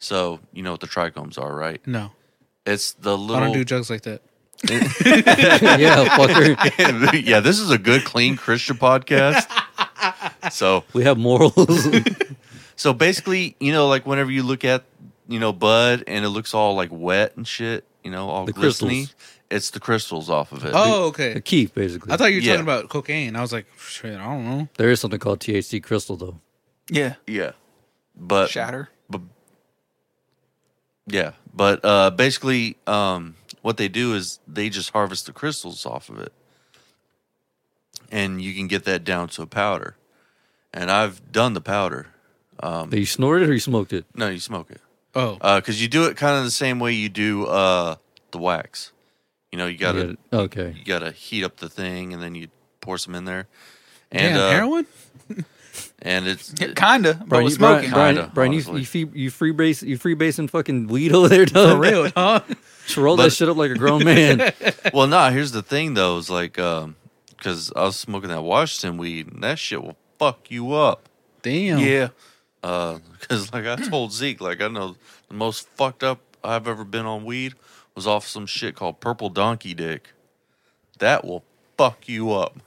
[SPEAKER 3] So you know what the trichomes are, right?
[SPEAKER 2] No,
[SPEAKER 3] It's the
[SPEAKER 2] I don't
[SPEAKER 3] [laughs] little.
[SPEAKER 2] do drugs like that.
[SPEAKER 1] it. [laughs] yeah,
[SPEAKER 2] [laughs]
[SPEAKER 1] fucker.
[SPEAKER 3] yeah, this is a good, clean Christian podcast. so
[SPEAKER 1] We have morals. [laughs]
[SPEAKER 3] So basically, you know, like whenever you look at, you know, bud and it looks all like wet and shit, you know, all
[SPEAKER 1] The
[SPEAKER 3] glistening,
[SPEAKER 1] crystals.
[SPEAKER 3] it's the crystals off of it.
[SPEAKER 2] Oh, okay.
[SPEAKER 1] a keep, basically.
[SPEAKER 2] I thought you were
[SPEAKER 3] Yeah.
[SPEAKER 2] talking about cocaine. I was like, shit, I don't know.
[SPEAKER 1] there is something called THC crystal though.
[SPEAKER 5] Yeah.
[SPEAKER 3] yeah. But
[SPEAKER 5] Shatter.
[SPEAKER 3] yeah, but uh basically um what they do is they just harvest the crystals off of it. And you can get that down to a powder. And I've done the powder.
[SPEAKER 1] That you snorted or you smoked it?
[SPEAKER 3] No, you smoke it.
[SPEAKER 2] Oh,
[SPEAKER 3] Uh, cuz you do it kind of the same way you do uh the wax. You know, you got
[SPEAKER 1] You
[SPEAKER 3] to
[SPEAKER 1] got it. Okay.
[SPEAKER 3] you gotta heat up the thing and then you pour some in there. And
[SPEAKER 2] damn,
[SPEAKER 3] uh,
[SPEAKER 2] heroin.
[SPEAKER 3] and
[SPEAKER 2] [laughs]
[SPEAKER 3] it's
[SPEAKER 5] Yeah, kinda, but with
[SPEAKER 1] Brian,
[SPEAKER 5] smoking.
[SPEAKER 1] Brian,
[SPEAKER 3] Kinda,
[SPEAKER 1] Brian, you
[SPEAKER 3] honestly.
[SPEAKER 1] you free, you free base you free basing fucking weed over there, dog.
[SPEAKER 2] For real, huh?
[SPEAKER 1] [laughs] Roll that
[SPEAKER 3] But-
[SPEAKER 1] shit up like a grown man.
[SPEAKER 3] well, nah. Here's the thing though, is like, um 'cause because I was smoking that Washington weed, and that shit will fuck you up.
[SPEAKER 2] [laughs] Damn.
[SPEAKER 5] [laughs] yeah.
[SPEAKER 3] [laughs] Because like I told Zeke, like I know the most fucked up I've ever been on weed was off some shit called purple donkey dick. That will fuck you up.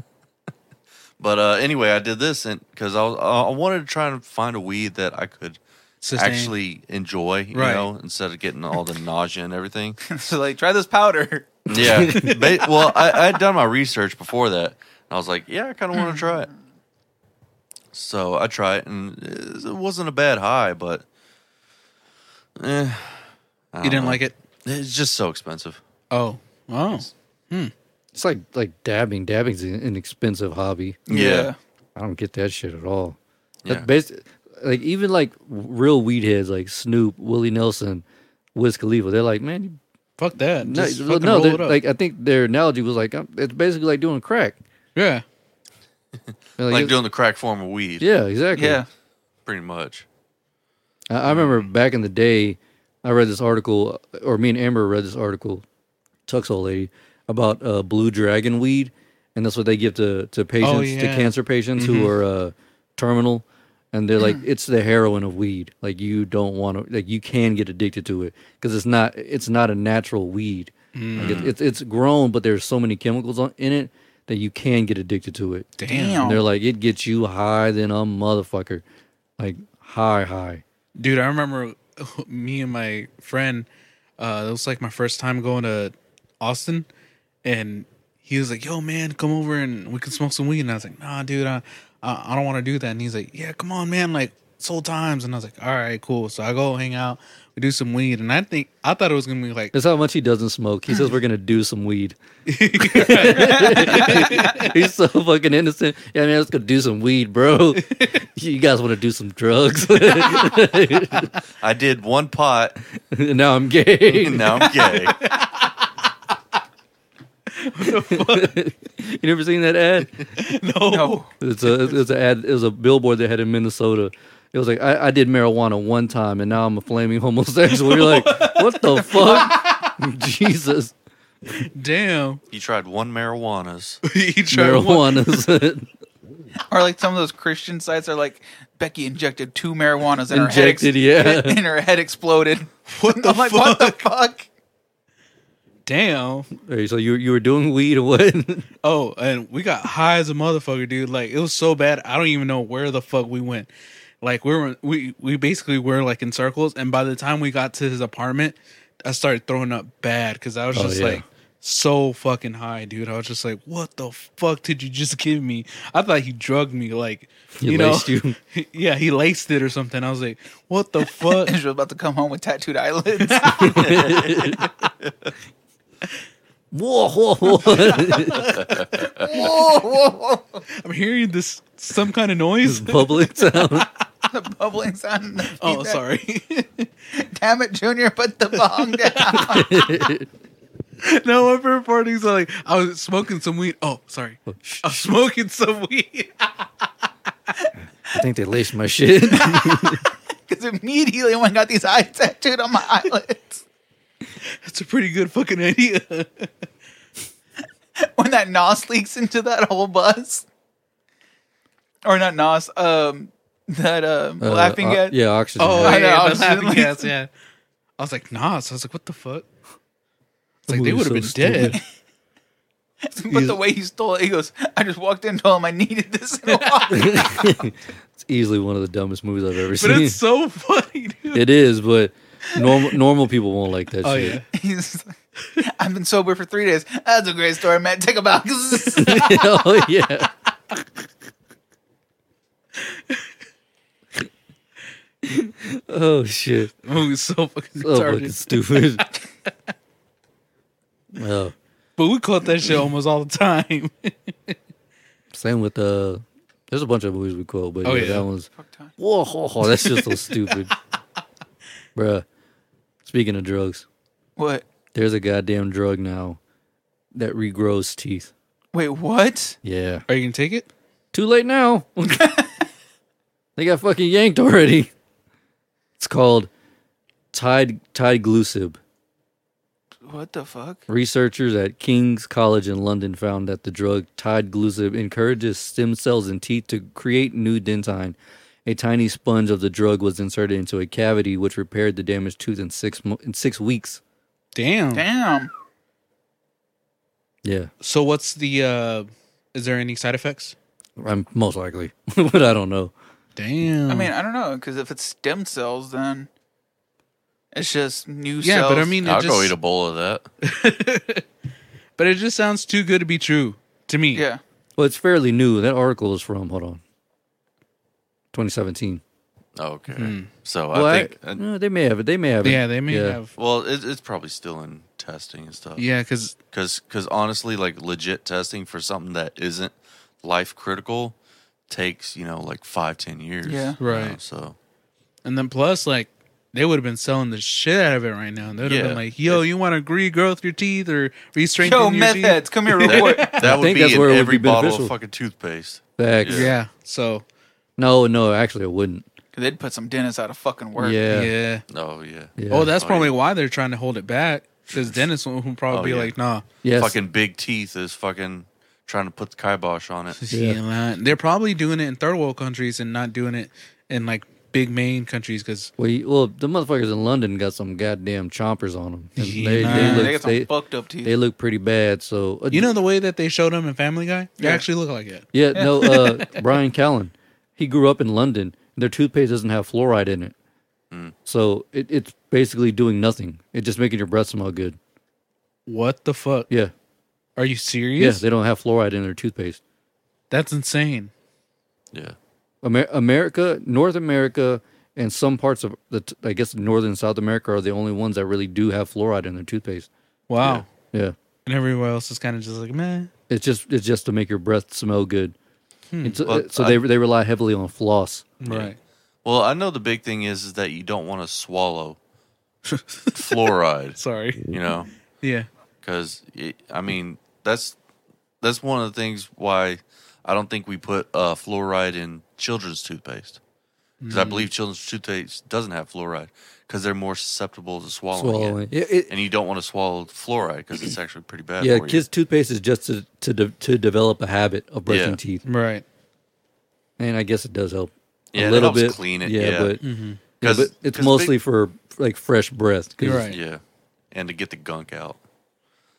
[SPEAKER 3] [laughs] but uh anyway, I did this and because I was, I wanted to try and find a weed that I could
[SPEAKER 2] Sustain.
[SPEAKER 3] actually enjoy, you
[SPEAKER 2] Right.
[SPEAKER 3] know, instead of getting all the nausea and everything.
[SPEAKER 5] So like, try this powder.
[SPEAKER 3] Yeah. Ba- well, I, I had done my research before that, and I was like, yeah, I kind of want to try it. So I tried it, and it it wasn't a bad high, but eh, I
[SPEAKER 2] you
[SPEAKER 3] don't
[SPEAKER 2] didn't
[SPEAKER 3] know.
[SPEAKER 2] like it.
[SPEAKER 3] It's just so expensive.
[SPEAKER 2] Oh, oh,
[SPEAKER 1] It's like like dabbing. Dabbing's an an expensive hobby.
[SPEAKER 3] Yeah.
[SPEAKER 1] I don't get that shit at all.
[SPEAKER 3] Yeah.
[SPEAKER 1] That basi- like even like real weed heads like Snoop, Willie Nelson, Wiz Khalifa, they're like, man, you
[SPEAKER 2] fuck that.
[SPEAKER 1] no,
[SPEAKER 2] Just
[SPEAKER 1] no,
[SPEAKER 2] fucking roll
[SPEAKER 1] they're-
[SPEAKER 2] it up.
[SPEAKER 1] like I think their analogy was like, I'm- it's basically like doing crack.
[SPEAKER 2] yeah.
[SPEAKER 1] They're
[SPEAKER 3] Like
[SPEAKER 1] it's-
[SPEAKER 3] doing the crack form of weed,
[SPEAKER 1] yeah, exactly.
[SPEAKER 5] Yeah.
[SPEAKER 3] pretty much.
[SPEAKER 1] I, I remember back in the day, I read this article, or me and Amber read this article, Tux old lady, about uh, blue dragon weed, and that's what they give to to patients, to
[SPEAKER 2] yeah.
[SPEAKER 1] cancer patients who are uh, terminal, and they're like, it's the heroin of weed. Like you don't want to, like you can get addicted to it because it's not it's not a natural weed. Like it, it's it's grown, but there's so many chemicals on, in it that you can get addicted to it.
[SPEAKER 5] Damn.
[SPEAKER 1] And they're like, it gets you high than a motherfucker, like high high.
[SPEAKER 2] Dude, I remember me and my friend. Uh, it was like my first time going to Austin, and he was like, "Yo, man, come over and we can smoke some weed." And I was like, "Nah, dude, I, I, I don't want to do that." And he's like, "Yeah, come on, man, like it's old times." And I was like, "All right, cool." So I go hang out, we do some weed, and I think I thought it was gonna be like,
[SPEAKER 1] That's how much he doesn't smoke. He says we're gonna do some weed. He's so fucking innocent. Yeah, man, let's go do some weed, bro. you guys want to do some drugs? [laughs]
[SPEAKER 3] I did one pot,
[SPEAKER 1] now I'm gay.
[SPEAKER 3] and now I'm gay.
[SPEAKER 1] You never seen that ad?
[SPEAKER 2] "No,
[SPEAKER 5] [laughs] No.
[SPEAKER 1] It's a it's an ad. It was a billboard they had in Minnesota. It was like I, I did marijuana one time, and now I'm a flaming homosexual. You're like, what the fuck, Jesus?
[SPEAKER 2] damn,
[SPEAKER 3] You tried one marijuana's.
[SPEAKER 2] he tried one.
[SPEAKER 1] [laughs] Marijuana's
[SPEAKER 5] Or like some of those Christian sites are like Becky injected two marijuanas and
[SPEAKER 1] injected,
[SPEAKER 5] her head ex- [laughs]
[SPEAKER 1] yeah.
[SPEAKER 5] and her head exploded.
[SPEAKER 2] [laughs] What the
[SPEAKER 5] I'm like, what the fuck?
[SPEAKER 2] Damn,
[SPEAKER 1] Hey, so you you were doing weed or what? [laughs]
[SPEAKER 2] Oh, and we got high as a motherfucker, dude. Like it was so bad, I don't even know where the fuck we went. Like we were, we we basically were like in circles, and by the time we got to his apartment, I started throwing up bad because I was
[SPEAKER 1] Oh,
[SPEAKER 2] just
[SPEAKER 1] yeah.
[SPEAKER 2] like so fucking high, dude. I was just like, what the fuck did you just give me? I thought he drugged me, like
[SPEAKER 1] He
[SPEAKER 2] you know,
[SPEAKER 1] laced you.
[SPEAKER 2] yeah, [laughs] he laced it or something. I was like, what the
[SPEAKER 1] [laughs]
[SPEAKER 2] fuck? [laughs]
[SPEAKER 5] Israel about to come home with tattooed eyelids.
[SPEAKER 1] Whoa, whoa, whoa. [laughs]
[SPEAKER 2] Oh. I'm hearing this some kind of
[SPEAKER 1] [laughs]
[SPEAKER 2] noise.
[SPEAKER 1] Public sound.
[SPEAKER 5] the [laughs] bubbling sound. [laughs]
[SPEAKER 2] Oh, sorry. [laughs]
[SPEAKER 5] Damn it, Junior, put the bong
[SPEAKER 2] [laughs]
[SPEAKER 5] down.
[SPEAKER 2] no, I'm reporting something. I was smoking some weed. Oh, sorry. I was smoking some weed. [laughs]
[SPEAKER 1] I think they laced my [laughs] shit.
[SPEAKER 5] Because immediately when I got these eyes tattooed on my eyelids, [laughs]
[SPEAKER 2] That's a pretty good fucking idea.
[SPEAKER 5] when that nos leaks into that whole bus, or not nos, um, that um,
[SPEAKER 1] Uh,
[SPEAKER 5] laughing
[SPEAKER 1] uh,
[SPEAKER 5] at
[SPEAKER 1] yeah, oxygen.
[SPEAKER 2] Oh,
[SPEAKER 1] yeah.
[SPEAKER 5] I
[SPEAKER 2] I
[SPEAKER 5] know,
[SPEAKER 2] know.
[SPEAKER 5] I
[SPEAKER 2] Yeah,
[SPEAKER 5] was
[SPEAKER 2] the laughing [laughs]
[SPEAKER 5] just-
[SPEAKER 2] gas, yeah. I was like, nah. So I was like, what the fuck? It's like
[SPEAKER 1] Ooh,
[SPEAKER 2] they
[SPEAKER 1] you're
[SPEAKER 2] would have
[SPEAKER 1] so
[SPEAKER 2] been
[SPEAKER 1] stupid.
[SPEAKER 2] dead.
[SPEAKER 5] [laughs] But the way he stole it, he goes, I just walked in and told him I needed this in
[SPEAKER 2] [laughs]
[SPEAKER 5] a while.
[SPEAKER 1] [laughs] it's easily one of the dumbest movies I've
[SPEAKER 2] [laughs]
[SPEAKER 1] ever
[SPEAKER 2] But
[SPEAKER 1] seen. [laughs]
[SPEAKER 2] it's so funny, dude.
[SPEAKER 1] It is, but normal normal people won't like that
[SPEAKER 2] Oh
[SPEAKER 1] shit.
[SPEAKER 2] yeah.
[SPEAKER 5] [laughs] He's like, I've been sober for three days. That's a great story, man. Take a bow.
[SPEAKER 1] [laughs]
[SPEAKER 5] [laughs]
[SPEAKER 1] oh yeah. oh shit!
[SPEAKER 2] The movie's so fucking
[SPEAKER 1] So
[SPEAKER 2] retarded.
[SPEAKER 1] fucking stupid. [laughs] oh,
[SPEAKER 2] but we quote that shit almost all the time. [laughs]
[SPEAKER 1] same with uh, there's a bunch of movies we quote, but
[SPEAKER 2] Oh,
[SPEAKER 1] yeah,
[SPEAKER 2] yeah.
[SPEAKER 1] that one's whoa, ho, ho, that's just so stupid, bruh. Speaking of drugs,
[SPEAKER 5] what?
[SPEAKER 1] there's a goddamn drug now that regrows teeth.
[SPEAKER 5] Wait, what?
[SPEAKER 1] Yeah,
[SPEAKER 2] Are you gonna take it?
[SPEAKER 1] Too late now. they got fucking yanked already. It's called Tide Glucib.
[SPEAKER 5] What the fuck?
[SPEAKER 1] Researchers at King's College in London found that the drug Glucib encourages stem cells in teeth to create new dentine. A tiny sponge of the drug was inserted into a cavity, which repaired the damaged tooth in six mo- in six weeks.
[SPEAKER 2] Damn.
[SPEAKER 5] Damn.
[SPEAKER 1] Yeah,
[SPEAKER 2] So what's the? uh Is there any side effects?
[SPEAKER 1] I'm most likely, [laughs] but I don't know.
[SPEAKER 2] Damn.
[SPEAKER 5] I mean, I don't know, because if it's stem cells, then it's just new
[SPEAKER 2] yeah,
[SPEAKER 5] cells.
[SPEAKER 2] but I mean, it
[SPEAKER 3] I'll
[SPEAKER 2] just,
[SPEAKER 3] go eat a bowl of that.
[SPEAKER 2] but it just sounds too good to be true to me.
[SPEAKER 5] yeah.
[SPEAKER 1] Well, it's fairly new. That article is from hold on, 2017.
[SPEAKER 3] Okay. So
[SPEAKER 1] Well,
[SPEAKER 3] I
[SPEAKER 1] I-
[SPEAKER 3] think. uh,
[SPEAKER 1] no, they may have it. They may have it.
[SPEAKER 2] Yeah, they may
[SPEAKER 1] Yeah.
[SPEAKER 2] have.
[SPEAKER 3] well, it, it's probably still in testing and stuff.
[SPEAKER 2] Yeah, because
[SPEAKER 3] Because honestly, like legit testing for something that isn't life critical takes you know like five ten years.
[SPEAKER 5] Yeah.
[SPEAKER 3] you know,
[SPEAKER 2] Right.
[SPEAKER 3] so
[SPEAKER 2] and then plus like they would have been selling the shit out of it right now. They would have
[SPEAKER 3] Yeah.
[SPEAKER 2] been like, "Yo, you want to regrowth your teeth or restrengthen
[SPEAKER 5] Yo,
[SPEAKER 2] your
[SPEAKER 5] meth
[SPEAKER 2] teeth?"
[SPEAKER 5] heads, come here
[SPEAKER 2] [laughs]
[SPEAKER 5] real quick.
[SPEAKER 3] that, that would
[SPEAKER 1] think
[SPEAKER 3] be
[SPEAKER 1] that's
[SPEAKER 3] in
[SPEAKER 1] where it would
[SPEAKER 3] every
[SPEAKER 1] be
[SPEAKER 3] bottle
[SPEAKER 1] beneficial.
[SPEAKER 3] of fucking toothpaste.
[SPEAKER 1] Facts.
[SPEAKER 3] Yeah.
[SPEAKER 2] Yeah. So
[SPEAKER 1] No, no, actually, it wouldn't.
[SPEAKER 5] 'Cause They'd put some dentists out of fucking work.
[SPEAKER 2] yeah.
[SPEAKER 1] Yeah.
[SPEAKER 3] Oh yeah.
[SPEAKER 1] Yeah.
[SPEAKER 2] Oh, that's
[SPEAKER 3] Oh,
[SPEAKER 2] probably
[SPEAKER 3] yeah.
[SPEAKER 2] why they're trying to hold it back. Because Dennis will will probably
[SPEAKER 3] Oh,
[SPEAKER 2] be
[SPEAKER 3] yeah.
[SPEAKER 2] like, "Nah."
[SPEAKER 1] Yes.
[SPEAKER 3] Fucking big teeth is fucking trying to put the kibosh on it.
[SPEAKER 1] Yeah.
[SPEAKER 2] Yeah. man. They're probably doing it in third world countries and not doing it in like big main countries because
[SPEAKER 1] Well, you- well, the motherfuckers in London got some goddamn chompers on them. And
[SPEAKER 2] Yeah.
[SPEAKER 1] they,
[SPEAKER 2] Yeah,
[SPEAKER 1] they,
[SPEAKER 5] they
[SPEAKER 1] look,
[SPEAKER 5] got some
[SPEAKER 1] they,
[SPEAKER 5] fucked up teeth.
[SPEAKER 1] they look pretty bad. So uh,
[SPEAKER 2] you know the way that they showed them in Family Guy, they
[SPEAKER 5] Yeah.
[SPEAKER 2] actually look like it.
[SPEAKER 1] yeah, no, uh, Brian Callen, he grew up in London. And their toothpaste doesn't have fluoride in it, so it, it's basically doing nothing. It's just making your breath smell good.
[SPEAKER 2] What the fuck?
[SPEAKER 1] Yeah,
[SPEAKER 2] Are you
[SPEAKER 1] yeah.
[SPEAKER 2] serious?
[SPEAKER 1] They don't have fluoride in their toothpaste.
[SPEAKER 2] That's insane.
[SPEAKER 3] Yeah.
[SPEAKER 1] Amer- America, North America, and some parts of the, t- I guess, Northern and South America are the only ones that really do have fluoride in their toothpaste.
[SPEAKER 2] Wow.
[SPEAKER 1] Yeah,
[SPEAKER 2] And everywhere else is kind of just like, man.
[SPEAKER 1] it's just it's just to make your breath smell good. It's, uh,
[SPEAKER 3] Hmm. Well,
[SPEAKER 1] so
[SPEAKER 3] I- Oh,
[SPEAKER 1] they they rely heavily on floss.
[SPEAKER 2] Right.
[SPEAKER 3] Well, I know the big thing is is that you don't want to swallow fluoride.
[SPEAKER 2] Sorry.
[SPEAKER 3] You know.
[SPEAKER 2] Yeah.
[SPEAKER 3] because I mean that's that's one of the things why I don't think we put uh, fluoride in children's toothpaste because I
[SPEAKER 1] Mm.
[SPEAKER 3] believe children's toothpaste doesn't have fluoride because they're more susceptible to swallowing,
[SPEAKER 1] Swallowing.
[SPEAKER 3] it,
[SPEAKER 1] It- it-
[SPEAKER 3] and you don't want to swallow fluoride because it's actually pretty bad.
[SPEAKER 1] yeah,
[SPEAKER 3] for
[SPEAKER 1] kids' toothpaste is just to to, de- to develop a habit of brushing
[SPEAKER 3] Yeah.
[SPEAKER 1] teeth,
[SPEAKER 2] Right.
[SPEAKER 1] and I guess it does help
[SPEAKER 3] Yeah,
[SPEAKER 1] a
[SPEAKER 3] it
[SPEAKER 1] little
[SPEAKER 3] helps
[SPEAKER 1] bit
[SPEAKER 3] clean it,
[SPEAKER 1] Yeah,
[SPEAKER 3] yeah.
[SPEAKER 1] but yeah,
[SPEAKER 3] 'Cause-
[SPEAKER 1] but it's
[SPEAKER 3] 'cause
[SPEAKER 1] mostly
[SPEAKER 3] big-
[SPEAKER 1] for like fresh breath. 'cause
[SPEAKER 2] You're
[SPEAKER 1] it's-
[SPEAKER 2] right.
[SPEAKER 3] you. Yeah, and to get the gunk out,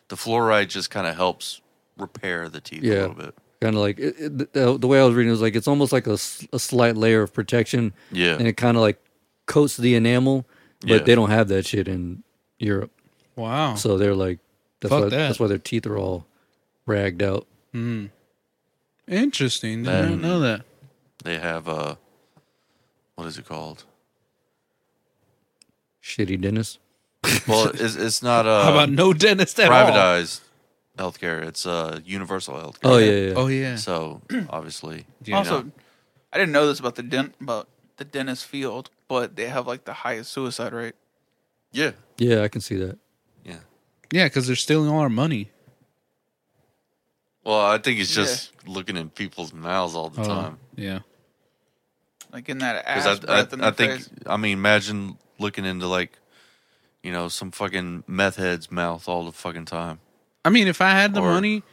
[SPEAKER 3] the fluoride just kind of helps repair the teeth a
[SPEAKER 1] Yeah.
[SPEAKER 3] little bit.
[SPEAKER 1] Kind of like it, it, the, the way I was reading it was like it's almost like a, s- a slight layer of protection.
[SPEAKER 3] Yeah.
[SPEAKER 1] and it kind of like coats the enamel, but
[SPEAKER 3] Yeah.
[SPEAKER 1] they don't have that shit in Europe.
[SPEAKER 2] Wow.
[SPEAKER 1] So they're like, that's
[SPEAKER 2] Fuck
[SPEAKER 1] why
[SPEAKER 2] that.
[SPEAKER 1] that's why their teeth are all ragged out.
[SPEAKER 2] Hmm. Interesting. I didn't know that.
[SPEAKER 3] They have uh, what is it called?
[SPEAKER 1] Shitty dentist.
[SPEAKER 3] Well, it's, uh, it's not uh,
[SPEAKER 1] uh,
[SPEAKER 2] How about no dentist at all?
[SPEAKER 3] privatized healthcare. It's uh, universal healthcare.
[SPEAKER 1] Oh yeah, yeah.
[SPEAKER 2] Oh yeah.
[SPEAKER 3] So [clears throat] obviously, you
[SPEAKER 5] also,
[SPEAKER 3] know,
[SPEAKER 5] I didn't know this about the dent about the dentist field, but they have like the highest suicide rate.
[SPEAKER 3] yeah,
[SPEAKER 1] yeah, I can see that.
[SPEAKER 3] yeah.
[SPEAKER 2] Yeah, because they're stealing all our money.
[SPEAKER 3] Well, I think it's
[SPEAKER 5] Yeah.
[SPEAKER 3] just looking in people's mouths all the
[SPEAKER 2] Oh,
[SPEAKER 1] Uh-huh.
[SPEAKER 3] time.
[SPEAKER 2] Yeah.
[SPEAKER 5] Like in that ass
[SPEAKER 3] Because I,
[SPEAKER 5] breath in
[SPEAKER 3] I, I
[SPEAKER 5] the
[SPEAKER 3] think,
[SPEAKER 5] face.
[SPEAKER 3] I mean, imagine looking into like, you know, some fucking meth head's mouth all the fucking time.
[SPEAKER 2] I mean, if I had the
[SPEAKER 3] Or-
[SPEAKER 2] money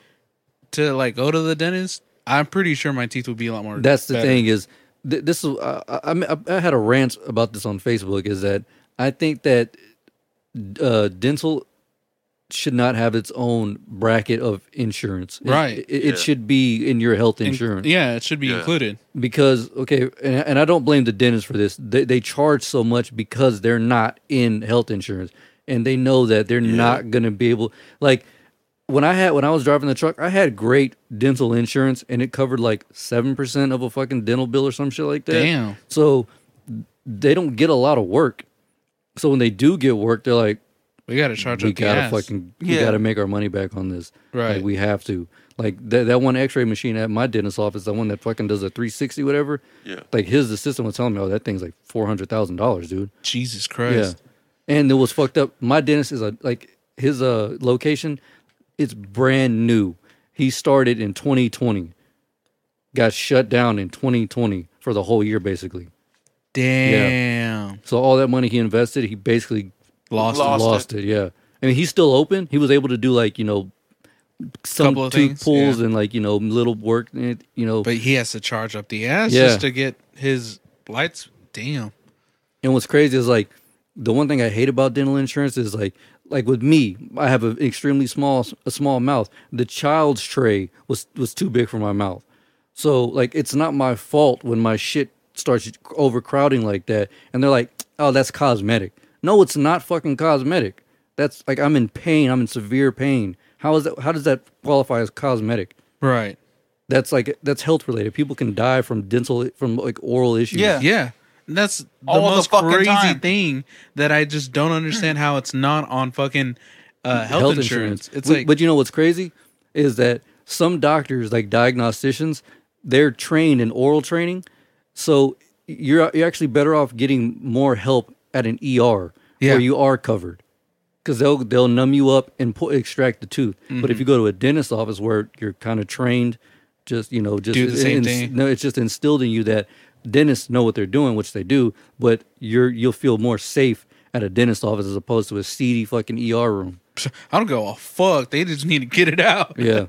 [SPEAKER 2] to like go to the dentist, I'm pretty sure my teeth would be a lot more.
[SPEAKER 1] That's the
[SPEAKER 2] better.
[SPEAKER 1] thing is, th- this is I, I, I- I had a rant about this on Facebook. Is that I think that uh, dental should not have its own bracket of insurance. It-
[SPEAKER 2] Right.
[SPEAKER 1] It, it
[SPEAKER 3] Yeah.
[SPEAKER 1] should be in your health
[SPEAKER 2] And-
[SPEAKER 1] insurance.
[SPEAKER 2] Yeah, it should be
[SPEAKER 3] Yeah.
[SPEAKER 2] included.
[SPEAKER 1] because okay and, and i don't blame the dentist for this they, they charge so much because they're not in health insurance and they know that they're not going to be able like when i had when i was driving the truck i had great dental insurance and it covered like 7% of a fucking dental bill or some shit like that
[SPEAKER 2] Damn.
[SPEAKER 1] so they don't get a lot of work so when they do get work they're like
[SPEAKER 2] We gotta charge
[SPEAKER 1] we
[SPEAKER 2] up the
[SPEAKER 1] gotta
[SPEAKER 2] ass.
[SPEAKER 1] fucking we
[SPEAKER 5] Yeah.
[SPEAKER 1] gotta make our money back on this. Like,
[SPEAKER 2] Right.
[SPEAKER 1] we have to. Like that that one X ray machine at my dentist's office, the one that fucking does a three sixty whatever.
[SPEAKER 3] Yeah.
[SPEAKER 1] Like his the system was telling me, oh that thing's like four hundred thousand dollars, dude.
[SPEAKER 2] Jesus Christ.
[SPEAKER 1] Yeah. And it was fucked up. My dentist is a like his uh location, it's brand new. He started in twenty twenty. Got shut down in twenty twenty for the whole year basically.
[SPEAKER 2] Damn.
[SPEAKER 1] So all that money he invested, he basically
[SPEAKER 2] Lost.
[SPEAKER 5] Lost.
[SPEAKER 1] lost, it. Yeah, I mean he's still open. He was able to do like you know some
[SPEAKER 2] Couple of
[SPEAKER 1] tooth
[SPEAKER 2] things,
[SPEAKER 1] pulls
[SPEAKER 2] yeah.
[SPEAKER 1] and like you know little work. eh, You know,
[SPEAKER 2] But he has to charge up the ass
[SPEAKER 1] Yeah.
[SPEAKER 2] just to get his lights. Damn.
[SPEAKER 1] and what's crazy is like the one thing I hate about dental insurance is like like with me, I have an extremely small a small mouth. The child's tray was was too big for my mouth, so like it's not my fault when my shit starts overcrowding like that. And they're like, oh, that's cosmetic. No, it's not fucking cosmetic. That's like I'm in pain. I'm in severe pain. How is that? How does that qualify as cosmetic?
[SPEAKER 2] Right.
[SPEAKER 1] That's like that's health related. People can die from dental from like oral issues.
[SPEAKER 5] Yeah.
[SPEAKER 2] Yeah. And that's the
[SPEAKER 5] All the
[SPEAKER 2] most
[SPEAKER 5] fucking
[SPEAKER 2] crazy
[SPEAKER 5] time.
[SPEAKER 2] thing that I just don't understand how it's not on fucking uh, health, insurance. It's
[SPEAKER 1] We-
[SPEAKER 2] like
[SPEAKER 1] but you know what's crazy is that some doctors, like diagnosticians, they're trained in oral training, so you're you're actually better off getting more help at an ER
[SPEAKER 2] Yeah.
[SPEAKER 1] where you are covered, because they'll they'll numb you up and pu- extract the tooth.
[SPEAKER 2] Mm-hmm.
[SPEAKER 1] But if you go to a dentist's office where you're kind of trained, just you know, just
[SPEAKER 2] Do the same
[SPEAKER 1] ins-
[SPEAKER 2] thing.
[SPEAKER 1] No, it's just instilled in you that dentists know what they're doing, which they do. But you're you'll feel more safe at a dentist's office as opposed to a seedy fucking ER room.
[SPEAKER 2] I don't go, oh fuck, they just need to get it out.
[SPEAKER 1] Yeah.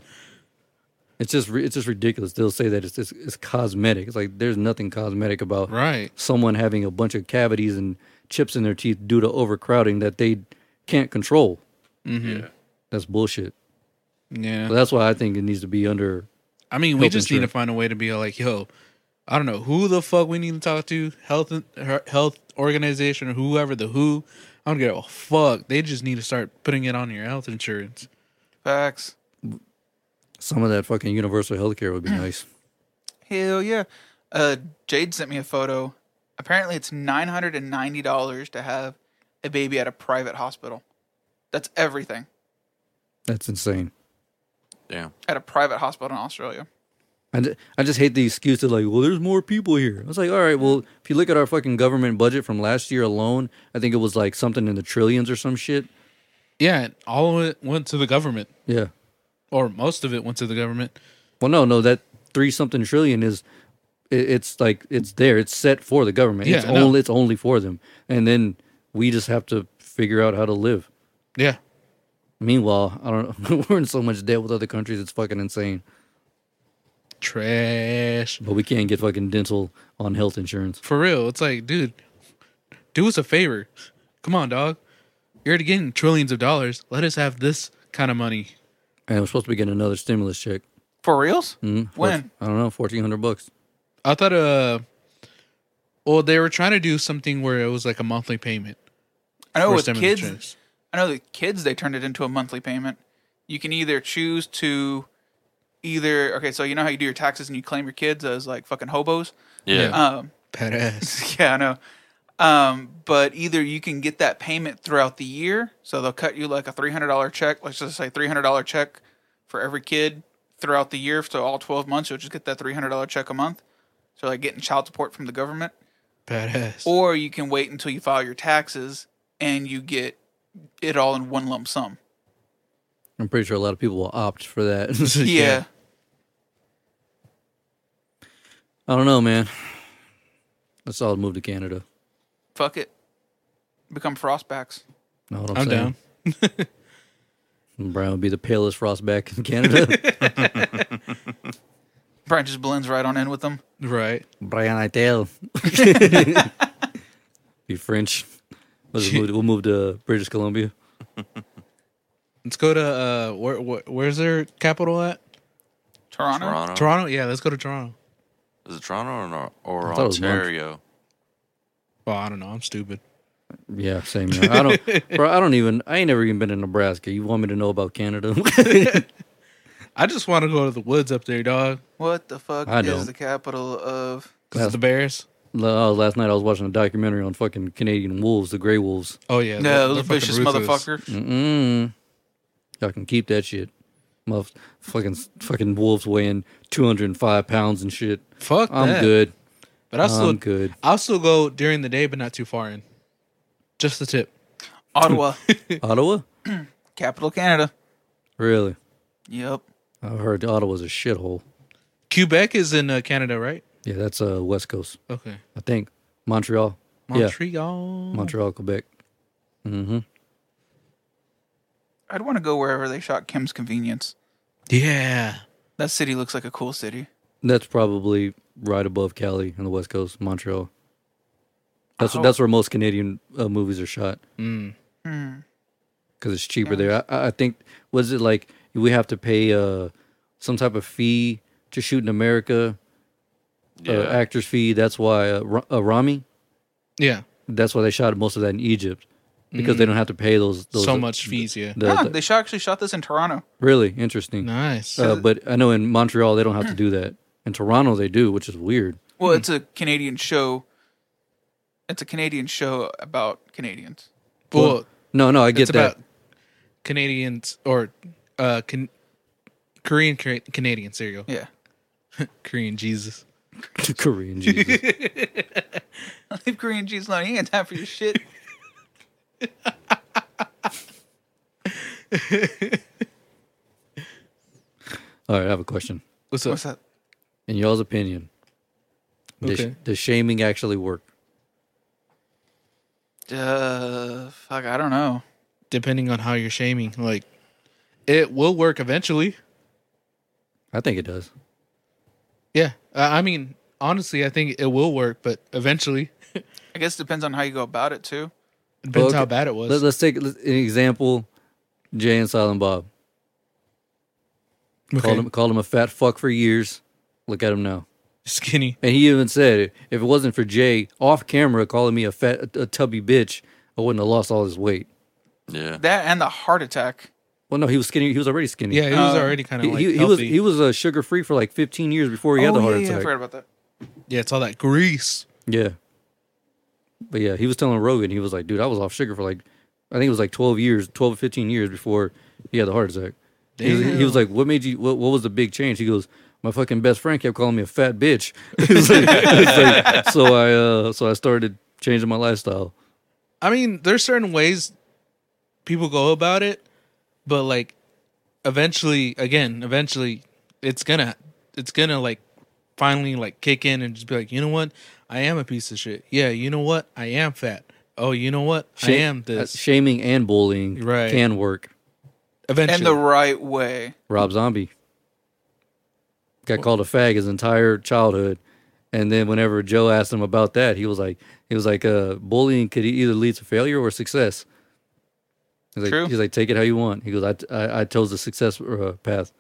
[SPEAKER 1] It's just ri- it's just ridiculous. They'll say that it's, it's it's cosmetic. It's like there's nothing cosmetic about
[SPEAKER 2] Right.
[SPEAKER 1] someone having a bunch of cavities and chips in their teeth due to overcrowding that they can't control.
[SPEAKER 3] Yeah.
[SPEAKER 1] That's bullshit.
[SPEAKER 2] Yeah.
[SPEAKER 1] So that's why I think it needs to be under.
[SPEAKER 2] I mean, we
[SPEAKER 1] Health
[SPEAKER 2] just need to
[SPEAKER 1] insurance.
[SPEAKER 2] find a way to be like, yo, I don't know who the fuck we need to talk to, health her- health organization or whoever the who. I don't give a fuck. They just need to start putting it on your health insurance.
[SPEAKER 5] Facts.
[SPEAKER 1] Some of that fucking universal healthcare would be nice.
[SPEAKER 5] Hell yeah. Uh, Jade sent me a photo. Apparently, it's nine hundred and ninety dollars to have a baby at a private hospital. That's everything
[SPEAKER 1] That's insane.
[SPEAKER 3] Damn.
[SPEAKER 5] at a private hospital in Australia.
[SPEAKER 1] I, ju- I just hate the excuse that like, well, there's more people here. I was like, all right, well, if you look at our fucking government budget from last year alone, I think it was like something in the trillions or some shit.
[SPEAKER 2] Yeah, and all of it went to the government,
[SPEAKER 1] Yeah.
[SPEAKER 2] or most of it went to the government.
[SPEAKER 1] Well, no, no, that three something trillion is it, it's like it's there, it's set for the government. it's
[SPEAKER 2] Yeah, I know.
[SPEAKER 1] only it's only for them, and then we just have to figure out how to live.
[SPEAKER 2] Yeah,
[SPEAKER 1] Meanwhile, I don't. [laughs] We're in so much debt with other countries; it's fucking insane.
[SPEAKER 2] trash
[SPEAKER 1] But we can't get fucking dental on health insurance.
[SPEAKER 2] for real. It's like, dude, do us a favor. Come on, dog. You're already getting trillions of dollars. Let us have this kind of money.
[SPEAKER 1] And we're supposed to be getting another stimulus check.
[SPEAKER 5] For reals?
[SPEAKER 1] Mm, for-
[SPEAKER 5] When?
[SPEAKER 1] I don't know, fourteen hundred bucks.
[SPEAKER 2] I thought uh well they were trying to do something where it was like a monthly payment.
[SPEAKER 5] I know
[SPEAKER 2] for
[SPEAKER 5] Oh, with
[SPEAKER 2] stimulus
[SPEAKER 5] kids.
[SPEAKER 2] checks.
[SPEAKER 5] I know the kids they turned it into a monthly payment. You can either choose to either okay, so you know how you do your taxes and you claim your kids as like fucking hobos.
[SPEAKER 3] Yeah.
[SPEAKER 5] Um,
[SPEAKER 2] Badass.
[SPEAKER 5] [laughs] yeah, I know. Um, but either you can get that payment throughout the year, so they'll cut you like a three hundred dollar check. Let's just say three hundred dollar check for every kid throughout the year. So all 12 months, you'll just get that $300 check a month. So like getting child support from the government.
[SPEAKER 2] Badass.
[SPEAKER 5] Or you can wait until you file your taxes and you get it all in one lump sum.
[SPEAKER 1] I'm pretty sure a lot of people will opt for that. [laughs]
[SPEAKER 5] Yeah.
[SPEAKER 1] I don't know, man. Let's all move to Canada.
[SPEAKER 5] Fuck it. Become frostbacks.
[SPEAKER 1] Know what I'm,
[SPEAKER 2] I'm
[SPEAKER 1] saying?
[SPEAKER 2] down.
[SPEAKER 1] And Brian would be the palest frostback in Canada.
[SPEAKER 5] Brian just blends right on in with them.
[SPEAKER 2] Right.
[SPEAKER 1] Brian [laughs] Itel. be French. Let's just move to- we'll move to British Columbia.
[SPEAKER 2] Let's go to uh where, where where's their capital at?
[SPEAKER 5] Toronto.
[SPEAKER 3] Toronto.
[SPEAKER 2] Toronto. Yeah, let's go to Toronto.
[SPEAKER 3] Is it Toronto or, Nor- or
[SPEAKER 1] I thought it was Montreal.
[SPEAKER 3] Ontario?
[SPEAKER 2] Well, I don't know. I'm stupid.
[SPEAKER 1] Yeah, same. here. I [laughs] don't, bro. I don't even. I ain't never even been to Nebraska. You want me to know about Canada? [laughs]
[SPEAKER 2] I just want to go to the woods up there, dog.
[SPEAKER 5] What the fuck
[SPEAKER 1] I
[SPEAKER 5] is
[SPEAKER 1] don't.
[SPEAKER 5] the capital of?
[SPEAKER 2] 'Cause it's the Bears.
[SPEAKER 1] La- uh, Last night I was watching a documentary on fucking Canadian wolves, the gray wolves.
[SPEAKER 2] Oh yeah.
[SPEAKER 5] No,
[SPEAKER 2] they're-
[SPEAKER 5] those
[SPEAKER 2] they're fucking
[SPEAKER 5] vicious
[SPEAKER 2] ruthless.
[SPEAKER 5] motherfuckers.
[SPEAKER 1] Mm-mm. Y'all can keep that shit. Muff, fucking fucking wolves weighing 205 pounds and shit.
[SPEAKER 2] Fuck
[SPEAKER 1] I'm
[SPEAKER 2] that.
[SPEAKER 1] good.
[SPEAKER 2] But I'll still
[SPEAKER 1] I'm good.
[SPEAKER 2] I'll still go during the day, but not too far in. Just the tip.
[SPEAKER 5] [laughs] Ottawa,
[SPEAKER 1] Ottawa?
[SPEAKER 5] capital Canada.
[SPEAKER 1] Really?
[SPEAKER 5] Yep.
[SPEAKER 1] I heard Ottawa's a shithole.
[SPEAKER 2] Quebec is in uh, Canada, right?
[SPEAKER 1] Yeah, that's uh West Coast.
[SPEAKER 2] Okay.
[SPEAKER 1] I think Montreal. Yeah,
[SPEAKER 2] Montreal.
[SPEAKER 1] Montreal, Quebec. Mm-hmm.
[SPEAKER 5] I'd want to go wherever they shot Kim's Convenience.
[SPEAKER 2] Yeah.
[SPEAKER 5] That city looks like a cool city.
[SPEAKER 1] That's probably right above Cali on the West Coast, Montreal. That's
[SPEAKER 5] Oh.
[SPEAKER 1] that's where most Canadian uh, movies are shot. Mm. Because it's cheaper there. I, I think was it like we have to pay uh, some type of fee to shoot in America,
[SPEAKER 3] Yeah.
[SPEAKER 1] uh, actors fee. That's why uh, Ra- uh, Rami.
[SPEAKER 2] Yeah.
[SPEAKER 1] That's why they shot most of that in Egypt because they don't have to pay those. those
[SPEAKER 2] so much fees, yeah.
[SPEAKER 1] the-
[SPEAKER 5] Ah,
[SPEAKER 1] the-
[SPEAKER 5] they shot, actually shot this in Toronto.
[SPEAKER 1] really interesting.
[SPEAKER 2] nice.
[SPEAKER 1] Uh, but I know in Montreal they don't have to do that. In Toronto they do, which is weird.
[SPEAKER 5] Well, it's a Canadian show. It's a Canadian show about Canadians.
[SPEAKER 2] well,
[SPEAKER 1] No, no, I
[SPEAKER 2] it's
[SPEAKER 1] get that.
[SPEAKER 2] about Canadians or uh can, Korean Ca- Canadian cereal.
[SPEAKER 5] Yeah. [laughs]
[SPEAKER 2] Korean Jesus.
[SPEAKER 1] [laughs] Korean Jesus.
[SPEAKER 2] [laughs]
[SPEAKER 5] Leave Korean G's alone. He ain't got time for your shit.
[SPEAKER 1] [laughs] All right, I have a question.
[SPEAKER 2] What's up?
[SPEAKER 5] What's that?
[SPEAKER 1] In y'all's opinion, does,
[SPEAKER 2] Okay.
[SPEAKER 1] does shaming actually work?
[SPEAKER 5] Uh, fuck, I don't know.
[SPEAKER 2] Depending on how you're shaming, like it will work eventually.
[SPEAKER 1] I think it does.
[SPEAKER 2] Yeah. Uh, I mean, honestly, I think it will work, but eventually
[SPEAKER 5] I guess it depends on how you go about it too.
[SPEAKER 2] depends
[SPEAKER 1] Okay.
[SPEAKER 2] how bad it was.
[SPEAKER 1] Let, us take an example. Jay and Silent Bob called him called him a fat fuck for years. Look at him now.
[SPEAKER 2] Skinny.
[SPEAKER 1] And he even said, if it wasn't for Jay off camera calling me a fat, a, tubby bitch, I wouldn't have lost all this weight.
[SPEAKER 3] yeah.
[SPEAKER 5] That and the heart attack.
[SPEAKER 1] Well, no, he was skinny. He was already skinny.
[SPEAKER 2] Yeah, he was
[SPEAKER 5] Uh,
[SPEAKER 2] already kind
[SPEAKER 1] He,
[SPEAKER 2] of like
[SPEAKER 1] he, he was
[SPEAKER 2] healthy.
[SPEAKER 1] he was uh, sugar free for like 15 years before he had
[SPEAKER 5] oh,
[SPEAKER 1] the heart
[SPEAKER 5] yeah, yeah, I
[SPEAKER 1] attack.
[SPEAKER 5] forgot about that.
[SPEAKER 2] yeah, it's all that grease.
[SPEAKER 1] Yeah. But yeah, he was telling Rogan, he was like, dude, I was off sugar for like, I think it was like 12 years, 12 or 15 years before he had the heart attack. He was, he was like, what made you, what, what was the big change? He goes, my fucking best friend kept calling me a fat bitch. [laughs] It's like- it's like, so I, uh, so I started changing my lifestyle.
[SPEAKER 2] I mean, there's certain ways people go about it, but like eventually, again, eventually, it's gonna, it's gonna like finally like kick in and just be like, you know what, I am a piece of shit. Yeah, you know what, I am fat. Oh, you know what, I am
[SPEAKER 1] uh,
[SPEAKER 2] this.
[SPEAKER 1] Shaming and bullying
[SPEAKER 2] Right.
[SPEAKER 1] can work.
[SPEAKER 2] Eventually,
[SPEAKER 5] And the right way.
[SPEAKER 1] Rob Zombie got called a fag his entire childhood, and then whenever Joe asked him about that, he was like, he was like, uh, bullying could either lead to failure or success. He's like,
[SPEAKER 5] True.
[SPEAKER 1] he's like, take it how you want. He goes, I, I, I chose the success uh, path.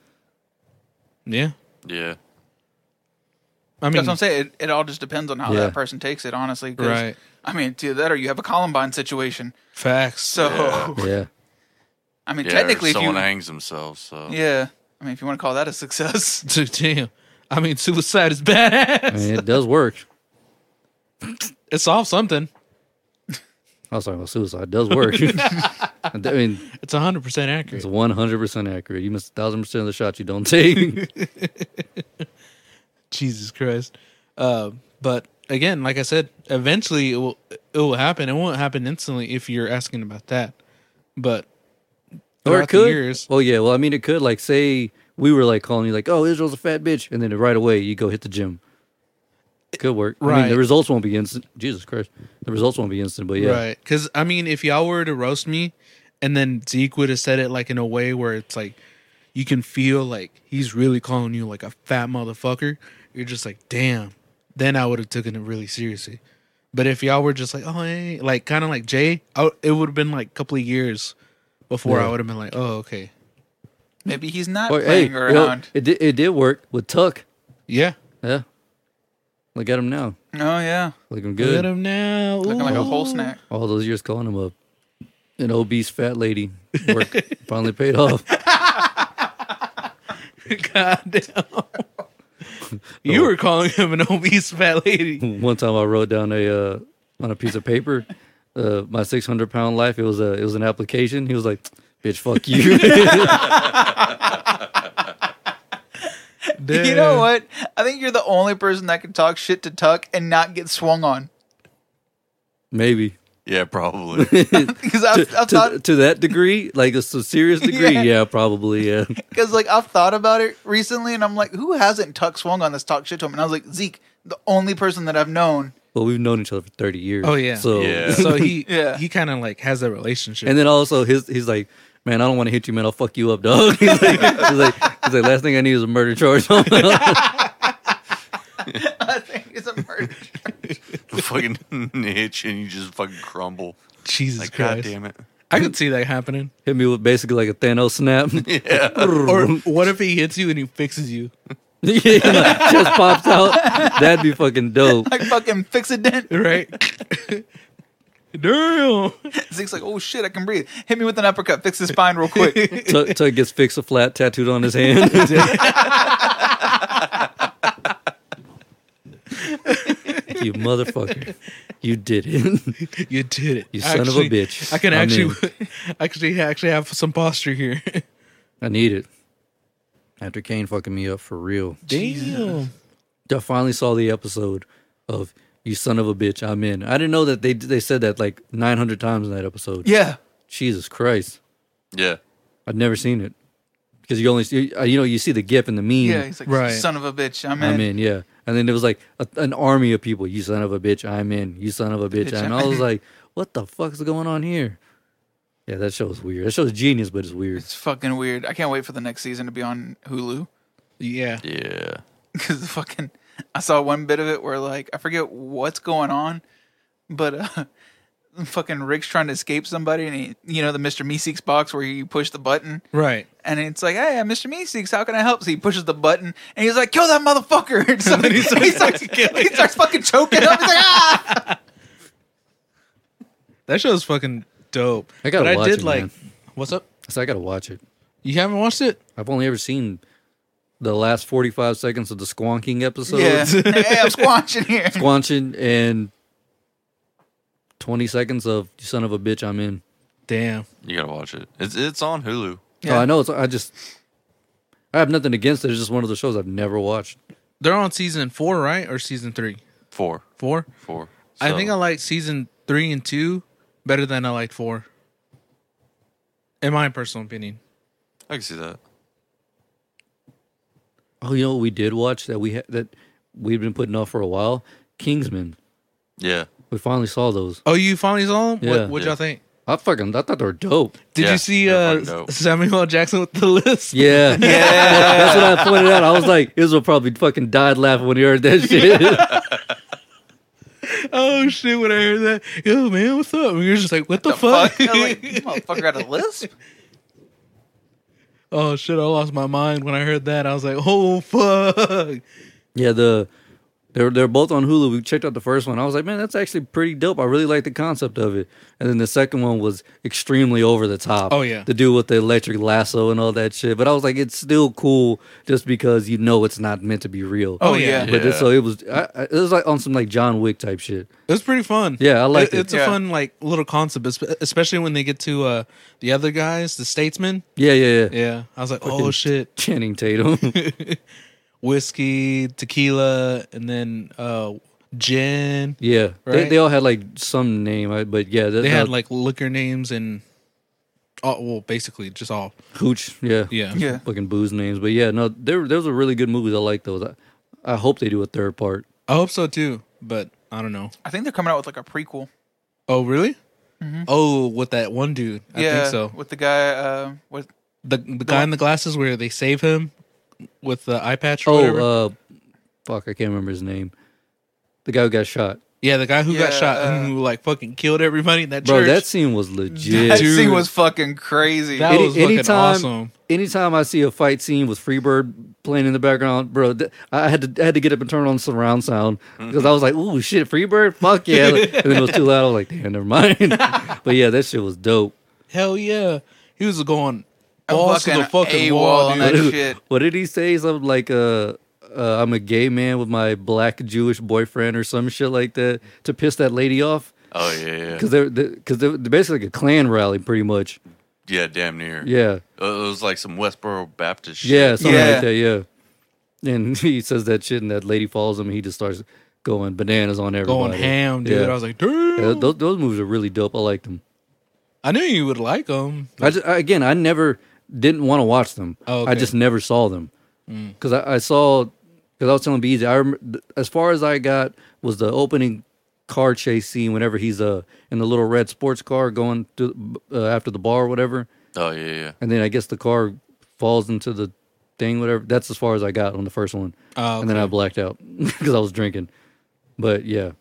[SPEAKER 2] yeah.
[SPEAKER 3] Yeah.
[SPEAKER 2] I mean,
[SPEAKER 5] That's what I'm saying. It, it all just depends on how
[SPEAKER 1] Yeah.
[SPEAKER 5] that person takes it, honestly. 'cause,
[SPEAKER 2] Right.
[SPEAKER 5] I mean, to that or you have a Columbine situation.
[SPEAKER 2] facts. [laughs]
[SPEAKER 5] So,
[SPEAKER 1] Yeah,
[SPEAKER 5] I mean,
[SPEAKER 3] Yeah.
[SPEAKER 5] technically,
[SPEAKER 3] or
[SPEAKER 5] if you,
[SPEAKER 3] someone hangs themselves. So
[SPEAKER 5] yeah, I mean, if you want to call that a success, [laughs]
[SPEAKER 2] Dude, damn. I mean, suicide is [laughs] badass.
[SPEAKER 1] I mean, it does work.
[SPEAKER 2] It solves something.
[SPEAKER 1] I was talking about suicide. It does work. [laughs] I mean,
[SPEAKER 2] It's 100% accurate.
[SPEAKER 1] it's 100% accurate. You miss 1,000% of the shots you don't take.
[SPEAKER 2] Jesus Christ. Uh, but again, like I said, eventually it will it will happen. It won't happen instantly if you're asking about that. But
[SPEAKER 1] or
[SPEAKER 2] throughout
[SPEAKER 1] it could.
[SPEAKER 2] the years,
[SPEAKER 1] Oh, yeah. Well, I mean, it could. Like, say we were like calling you, like, oh, Israel's a fat bitch. And then right away, you go hit the gym. Could work. I mean,
[SPEAKER 2] Right.
[SPEAKER 1] the results won't be instant. Jesus Christ. The results won't be instant, but yeah.
[SPEAKER 2] right? Because I mean, if y'all were to roast me, and then Zeke would have said it like in a way where it's like you can feel like he's really calling you like a fat motherfucker. You're just like, damn. Then I would have taken it really seriously. But if y'all were just like, oh, hey, like kind of like Jay, I w- it would have been like a couple of years before I
[SPEAKER 1] Yeah.
[SPEAKER 2] would have been like, oh, okay,
[SPEAKER 5] Maybe he's not
[SPEAKER 1] Or, hey,
[SPEAKER 5] playing
[SPEAKER 1] you know,
[SPEAKER 5] around.
[SPEAKER 1] it, did, it did work with Tuck.
[SPEAKER 2] yeah.
[SPEAKER 1] Yeah. Look at him now.
[SPEAKER 5] oh yeah,
[SPEAKER 1] Looking
[SPEAKER 2] Look at
[SPEAKER 1] good.
[SPEAKER 2] him now.
[SPEAKER 5] looking like a
[SPEAKER 2] Ooh.
[SPEAKER 5] whole snack.
[SPEAKER 1] All those years calling him up. An obese fat lady.
[SPEAKER 2] [laughs]
[SPEAKER 1] Work finally paid off.
[SPEAKER 2] [laughs]
[SPEAKER 1] [laughs]
[SPEAKER 2] Goddamn. [laughs] you were calling him an [laughs] obese fat lady.
[SPEAKER 1] One time I wrote down a uh, on a piece of paper uh, my 600 pound life. It was a it was an application. He was like, "Bitch,
[SPEAKER 2] [laughs]
[SPEAKER 1] fuck you."
[SPEAKER 5] You know what? I think you're the only person that can talk shit to Tuck and not get swung on. [laughs]
[SPEAKER 1] Maybe
[SPEAKER 3] Yeah,
[SPEAKER 1] [laughs]
[SPEAKER 3] probably.
[SPEAKER 5] Because I've, I've
[SPEAKER 1] to,
[SPEAKER 5] thought,
[SPEAKER 1] to that degree, like a so-
[SPEAKER 2] [laughs]
[SPEAKER 1] serious degree.
[SPEAKER 5] Yeah.
[SPEAKER 1] yeah. probably. Yeah,
[SPEAKER 5] because like I've thought about it recently, and I'm like, who hasn't Tuck swung on this talk shit to him? And I was like, Zeke, the only person that I've known. [laughs]
[SPEAKER 1] well, we've known each other for 30 years.
[SPEAKER 2] Oh, yeah.
[SPEAKER 1] So [laughs]
[SPEAKER 3] Yeah.
[SPEAKER 2] [laughs] So he
[SPEAKER 5] Yeah.
[SPEAKER 2] he kind of like has that relationship.
[SPEAKER 1] and then also his he's like. Man, I don't want to hit you, man. I'll fuck you up, dog. [laughs] He's like, he's like, he's like last thing I need is a murder charge. [laughs]
[SPEAKER 5] I think he's a [laughs] murderer.
[SPEAKER 3] fucking [laughs] niche, and you just fucking crumble.
[SPEAKER 2] Jesus
[SPEAKER 3] Like, god
[SPEAKER 2] Christ,
[SPEAKER 3] damn it.
[SPEAKER 2] I could see that happening.
[SPEAKER 1] [laughs] Hit me with basically like a Thanos snap. [laughs]
[SPEAKER 2] Or what if he hits you and he fixes you?
[SPEAKER 1] yeah, like, chest pops out. That'd be fucking dope.
[SPEAKER 5] like fucking fix a
[SPEAKER 1] [laughs]
[SPEAKER 5] dent.
[SPEAKER 2] Right? [laughs] Damn.
[SPEAKER 5] Zeke's like, oh shit, I can breathe. Hit me with an uppercut, fix his spine
[SPEAKER 1] [laughs]
[SPEAKER 5] real quick.
[SPEAKER 1] Tuck, Tuck gets fix a flat tattooed on his hand. [laughs] you motherfucker. You did it.
[SPEAKER 2] You did it.
[SPEAKER 1] You son of a bitch.
[SPEAKER 2] I can
[SPEAKER 1] I'm
[SPEAKER 2] actually [laughs] actually actually have some posture here. [laughs]
[SPEAKER 1] I need it. After Kane fucking me up for real.
[SPEAKER 2] Damn.
[SPEAKER 1] I finally saw the episode of You Son of a Bitch, I'm in. I didn't know that they they said that like 900 times in that episode.
[SPEAKER 5] yeah.
[SPEAKER 1] Jesus Christ.
[SPEAKER 3] Yeah.
[SPEAKER 1] I'd never seen it. Because you only, see, you know, you see the gif and the meme.
[SPEAKER 5] Yeah. He's like,
[SPEAKER 2] Right.
[SPEAKER 5] son of a bitch. I'm in.
[SPEAKER 1] I'm in, yeah. And then it was like a, an army of people. You son of a bitch, I'm in. You son of a bitch,
[SPEAKER 5] Bitch,
[SPEAKER 1] I'm in. I
[SPEAKER 5] I'm
[SPEAKER 1] was
[SPEAKER 5] in. [laughs]
[SPEAKER 1] like, what the fuck's going on here? Yeah, that show's weird. That show's genius, but it's weird.
[SPEAKER 5] It's fucking weird. I can't wait for the next season to be on Hulu. [laughs]
[SPEAKER 2] Yeah.
[SPEAKER 3] Yeah.
[SPEAKER 5] because fucking I saw one bit of it where like I forget what's going on, but uh, [laughs] fucking Rick's trying to escape somebody, and he, you know the Mister Meeseeks box where you push the button,
[SPEAKER 2] Right.
[SPEAKER 5] and it's like, hey, Mister Meeseeks, how can I help? So he pushes the button, and he's like, kill that motherfucker, [laughs] and, so he, starts, he starts fucking choking up. He's like, [laughs] ah,
[SPEAKER 2] That show's fucking dope.
[SPEAKER 1] I gotta
[SPEAKER 2] but
[SPEAKER 1] watch
[SPEAKER 2] I did
[SPEAKER 1] it,
[SPEAKER 2] like
[SPEAKER 1] man.
[SPEAKER 2] what's up?
[SPEAKER 1] So I gotta watch it.
[SPEAKER 2] You haven't watched it?
[SPEAKER 1] I've only ever seen the last 45 seconds of the squonking episode. [laughs]
[SPEAKER 5] yeah, hey, I'm squanching here.
[SPEAKER 1] Squanching and 20 seconds of you son of a bitch, I'm in.
[SPEAKER 2] Damn.
[SPEAKER 3] You gotta watch it. It's it's on Hulu.
[SPEAKER 1] Yeah. Oh, I know. It's, I just, I have nothing against it. It's just one of the shows I've never watched.
[SPEAKER 2] They're on season four, right? Or season three?
[SPEAKER 3] Four.
[SPEAKER 2] Four?
[SPEAKER 3] Four.
[SPEAKER 2] I
[SPEAKER 3] So,
[SPEAKER 2] think I like season three and two better than I liked four. In my personal opinion.
[SPEAKER 3] I can see that.
[SPEAKER 1] Oh, you know what we did watch that we had that we've been putting off for a while? Kingsman.
[SPEAKER 3] Yeah.
[SPEAKER 1] We finally saw those.
[SPEAKER 2] Oh, you finally saw them?
[SPEAKER 1] Yeah.
[SPEAKER 2] What what
[SPEAKER 3] Yeah.
[SPEAKER 2] y'all think?
[SPEAKER 1] I fucking I thought they were dope.
[SPEAKER 2] Did
[SPEAKER 3] Yeah,
[SPEAKER 2] you see
[SPEAKER 3] they're fucking
[SPEAKER 2] uh,
[SPEAKER 3] dope.
[SPEAKER 2] Samuel L. Jackson with the list?
[SPEAKER 1] [laughs] Yeah. Yeah. That's what I pointed out. I was like, Israel probably fucking died laughing when he heard that shit.
[SPEAKER 2] [laughs]
[SPEAKER 1] [laughs]
[SPEAKER 2] Oh shit! When I heard that, yo man, what's up? And you're just like, what the, fuck?
[SPEAKER 5] [laughs] Fuck, I was [laughs] like, "You motherfucker got a [laughs] lisp.
[SPEAKER 2] [laughs] oh shit! I lost my mind when I heard that. I was like, oh fuck!
[SPEAKER 1] yeah, the They're they're both on Hulu. We checked out the first one. I was like, man, that's actually pretty dope. I really like the concept of it. And then the second one was extremely over the top.
[SPEAKER 2] Oh, yeah.
[SPEAKER 1] the dude with the electric lasso and all that shit. But I was like, it's still cool just because you know it's not meant to be real.
[SPEAKER 2] Oh, yeah.
[SPEAKER 1] But
[SPEAKER 3] Yeah.
[SPEAKER 1] just, so it was. I, I, it was like on some like John Wick type shit.
[SPEAKER 2] It was pretty fun.
[SPEAKER 1] Yeah, I liked it.
[SPEAKER 2] It's
[SPEAKER 5] Yeah.
[SPEAKER 2] a fun like little concept, espe- especially when they get to uh, the other guys, the statesmen.
[SPEAKER 1] Yeah, yeah, yeah.
[SPEAKER 2] Yeah, I was like, oh shit,
[SPEAKER 1] [laughs] Channing Tatum.
[SPEAKER 2] whiskey, tequila, and then uh, gin.
[SPEAKER 1] yeah, they,
[SPEAKER 2] Right.
[SPEAKER 1] they all had like some name, I- but yeah, uh,
[SPEAKER 2] They had like liquor names and oh, well, basically just all.
[SPEAKER 1] Hooch. Yeah.
[SPEAKER 2] Yeah,
[SPEAKER 5] Yeah.
[SPEAKER 1] Fucking booze names. But yeah, no, there those are really good movies. I like those. I, I hope they do a third part.
[SPEAKER 2] I hope so too, but I don't know.
[SPEAKER 5] I think they're coming out with like a prequel.
[SPEAKER 2] Oh really? Oh, with that one dude. I
[SPEAKER 5] yeah,
[SPEAKER 2] think so.
[SPEAKER 5] with the guy. Uh, with
[SPEAKER 2] The the guy in the glasses where they save him with the eye patch or whatever.
[SPEAKER 1] Oh, uh, fuck, I can't remember his name. The guy who got shot.
[SPEAKER 2] yeah, the guy who got
[SPEAKER 5] yeah,
[SPEAKER 2] shot
[SPEAKER 5] uh,
[SPEAKER 2] and who like fucking killed everybody in that
[SPEAKER 1] Bro,
[SPEAKER 2] church.
[SPEAKER 1] that scene was legit.
[SPEAKER 5] that
[SPEAKER 2] Dude.
[SPEAKER 5] scene was fucking crazy.
[SPEAKER 2] That was fucking awesome.
[SPEAKER 1] anytime I see a fight scene with Freebird playing in the background, bro, th- I had to I had to get up and turn on surround sound
[SPEAKER 2] Mm-hmm.
[SPEAKER 1] because I was like, "Ooh, shit, Freebird, fuck yeah!" and then it was too loud. I was like, "Damn,
[SPEAKER 2] [laughs]
[SPEAKER 1] never mind." but yeah, that shit was dope.
[SPEAKER 2] Hell yeah. He was going
[SPEAKER 5] I'm
[SPEAKER 2] balls to the fucking
[SPEAKER 5] AWOL
[SPEAKER 2] wall,
[SPEAKER 5] on
[SPEAKER 2] dude.
[SPEAKER 5] that
[SPEAKER 1] What-
[SPEAKER 5] shit.
[SPEAKER 1] What did he say? Something like, uh, uh, "I'm a gay man with my black Jewish boyfriend" or some shit like that to piss that lady off.
[SPEAKER 3] Oh yeah, yeah,
[SPEAKER 1] Cause they're because they're, they're basically like a Klan rally, pretty much.
[SPEAKER 3] yeah. Damn near.
[SPEAKER 1] Yeah,
[SPEAKER 3] Uh, it was like some Westboro Baptist. Shit.
[SPEAKER 1] yeah, something
[SPEAKER 5] Yeah.
[SPEAKER 1] like that. Yeah, and [laughs] he says that shit, and that lady follows him, and he just starts going bananas on everybody.
[SPEAKER 2] Going ham, dude.
[SPEAKER 1] Yeah.
[SPEAKER 2] I was like, damn.
[SPEAKER 1] Yeah, those those movies are really dope. I like them.
[SPEAKER 2] I knew you would like him.
[SPEAKER 1] I just, I, again, I never didn't want to watch them.
[SPEAKER 2] Oh,
[SPEAKER 1] I
[SPEAKER 2] okay. Mm.
[SPEAKER 1] just never saw them because I, I saw because I was telling BZ. I remember as far as I got was the opening car chase scene whenever he's uh in the little red sports car going to uh, after the bar or whatever,
[SPEAKER 3] Oh yeah, yeah.
[SPEAKER 1] and then I guess the car falls into the thing whatever. That's as far as I got on the first one,
[SPEAKER 2] Oh,
[SPEAKER 1] and then I blacked out [laughs] because I was drinking. But yeah,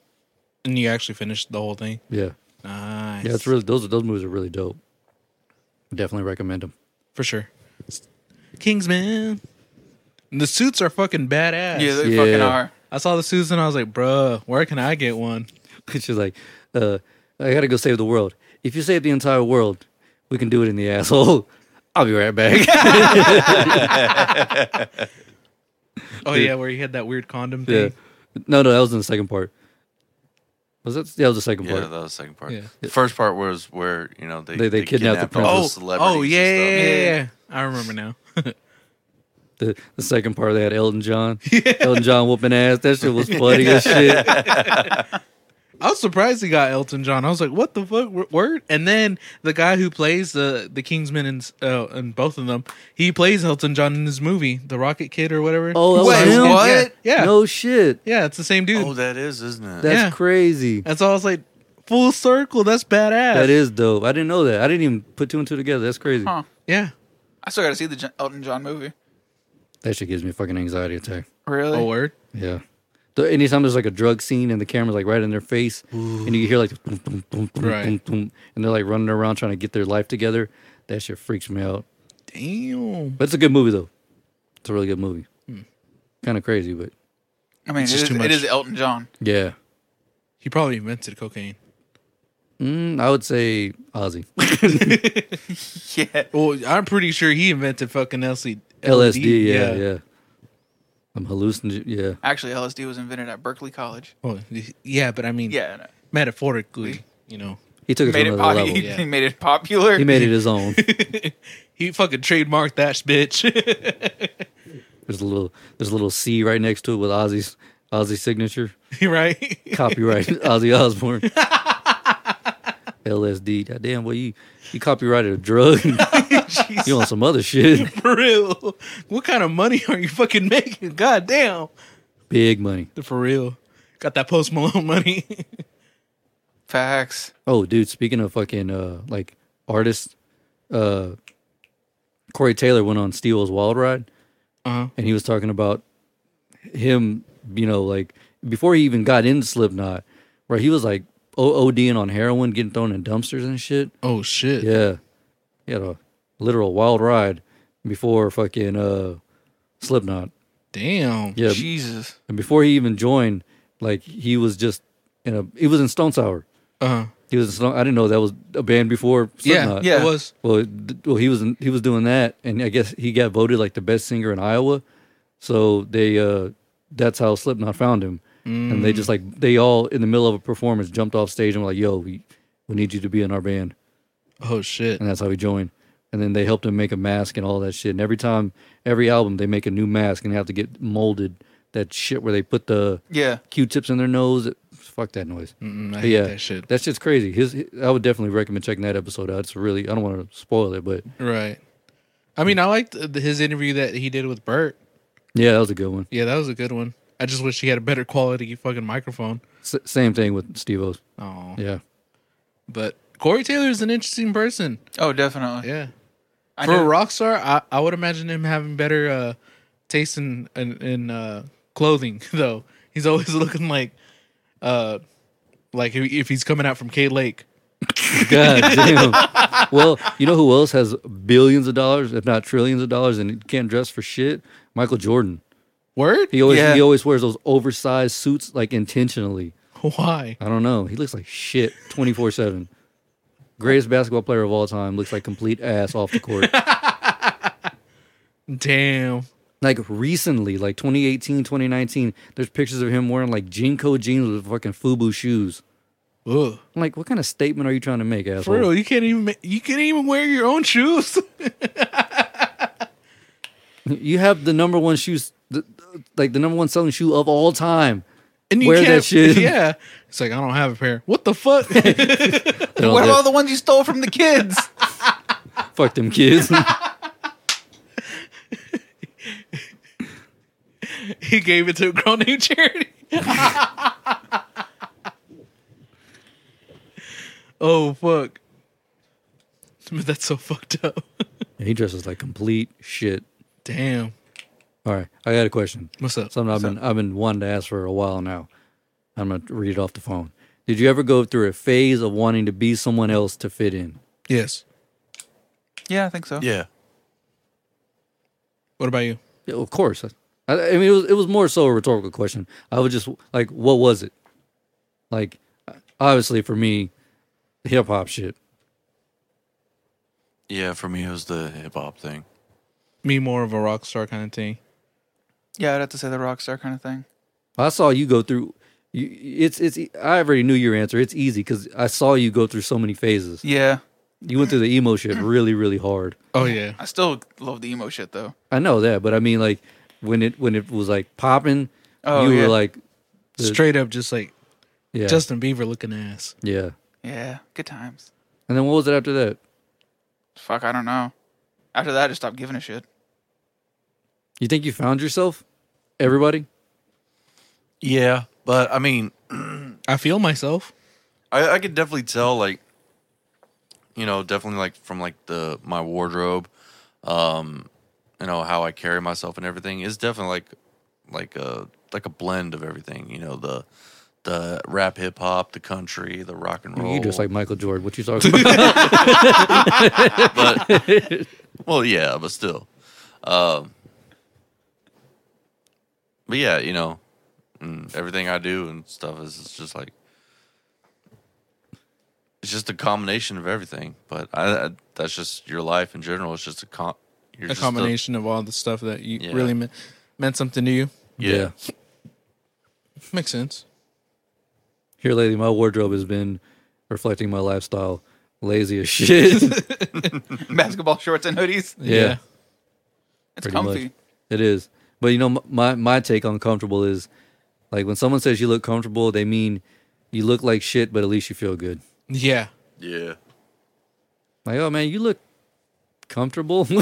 [SPEAKER 2] And you actually finished the whole thing.
[SPEAKER 1] yeah,
[SPEAKER 2] Nice.
[SPEAKER 1] yeah. It's really those those movies are really dope. Definitely recommend [laughs] them.
[SPEAKER 2] For sure. Kingsman. And the suits are fucking badass.
[SPEAKER 5] Yeah, they
[SPEAKER 1] Yeah.
[SPEAKER 5] fucking are.
[SPEAKER 2] I saw the suits and I was like, bruh, where can I get one?
[SPEAKER 1] She's like, uh, I gotta go save the world. If you save the entire world, we can do it in the asshole. [laughs] I'll be
[SPEAKER 2] [laughs]
[SPEAKER 1] right back.
[SPEAKER 2] Oh, yeah, where he had that weird condom
[SPEAKER 1] yeah.
[SPEAKER 2] thing.
[SPEAKER 1] No, no, that was in the second part. Was that? Yeah, that was the second
[SPEAKER 3] Yeah, that
[SPEAKER 1] part.
[SPEAKER 3] was the second part.
[SPEAKER 2] Yeah.
[SPEAKER 3] The first part was where you know they
[SPEAKER 1] They- they kidnapped the
[SPEAKER 3] all
[SPEAKER 1] Oh,
[SPEAKER 3] the celebrities.
[SPEAKER 2] Oh,
[SPEAKER 3] and
[SPEAKER 2] yeah, yeah,
[SPEAKER 3] stuff.
[SPEAKER 2] yeah, yeah. I remember now.
[SPEAKER 1] The, the second part they had Elton John.
[SPEAKER 2] [laughs]
[SPEAKER 1] Elton John whooping ass. That shit was funny as shit.
[SPEAKER 2] I was surprised he got Elton John. I was like, what the fuck? W- Word? And then the guy who plays the, the Kingsman and, uh, and both of them, he plays Elton John in his movie, The Rocket Kid or whatever.
[SPEAKER 1] Oh, that was
[SPEAKER 5] Wait,
[SPEAKER 1] him?
[SPEAKER 5] what?
[SPEAKER 2] Yeah. Yeah,
[SPEAKER 1] No shit.
[SPEAKER 2] yeah it's the same dude.
[SPEAKER 3] Oh, that is, isn't it?
[SPEAKER 1] That's
[SPEAKER 2] Yeah.
[SPEAKER 1] crazy.
[SPEAKER 2] And so I was like, full circle. That's badass.
[SPEAKER 1] That is dope. I didn't know that. I didn't even put two and two together. That's crazy.
[SPEAKER 5] Huh.
[SPEAKER 2] Yeah.
[SPEAKER 5] I still got to see the J- Elton John movie.
[SPEAKER 1] That shit gives me a fucking anxiety attack.
[SPEAKER 5] Really?
[SPEAKER 2] Oh, word.
[SPEAKER 1] Yeah. The, anytime there's like a drug scene and the camera's like right in their face, and you hear like, boom, boom, boom, boom,
[SPEAKER 2] Right.
[SPEAKER 1] boom, boom, and they're like running around trying to get their life together, that shit freaks me out.
[SPEAKER 2] Damn.
[SPEAKER 1] But it's a good movie though. It's a really good movie. Kind of crazy, but
[SPEAKER 5] I mean, it
[SPEAKER 2] It's just
[SPEAKER 5] is,
[SPEAKER 2] too
[SPEAKER 5] it
[SPEAKER 2] much.
[SPEAKER 5] is Elton John. [laughs]
[SPEAKER 1] yeah.
[SPEAKER 2] He probably invented
[SPEAKER 1] [laughs]
[SPEAKER 2] cocaine. [laughs]
[SPEAKER 1] Mm, I would say Ozzy.
[SPEAKER 5] Yeah.
[SPEAKER 2] Well, I'm pretty sure he invented fucking LC-
[SPEAKER 1] LSD, yeah, yeah. I'm hallucinating. Yeah.
[SPEAKER 5] Actually, LSD was invented at Berkeley College.
[SPEAKER 2] Oh, yeah, but I mean,
[SPEAKER 5] Yeah. Mm-hmm. no.
[SPEAKER 2] metaphorically, you know, [laughs]
[SPEAKER 1] He took it
[SPEAKER 5] Made
[SPEAKER 1] to
[SPEAKER 5] it,
[SPEAKER 1] another
[SPEAKER 5] pop-
[SPEAKER 1] level.
[SPEAKER 5] [laughs] he made it popular.
[SPEAKER 1] He made it his own.
[SPEAKER 2] he fucking trademarked that sh- bitch. [laughs]
[SPEAKER 1] There's a little there's a little C right next to it with Ozzy's Ozzy signature.
[SPEAKER 2] right? [laughs]
[SPEAKER 1] copyright Ozzy Osbourne. [laughs] LSD. Goddamn, well you you copyrighted a drug. you on some other shit.
[SPEAKER 2] For real. What kind of money are you fucking making? God damn.
[SPEAKER 1] Big money.
[SPEAKER 2] For real. Got that post Malone money. [laughs]
[SPEAKER 5] Facts.
[SPEAKER 1] Oh, dude, speaking of fucking uh like artists, uh Corey Taylor went on Steel's Wild Ride
[SPEAKER 2] Uh-huh.
[SPEAKER 1] and he was talking about him, you know, like before he even got into Slipknot, where he was like O- ODing on heroin, getting thrown in dumpsters and shit.
[SPEAKER 2] oh, shit.
[SPEAKER 1] Yeah. He had a literal wild ride before fucking uh Slipknot.
[SPEAKER 2] Damn.
[SPEAKER 1] Yeah,
[SPEAKER 5] Jesus.
[SPEAKER 1] and before he even joined, like he was just in a he was in Stone Sour.
[SPEAKER 2] Uh-huh.
[SPEAKER 1] He was in Stone. I didn't know that was a band before.
[SPEAKER 2] Yeah,
[SPEAKER 1] Slipknot.
[SPEAKER 2] yeah,
[SPEAKER 5] Yeah.
[SPEAKER 2] it was.
[SPEAKER 1] Well, th- well, he was in, he was doing that, and I guess he got voted like the best singer in Iowa. So they uh that's how Slipknot found him, and they just
[SPEAKER 2] Mm.
[SPEAKER 1] like they all in the middle of a performance jumped off stage and were like, "Yo, we, we need you to be in our band,"
[SPEAKER 2] Oh shit.
[SPEAKER 1] and that's how he joined. And then they helped him make a mask and all that shit. And every time, every album, they make a new mask and they have to get molded. That shit where they put the
[SPEAKER 5] Yeah.
[SPEAKER 1] Q-tips in their nose. Fuck that noise.
[SPEAKER 2] Mm, I
[SPEAKER 1] But
[SPEAKER 2] hate
[SPEAKER 1] yeah,
[SPEAKER 2] that shit.
[SPEAKER 1] That shit's crazy. His, I would definitely recommend checking that episode out. It's really, I don't want to spoil it, but
[SPEAKER 2] Right. I mean, I liked the, his interview that he did with Bert.
[SPEAKER 1] yeah, that was a good one.
[SPEAKER 2] Yeah, that was a good one. I just wish he had a better quality fucking microphone.
[SPEAKER 1] S- same thing with Steve O's.
[SPEAKER 2] Oh.
[SPEAKER 1] Yeah.
[SPEAKER 2] But Corey Taylor is an interesting person.
[SPEAKER 5] Oh, definitely.
[SPEAKER 2] Yeah.
[SPEAKER 5] I
[SPEAKER 2] For a
[SPEAKER 5] know-
[SPEAKER 2] rock star, I, I would imagine him having better uh, taste in in, in uh, clothing. [laughs] Though he's always [laughs] looking like, uh, like if- if he's coming out from K Lake. [laughs]
[SPEAKER 1] God damn. Well, you know who else has billions of dollars, if not trillions of dollars, and can't dress for shit? Michael Jordan.
[SPEAKER 2] Word? [laughs]
[SPEAKER 1] He always
[SPEAKER 5] Yeah.
[SPEAKER 1] he always wears those oversized suits like intentionally.
[SPEAKER 2] Why?
[SPEAKER 1] I don't know. He looks like shit 24 7. Greatest basketball player of all time. Looks like complete ass off the
[SPEAKER 5] [laughs]
[SPEAKER 1] court.
[SPEAKER 2] Damn.
[SPEAKER 1] like recently, like 2018, 2019, there's pictures of him wearing like Jinko jeans with fucking Fubu shoes.
[SPEAKER 2] Ugh.
[SPEAKER 1] I'm like, what kind of statement are you trying to make, asshole?
[SPEAKER 2] For real, you can't even ma- you can't even wear your own shoes. [laughs]
[SPEAKER 1] You have the number one shoes, the, like the number one selling shoe of all time.
[SPEAKER 2] And you
[SPEAKER 1] Wear that
[SPEAKER 2] can't,
[SPEAKER 1] shit.
[SPEAKER 2] Yeah. It's like I don't have a pair. What the fuck? [laughs]
[SPEAKER 1] They don't
[SPEAKER 5] [laughs] What
[SPEAKER 1] do-
[SPEAKER 5] about all the ones you stole from the kids?
[SPEAKER 1] fuck them kids? [laughs]
[SPEAKER 2] he gave it to a girl named Charity. [laughs] oh fuck. But that's so fucked up. [laughs]
[SPEAKER 1] he dresses like complete shit.
[SPEAKER 2] Damn.
[SPEAKER 1] All right, I got a question.
[SPEAKER 2] What's up?
[SPEAKER 1] Something I've been I've been wanting to ask for a while now. I'm gonna read it off the phone. Did you ever go through a phase of wanting to be someone else to fit in?
[SPEAKER 2] Yes.
[SPEAKER 5] yeah, I think so.
[SPEAKER 3] Yeah.
[SPEAKER 2] What about you?
[SPEAKER 1] Yeah, of course. I, I mean, it was it was more so a rhetorical question. I was just like, what was it? Like, obviously for me, hip hop shit.
[SPEAKER 3] Yeah, for me it was the hip hop thing.
[SPEAKER 2] Me more of a rock star kind of thing.
[SPEAKER 5] Yeah, I'd have to say the rock star kind of thing.
[SPEAKER 1] I saw you go through. You, it's it's. I already knew your answer. It's easy because I saw you go through so many phases.
[SPEAKER 5] Yeah.
[SPEAKER 1] You went through the emo shit really really hard.
[SPEAKER 2] Oh yeah.
[SPEAKER 5] I still love the emo shit though.
[SPEAKER 1] I know that, but I mean like when it when it was like popping,
[SPEAKER 5] Oh,
[SPEAKER 1] you
[SPEAKER 5] yeah.
[SPEAKER 1] were like The-
[SPEAKER 2] Straight up just like
[SPEAKER 1] yeah
[SPEAKER 2] Justin Bieber looking ass.
[SPEAKER 1] yeah.
[SPEAKER 5] Yeah, good times.
[SPEAKER 1] And then what was it after that?
[SPEAKER 5] Fuck, I don't know. After that, I just stopped giving a shit. [laughs]
[SPEAKER 1] You think you found yourself? Everybody?
[SPEAKER 3] Yeah, but I mean,
[SPEAKER 2] I feel myself.
[SPEAKER 3] I, I could definitely tell, like, you know, definitely like from like the my wardrobe, um, you know how I carry myself and everything is definitely like, like a like a blend of everything. You know the the rap, hip hop, the country, the rock and roll.
[SPEAKER 1] You just
[SPEAKER 2] Oh.
[SPEAKER 1] like Michael
[SPEAKER 2] [laughs]
[SPEAKER 1] Jordan. What you talking about?
[SPEAKER 3] but well, yeah, but still, um, but yeah, you know, and everything I do and stuff is it's just like it's just a combination of everything. But I, I that's just your life in general. It's just a com- you're
[SPEAKER 2] A
[SPEAKER 3] just
[SPEAKER 2] combination of all the stuff that you
[SPEAKER 3] Yeah.
[SPEAKER 2] really meant meant something to you.
[SPEAKER 3] yeah,
[SPEAKER 2] Makes sense.
[SPEAKER 1] Here lately, my wardrobe has been reflecting my lifestyle. Lazy as shit.
[SPEAKER 5] Basketball shorts and hoodies.
[SPEAKER 1] yeah.
[SPEAKER 5] It's
[SPEAKER 1] pretty
[SPEAKER 5] comfy.
[SPEAKER 1] much. It is. But you know, m- my my take on comfortable is like when someone says you look comfortable, they mean you look like shit, but at least you feel good.
[SPEAKER 2] Yeah.
[SPEAKER 3] yeah.
[SPEAKER 1] Like, oh man, you look comfortable. [laughs]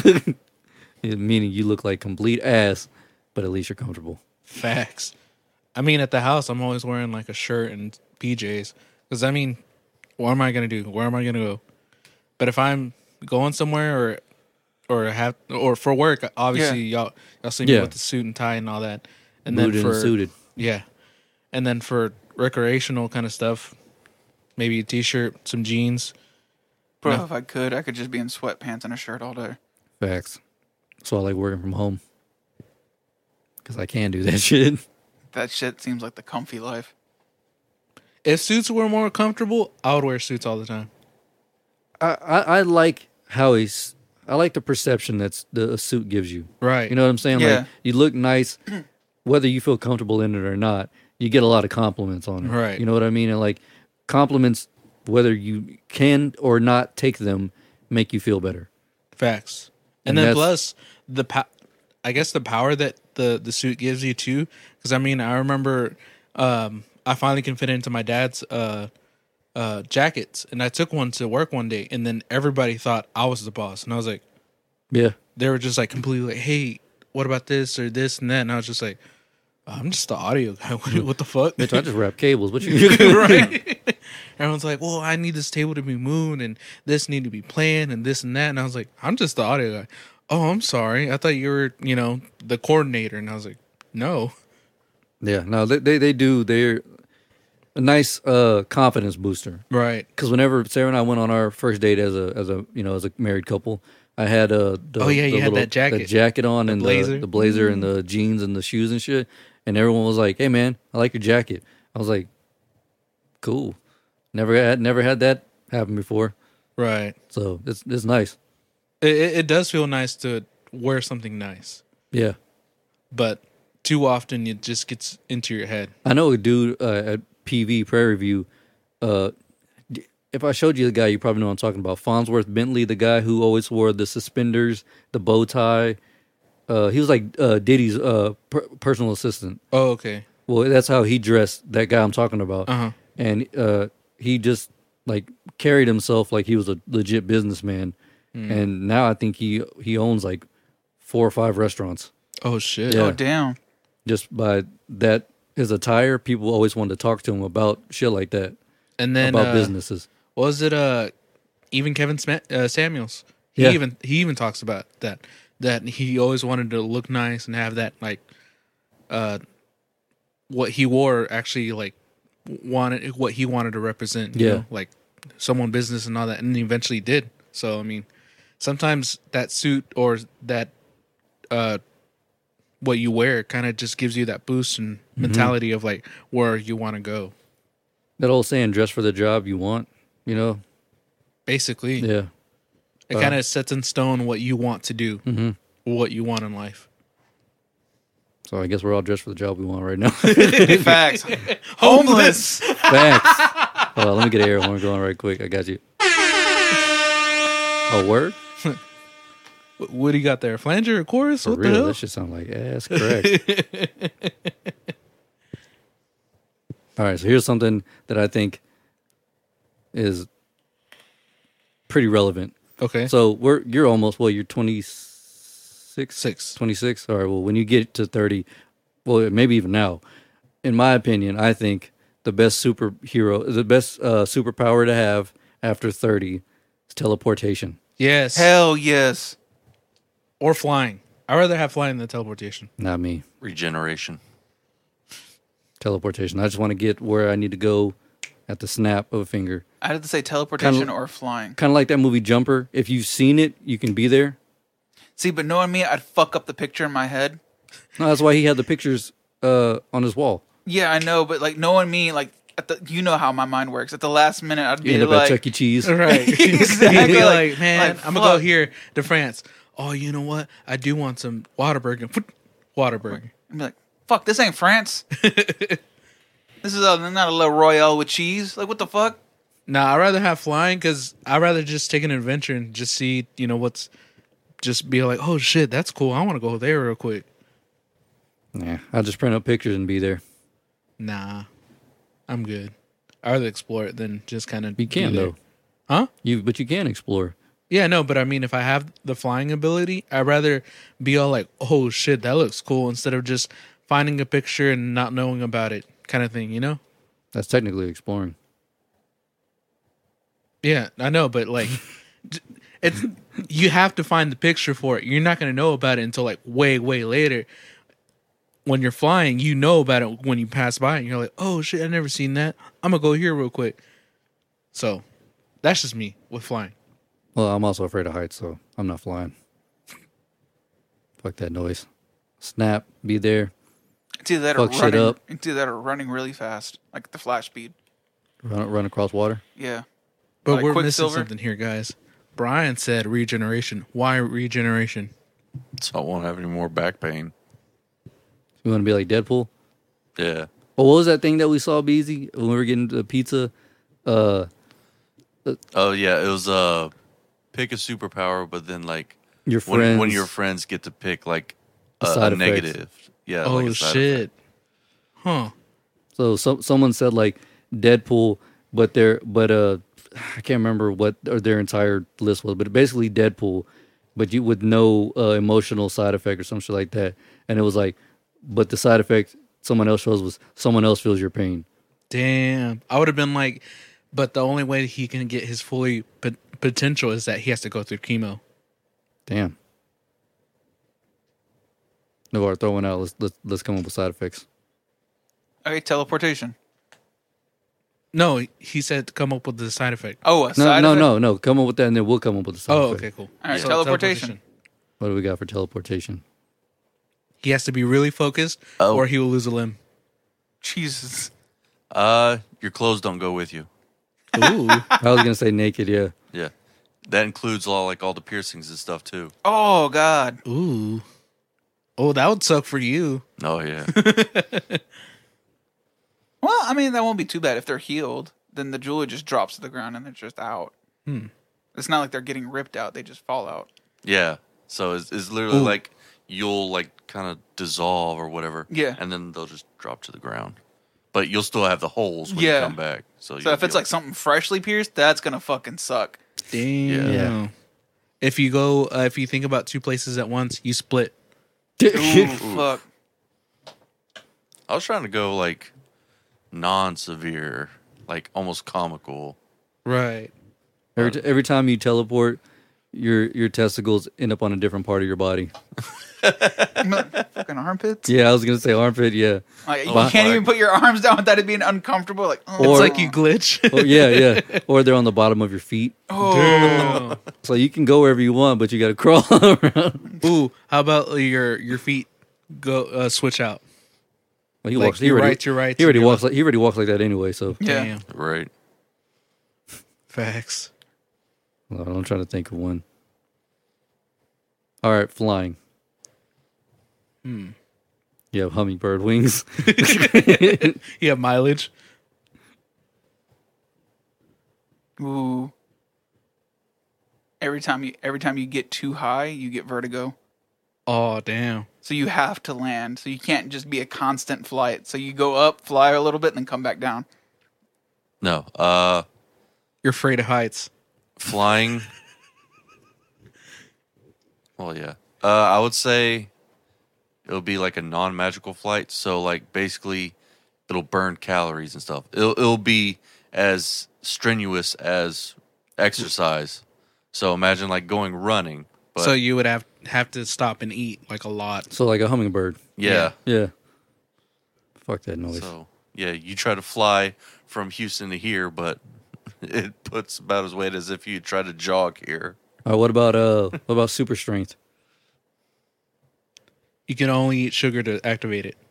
[SPEAKER 1] Yeah, Meaning you look like complete ass, but at least you're comfortable.
[SPEAKER 2] Facts. I mean, at the house, I'm always wearing like a shirt and PJs because I mean, what am I gonna do? Where am I gonna go? But if I'm going somewhere or or have or for work, obviously y'all y'all see me
[SPEAKER 1] Yeah.
[SPEAKER 2] with the suit and tie and all that, and
[SPEAKER 1] Booted
[SPEAKER 2] then for
[SPEAKER 1] and suited.
[SPEAKER 2] yeah, and then for recreational kind of stuff, maybe a t-shirt, some jeans.
[SPEAKER 5] Bro, if I could, I could just be in sweatpants and a shirt all day.
[SPEAKER 1] Facts. So I like working from home. because I can do that [laughs] shit.
[SPEAKER 5] That shit seems like the comfy life.
[SPEAKER 2] If suits were more comfortable, I would wear suits all the time.
[SPEAKER 1] I, I, I like how he's. I like the perception that's the a suit gives you.
[SPEAKER 2] Right.
[SPEAKER 1] You know what I'm saying?
[SPEAKER 5] Yeah.
[SPEAKER 1] Like you look nice, [clears throat] whether you feel comfortable in it or not. You get a lot of compliments on it.
[SPEAKER 2] Right.
[SPEAKER 1] You know what I mean? And like compliments, whether you can or not take them, make you feel better.
[SPEAKER 2] Facts. And,
[SPEAKER 1] And
[SPEAKER 2] then
[SPEAKER 1] that's-
[SPEAKER 2] plus the po- I guess the power that the the suit gives you too cuz I mean I remember um I finally can fit into my dad's uh uh jackets and I took one to work one day and then everybody thought I was the boss and I was like
[SPEAKER 1] Yeah.
[SPEAKER 2] they were just like completely like hey what about this or this and that and I was just like I'm just the audio guy [laughs] what, what the fuck
[SPEAKER 1] Bitch, I just wrap cables. What you?
[SPEAKER 2] [laughs] right? Everyone's like, "Well, I need this table to be moved, and this need to be planned, and this and that." And I was like, "I'm just the audio guy." Oh, I'm sorry. I thought you were, you know, the coordinator. And I was like, "No,
[SPEAKER 1] [laughs] yeah. No, they, they they do. They're a nice uh confidence booster.
[SPEAKER 2] right,
[SPEAKER 1] because whenever Sarah and I went on our first date as a as a you know as a married couple, I had uh the,
[SPEAKER 2] Oh, yeah,
[SPEAKER 1] the
[SPEAKER 2] you had that jacket.
[SPEAKER 1] jacket on and
[SPEAKER 2] blazer. Mm-hmm.
[SPEAKER 1] the, the blazer and the jeans and the shoes and shit, and everyone was like, "Hey man, I like your jacket." I was like, "Cool, never had never had that happen before,
[SPEAKER 2] right."
[SPEAKER 1] so it's it's nice."
[SPEAKER 2] It, it, it does feel nice to wear something nice,
[SPEAKER 1] Yeah,
[SPEAKER 2] but too often it just gets into your head.
[SPEAKER 1] I know a dude uh, at PV Prairie View. Uh, d- if I showed you the guy, you probably know what I'm talking about. Fonsworth Bentley, the guy who always wore the suspenders, the bow tie. Uh, he was like uh, Diddy's uh, per- personal assistant.
[SPEAKER 2] Oh, okay,
[SPEAKER 1] Well, that's how he dressed. That guy I'm talking about,
[SPEAKER 2] Uh-huh.
[SPEAKER 1] and uh, he just like carried himself like he was a legit businessman. And now I think he he owns like four or five restaurants
[SPEAKER 2] oh shit,
[SPEAKER 1] Yeah. [laughs]
[SPEAKER 5] Oh damn.
[SPEAKER 1] just by that his attire. People always wanted to talk to him about shit like that
[SPEAKER 2] and then
[SPEAKER 1] about
[SPEAKER 2] uh,
[SPEAKER 1] businesses.
[SPEAKER 2] what was it uh even Kevin Sma- uh, Samuels he
[SPEAKER 1] Yeah.
[SPEAKER 2] even he even talks about that that he always wanted to look nice and have that like uh what he wore actually like wanted what he wanted to represent you
[SPEAKER 1] Yeah.
[SPEAKER 2] know, like someone business and all that and he eventually did so I mean sometimes that suit or that uh what you wear kind of just gives you that boost and
[SPEAKER 1] Mm-hmm.
[SPEAKER 2] mentality of like where you want to go
[SPEAKER 1] That old saying, "Dress for the job you want." You know,
[SPEAKER 2] basically
[SPEAKER 1] yeah,
[SPEAKER 2] It kind of sets in stone what you want to do, what you want in life.
[SPEAKER 1] So I guess we're all dressed for the job we want right now. [laughs]
[SPEAKER 5] Facts.
[SPEAKER 2] Homeless.
[SPEAKER 1] Facts. Hold on, let me get an air horn going right quick. I got you. A word?
[SPEAKER 2] Wh- What do you got there? Flanger or chorus?
[SPEAKER 1] For
[SPEAKER 2] what
[SPEAKER 1] real?
[SPEAKER 2] the hell?
[SPEAKER 1] That should sound like ass
[SPEAKER 2] [laughs]
[SPEAKER 1] correct. all right, so here's something that I think is pretty relevant.
[SPEAKER 2] okay.
[SPEAKER 1] So we're you're almost well, you're 26,
[SPEAKER 2] Six.
[SPEAKER 1] 26. All right. Well, when you get to 30, well, maybe even now, in my opinion, I think the best superhero, the best uh, superpower to have after 30 is teleportation.
[SPEAKER 2] yes.
[SPEAKER 5] Hell yes.
[SPEAKER 2] Or flying. I'd rather have flying than teleportation.
[SPEAKER 1] Not me.
[SPEAKER 3] Regeneration.
[SPEAKER 1] Teleportation. I just want to get where I need to go at the snap of a finger.
[SPEAKER 5] I had to say teleportation
[SPEAKER 1] Kinda-
[SPEAKER 5] or flying.
[SPEAKER 1] Kind of like that movie Jumper. If you've seen it, you can be there.
[SPEAKER 5] See, but knowing me, I'd fuck up the picture in my head.
[SPEAKER 1] No, that's why he had the pictures uh, on his wall.
[SPEAKER 5] Yeah, I know, but like knowing me, like at the, you know how my mind works. At the last minute, I'd
[SPEAKER 1] You
[SPEAKER 5] be
[SPEAKER 1] end up at
[SPEAKER 5] like,
[SPEAKER 1] Chuck E.
[SPEAKER 5] [laughs]
[SPEAKER 2] [laughs]
[SPEAKER 1] Cheese.
[SPEAKER 2] Right. [laughs]
[SPEAKER 5] Exactly,
[SPEAKER 2] You'd be
[SPEAKER 5] like-
[SPEAKER 2] like, man,
[SPEAKER 5] like,
[SPEAKER 2] I'm going to go
[SPEAKER 5] fuck.
[SPEAKER 2] here to France. Oh, you know what? I do want some Whataburger. Whataburger.
[SPEAKER 5] I'd be like, fuck, this
[SPEAKER 1] [laughs]
[SPEAKER 5] ain't France. this is a, not a little Royale with cheese. Like, what the fuck?
[SPEAKER 2] Nah, I'd rather have flying because I'd rather just take an adventure and just see, you know, what's, just be like, oh shit, that's cool. I want to go there real quick.
[SPEAKER 1] Yeah, I'll just print up pictures and be there.
[SPEAKER 2] Nah, I'm good. I'd rather explore it than just kind of.
[SPEAKER 1] You can though,
[SPEAKER 2] Huh?
[SPEAKER 1] You but you can explore.
[SPEAKER 2] Yeah, no, but I mean, if I have the flying ability, I'd rather be all like, "Oh shit, that looks cool," instead of just finding a picture and not knowing about it, kind of thing. You know?
[SPEAKER 1] That's technically exploring.
[SPEAKER 2] Yeah, I know, but like, j- it's you have to find the picture for it. You're not gonna know about it until like way, way later. When you're flying, you know about it when you pass by, and you're like, "Oh shit, I've never seen that. I'm gonna go here real quick." So, that's just me with flying.
[SPEAKER 1] Well, I'm also afraid of heights, [laughs] so I'm not flying. Fuck that noise. Snap, be there.
[SPEAKER 5] Either that
[SPEAKER 1] Fuck
[SPEAKER 5] or
[SPEAKER 1] shit
[SPEAKER 5] running,
[SPEAKER 1] up.
[SPEAKER 5] Either that or running really fast, like the flash speed.
[SPEAKER 1] Run, run across water.
[SPEAKER 5] Yeah.
[SPEAKER 2] But
[SPEAKER 5] Like
[SPEAKER 2] we're
[SPEAKER 5] Quicksilver?
[SPEAKER 2] missing something here, guys. Brian said regeneration. Why regeneration?
[SPEAKER 3] So I won't have any more back pain.
[SPEAKER 1] You want to be like Deadpool?
[SPEAKER 3] Yeah.
[SPEAKER 1] Oh, what was that thing that we saw, Beezy, when we were getting the pizza? Uh,
[SPEAKER 3] Oh yeah, it was uh pick a superpower, but then like
[SPEAKER 1] your
[SPEAKER 3] when,
[SPEAKER 1] friends.
[SPEAKER 3] when your friends get to pick like a,
[SPEAKER 1] The
[SPEAKER 3] a
[SPEAKER 1] side effects.
[SPEAKER 3] negative. Yeah.
[SPEAKER 2] oh
[SPEAKER 3] like a side effect.
[SPEAKER 2] shit. Huh.
[SPEAKER 1] So some someone said like Deadpool, but their but uh I can't remember what or their entire list was, but basically Deadpool, but you with no uh, emotional side effect or some shit like that. And it was like, but the side effect someone else shows was someone else feels your pain.
[SPEAKER 2] Damn. I would have been like, but the only way he can get his fully pot- potential is that he has to go through chemo.
[SPEAKER 1] Damn. No, we're throwing out. Let's let's let's come up with side effects.
[SPEAKER 5] Okay, teleportation.
[SPEAKER 2] No, he said to come up with the side effect.
[SPEAKER 5] Oh, a
[SPEAKER 1] No,
[SPEAKER 5] side
[SPEAKER 1] no,
[SPEAKER 5] effect?
[SPEAKER 1] no, no. Come up with that, and then we'll come up with the side.
[SPEAKER 2] Oh,
[SPEAKER 1] effect.
[SPEAKER 2] okay, cool.
[SPEAKER 5] All right, teleportation.
[SPEAKER 1] What do we got for teleportation?
[SPEAKER 2] He has to be really focused,
[SPEAKER 3] Oh.
[SPEAKER 2] or he will lose a limb.
[SPEAKER 5] Jesus.
[SPEAKER 3] Uh, your clothes don't go with you.
[SPEAKER 2] Ooh,
[SPEAKER 1] I was gonna say naked. Yeah.
[SPEAKER 3] Yeah. That includes all like all the piercings and stuff too.
[SPEAKER 5] Oh God.
[SPEAKER 2] ooh, oh, that would suck for you.
[SPEAKER 3] Oh yeah.
[SPEAKER 5] Well, I mean that won't be too bad if they're healed. Then the jeweler just drops to the ground and they're just out. Hmm. It's not like they're getting ripped out; they just fall out.
[SPEAKER 3] [laughs] yeah. So it's, it's literally
[SPEAKER 2] Ooh.
[SPEAKER 3] like you'll like kind of dissolve or whatever.
[SPEAKER 5] Yeah.
[SPEAKER 3] And then they'll just drop to the ground. But you'll still have the holes when
[SPEAKER 5] Yeah.
[SPEAKER 3] you come back. So,
[SPEAKER 5] So
[SPEAKER 3] you'll
[SPEAKER 5] if it's
[SPEAKER 3] be
[SPEAKER 5] like something freshly pierced, that's gonna
[SPEAKER 1] [laughs]
[SPEAKER 5] fucking suck.
[SPEAKER 2] Damn.
[SPEAKER 1] Yeah.
[SPEAKER 2] If you go, uh, if you think about two places at once, you split.
[SPEAKER 5] Ooh, fuck.
[SPEAKER 1] [laughs]
[SPEAKER 3] I was trying to go like non-severe, like almost comical.
[SPEAKER 2] Right.
[SPEAKER 1] Every, t- every time you teleport, your your testicles end up on a different part of your body.
[SPEAKER 5] fucking armpits.
[SPEAKER 1] Yeah, I was gonna say armpit. Yeah,
[SPEAKER 5] Like, you
[SPEAKER 3] Oh,
[SPEAKER 5] can't even
[SPEAKER 3] fuck.
[SPEAKER 5] put your arms down without it being uncomfortable. Like, oh,
[SPEAKER 1] Or-
[SPEAKER 2] It's like you glitch. [laughs]
[SPEAKER 1] oh, yeah, yeah. Or they're on the bottom of your feet.
[SPEAKER 5] Oh.
[SPEAKER 2] Damn.
[SPEAKER 1] So you can go wherever you want, but you gotta [laughs] crawl around.
[SPEAKER 2] Ooh, how about your your feet go uh, switch out?
[SPEAKER 1] Well, he
[SPEAKER 2] Like,
[SPEAKER 1] walks. He
[SPEAKER 2] your
[SPEAKER 1] already,
[SPEAKER 2] rights, your rights,
[SPEAKER 1] he already
[SPEAKER 2] your
[SPEAKER 1] walks. Like, he already walks like that anyway. So
[SPEAKER 5] Yeah.
[SPEAKER 2] Damn,
[SPEAKER 3] Right.
[SPEAKER 2] facts.
[SPEAKER 1] Hold on, I'm trying to think of one. All right, flying. Hmm. You have hummingbird wings. [laughs]
[SPEAKER 2] [laughs] You have mileage.
[SPEAKER 5] Ooh. Every time you every time you get too high, you get vertigo.
[SPEAKER 2] Oh damn.
[SPEAKER 5] So you have to land. So you can't just be a constant flight. So you go up, fly a little bit, and then come back down.
[SPEAKER 3] No. Uh
[SPEAKER 2] You're afraid of heights.
[SPEAKER 3] flying. well, yeah. Uh, I would say it'll be like a non-magical flight. So, like, basically, it'll burn calories and stuff. It'll, it'll be as strenuous as exercise. So imagine like going running, but
[SPEAKER 2] so you would have have to stop and eat like a lot.
[SPEAKER 1] so like a hummingbird.
[SPEAKER 3] yeah.
[SPEAKER 1] Yeah. Fuck that noise.
[SPEAKER 3] So yeah, you try to fly from Houston to here, but [laughs] it puts about as weight as if you try to jog here.
[SPEAKER 1] All right, what about uh? What about super strength?
[SPEAKER 2] You can only eat sugar to activate it. [laughs]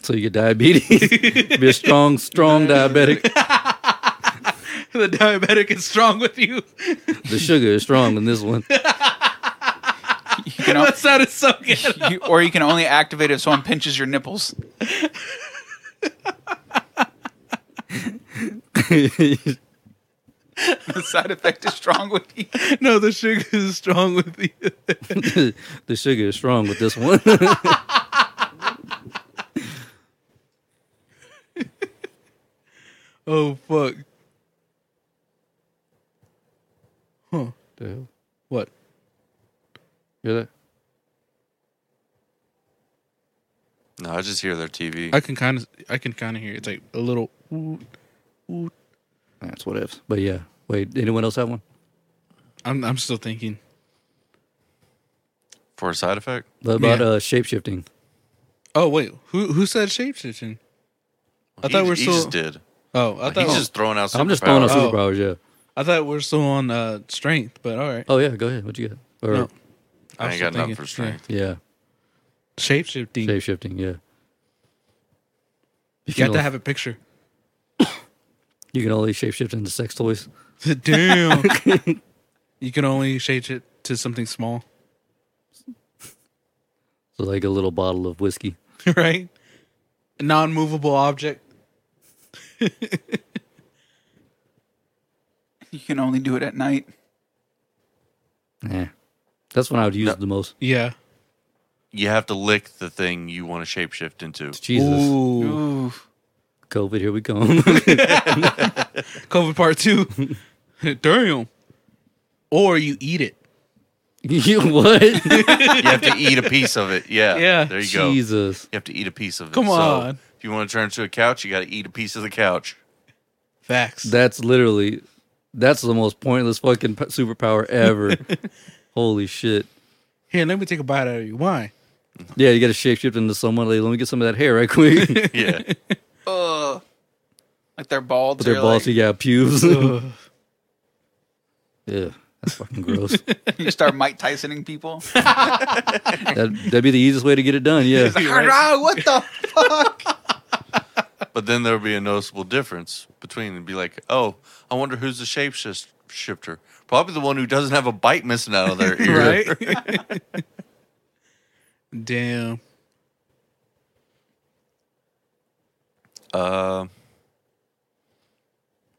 [SPEAKER 1] So you get diabetes. [laughs] Be a strong, strong diabetic.
[SPEAKER 2] the diabetic is strong with
[SPEAKER 3] [laughs]
[SPEAKER 2] you.
[SPEAKER 1] The sugar is strong in this one. [laughs]
[SPEAKER 5] You can o-
[SPEAKER 2] that sounded so good.
[SPEAKER 5] [laughs] you, or you can only activate it if someone pinches your nipples. [laughs] The side effect is strong with you.
[SPEAKER 2] [laughs] no, the sugar is strong with you. [laughs]
[SPEAKER 1] the sugar is strong with this one. [laughs]
[SPEAKER 2] Oh fuck.
[SPEAKER 1] Dude,
[SPEAKER 2] What?
[SPEAKER 1] hear that?
[SPEAKER 3] No, I just hear their TV.
[SPEAKER 2] I can kind of I can kind of hear it. it's like a little.
[SPEAKER 1] That's what ifs. But yeah. Wait, anyone else have one?
[SPEAKER 2] I'm I'm still thinking.
[SPEAKER 3] For a side effect?
[SPEAKER 1] What about
[SPEAKER 2] Yeah.
[SPEAKER 1] uh shape shifting?
[SPEAKER 2] Oh wait, who who said shape shifting? I thought
[SPEAKER 3] he,
[SPEAKER 2] we're
[SPEAKER 3] he
[SPEAKER 2] still-
[SPEAKER 3] just did.
[SPEAKER 2] Oh, I thought
[SPEAKER 3] He's just throwing out.
[SPEAKER 1] I'm just throwing out
[SPEAKER 3] superpowers.
[SPEAKER 2] Oh.
[SPEAKER 1] superpowers, yeah.
[SPEAKER 2] I thought we're still on uh, strength, but all right.
[SPEAKER 1] Oh yeah, go ahead. What you got? Or
[SPEAKER 2] No.
[SPEAKER 3] I ain't got nothing for strength.
[SPEAKER 1] yeah,
[SPEAKER 2] Shape shifting.
[SPEAKER 1] shape shifting, yeah.
[SPEAKER 2] You have
[SPEAKER 1] know.
[SPEAKER 2] to have a picture.
[SPEAKER 1] You can only shapeshift into sex toys.
[SPEAKER 2] [laughs] Damn. you can only shape it to something small, [laughs]
[SPEAKER 1] So like a little bottle of whiskey.
[SPEAKER 2] right? A non-movable object.
[SPEAKER 5] You can only do it at night.
[SPEAKER 1] Eh. That's when I would use
[SPEAKER 3] No.
[SPEAKER 1] it the most.
[SPEAKER 2] Yeah.
[SPEAKER 3] You have to lick the thing you want to shapeshift into.
[SPEAKER 1] Jesus.
[SPEAKER 2] Ooh.
[SPEAKER 5] Ooh.
[SPEAKER 1] COVID, here we come. [laughs]
[SPEAKER 2] COVID part two. Damn. Or you eat it.
[SPEAKER 1] you what? [laughs]
[SPEAKER 3] You have to eat a piece of it. Yeah.
[SPEAKER 2] Yeah.
[SPEAKER 3] There you go. You
[SPEAKER 1] Jesus.
[SPEAKER 3] have to eat a piece of it.
[SPEAKER 2] Come
[SPEAKER 3] So,
[SPEAKER 2] on.
[SPEAKER 3] if you want to turn into a couch, you got to eat a piece of the couch.
[SPEAKER 2] Facts.
[SPEAKER 1] That's literally that's the most pointless fucking p- superpower ever. Holy shit.
[SPEAKER 2] Here, let me take a bite out of you. Why?
[SPEAKER 1] Yeah, you got to shapeshift into someone. Like, let me get some of that hair right quick.
[SPEAKER 3] Yeah.
[SPEAKER 5] Uh, like they're bald.
[SPEAKER 1] But they're
[SPEAKER 5] they're
[SPEAKER 1] bald, so
[SPEAKER 5] like-
[SPEAKER 1] you got pubes. [laughs] yeah, that's fucking gross. that,
[SPEAKER 5] [laughs] you start Mike Tysoning people.
[SPEAKER 1] that'd be the easiest way to get it done. Yeah,
[SPEAKER 5] It's like, "Hurrah, what the fuck?
[SPEAKER 3] but then there would be a noticeable difference between them. Be like, oh, I wonder who's the shapeshifter. Probably the one who doesn't have a bite missing out of their ear.
[SPEAKER 2] Right? [laughs] Damn.
[SPEAKER 3] Uh,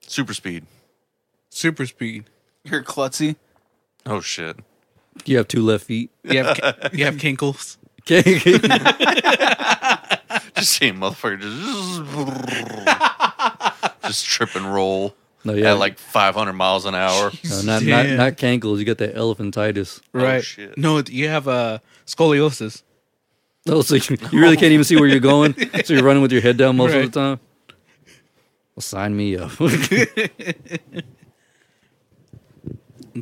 [SPEAKER 3] super speed.
[SPEAKER 2] Super speed.
[SPEAKER 5] You're klutzy.
[SPEAKER 3] Oh shit.
[SPEAKER 1] you have two left feet. [laughs]
[SPEAKER 2] You have, you have kinkles.
[SPEAKER 1] Okay,
[SPEAKER 3] [laughs] Just seeing motherfucker just just [laughs] trip and roll
[SPEAKER 1] no, yeah,
[SPEAKER 3] at like 500 miles an hour.
[SPEAKER 1] no, not, not
[SPEAKER 2] Damn.
[SPEAKER 1] not cankles. You got that elephantitis.
[SPEAKER 2] Right.
[SPEAKER 3] shit.
[SPEAKER 2] No, it- you have uh, scoliosis.
[SPEAKER 1] Oh, so you, you really can't even see where you're going. So you're running with your head down most of
[SPEAKER 2] Right.
[SPEAKER 1] the time. Well, sign me up. [laughs]
[SPEAKER 2] Let's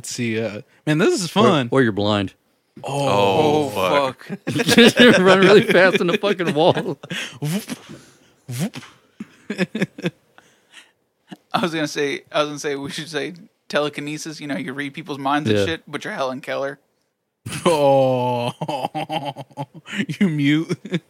[SPEAKER 2] see. Uh, man, this is
[SPEAKER 1] or,
[SPEAKER 2] fun.
[SPEAKER 1] or you're blind. [laughs]
[SPEAKER 3] Oh, fuck.
[SPEAKER 1] you run really fast in the fucking wall.
[SPEAKER 5] I was gonna say. I was gonna say we should say telekinesis. You know, you read people's minds
[SPEAKER 1] Yeah.
[SPEAKER 5] and shit. But you're Helen Keller.
[SPEAKER 2] Oh, [laughs] you mute. [laughs]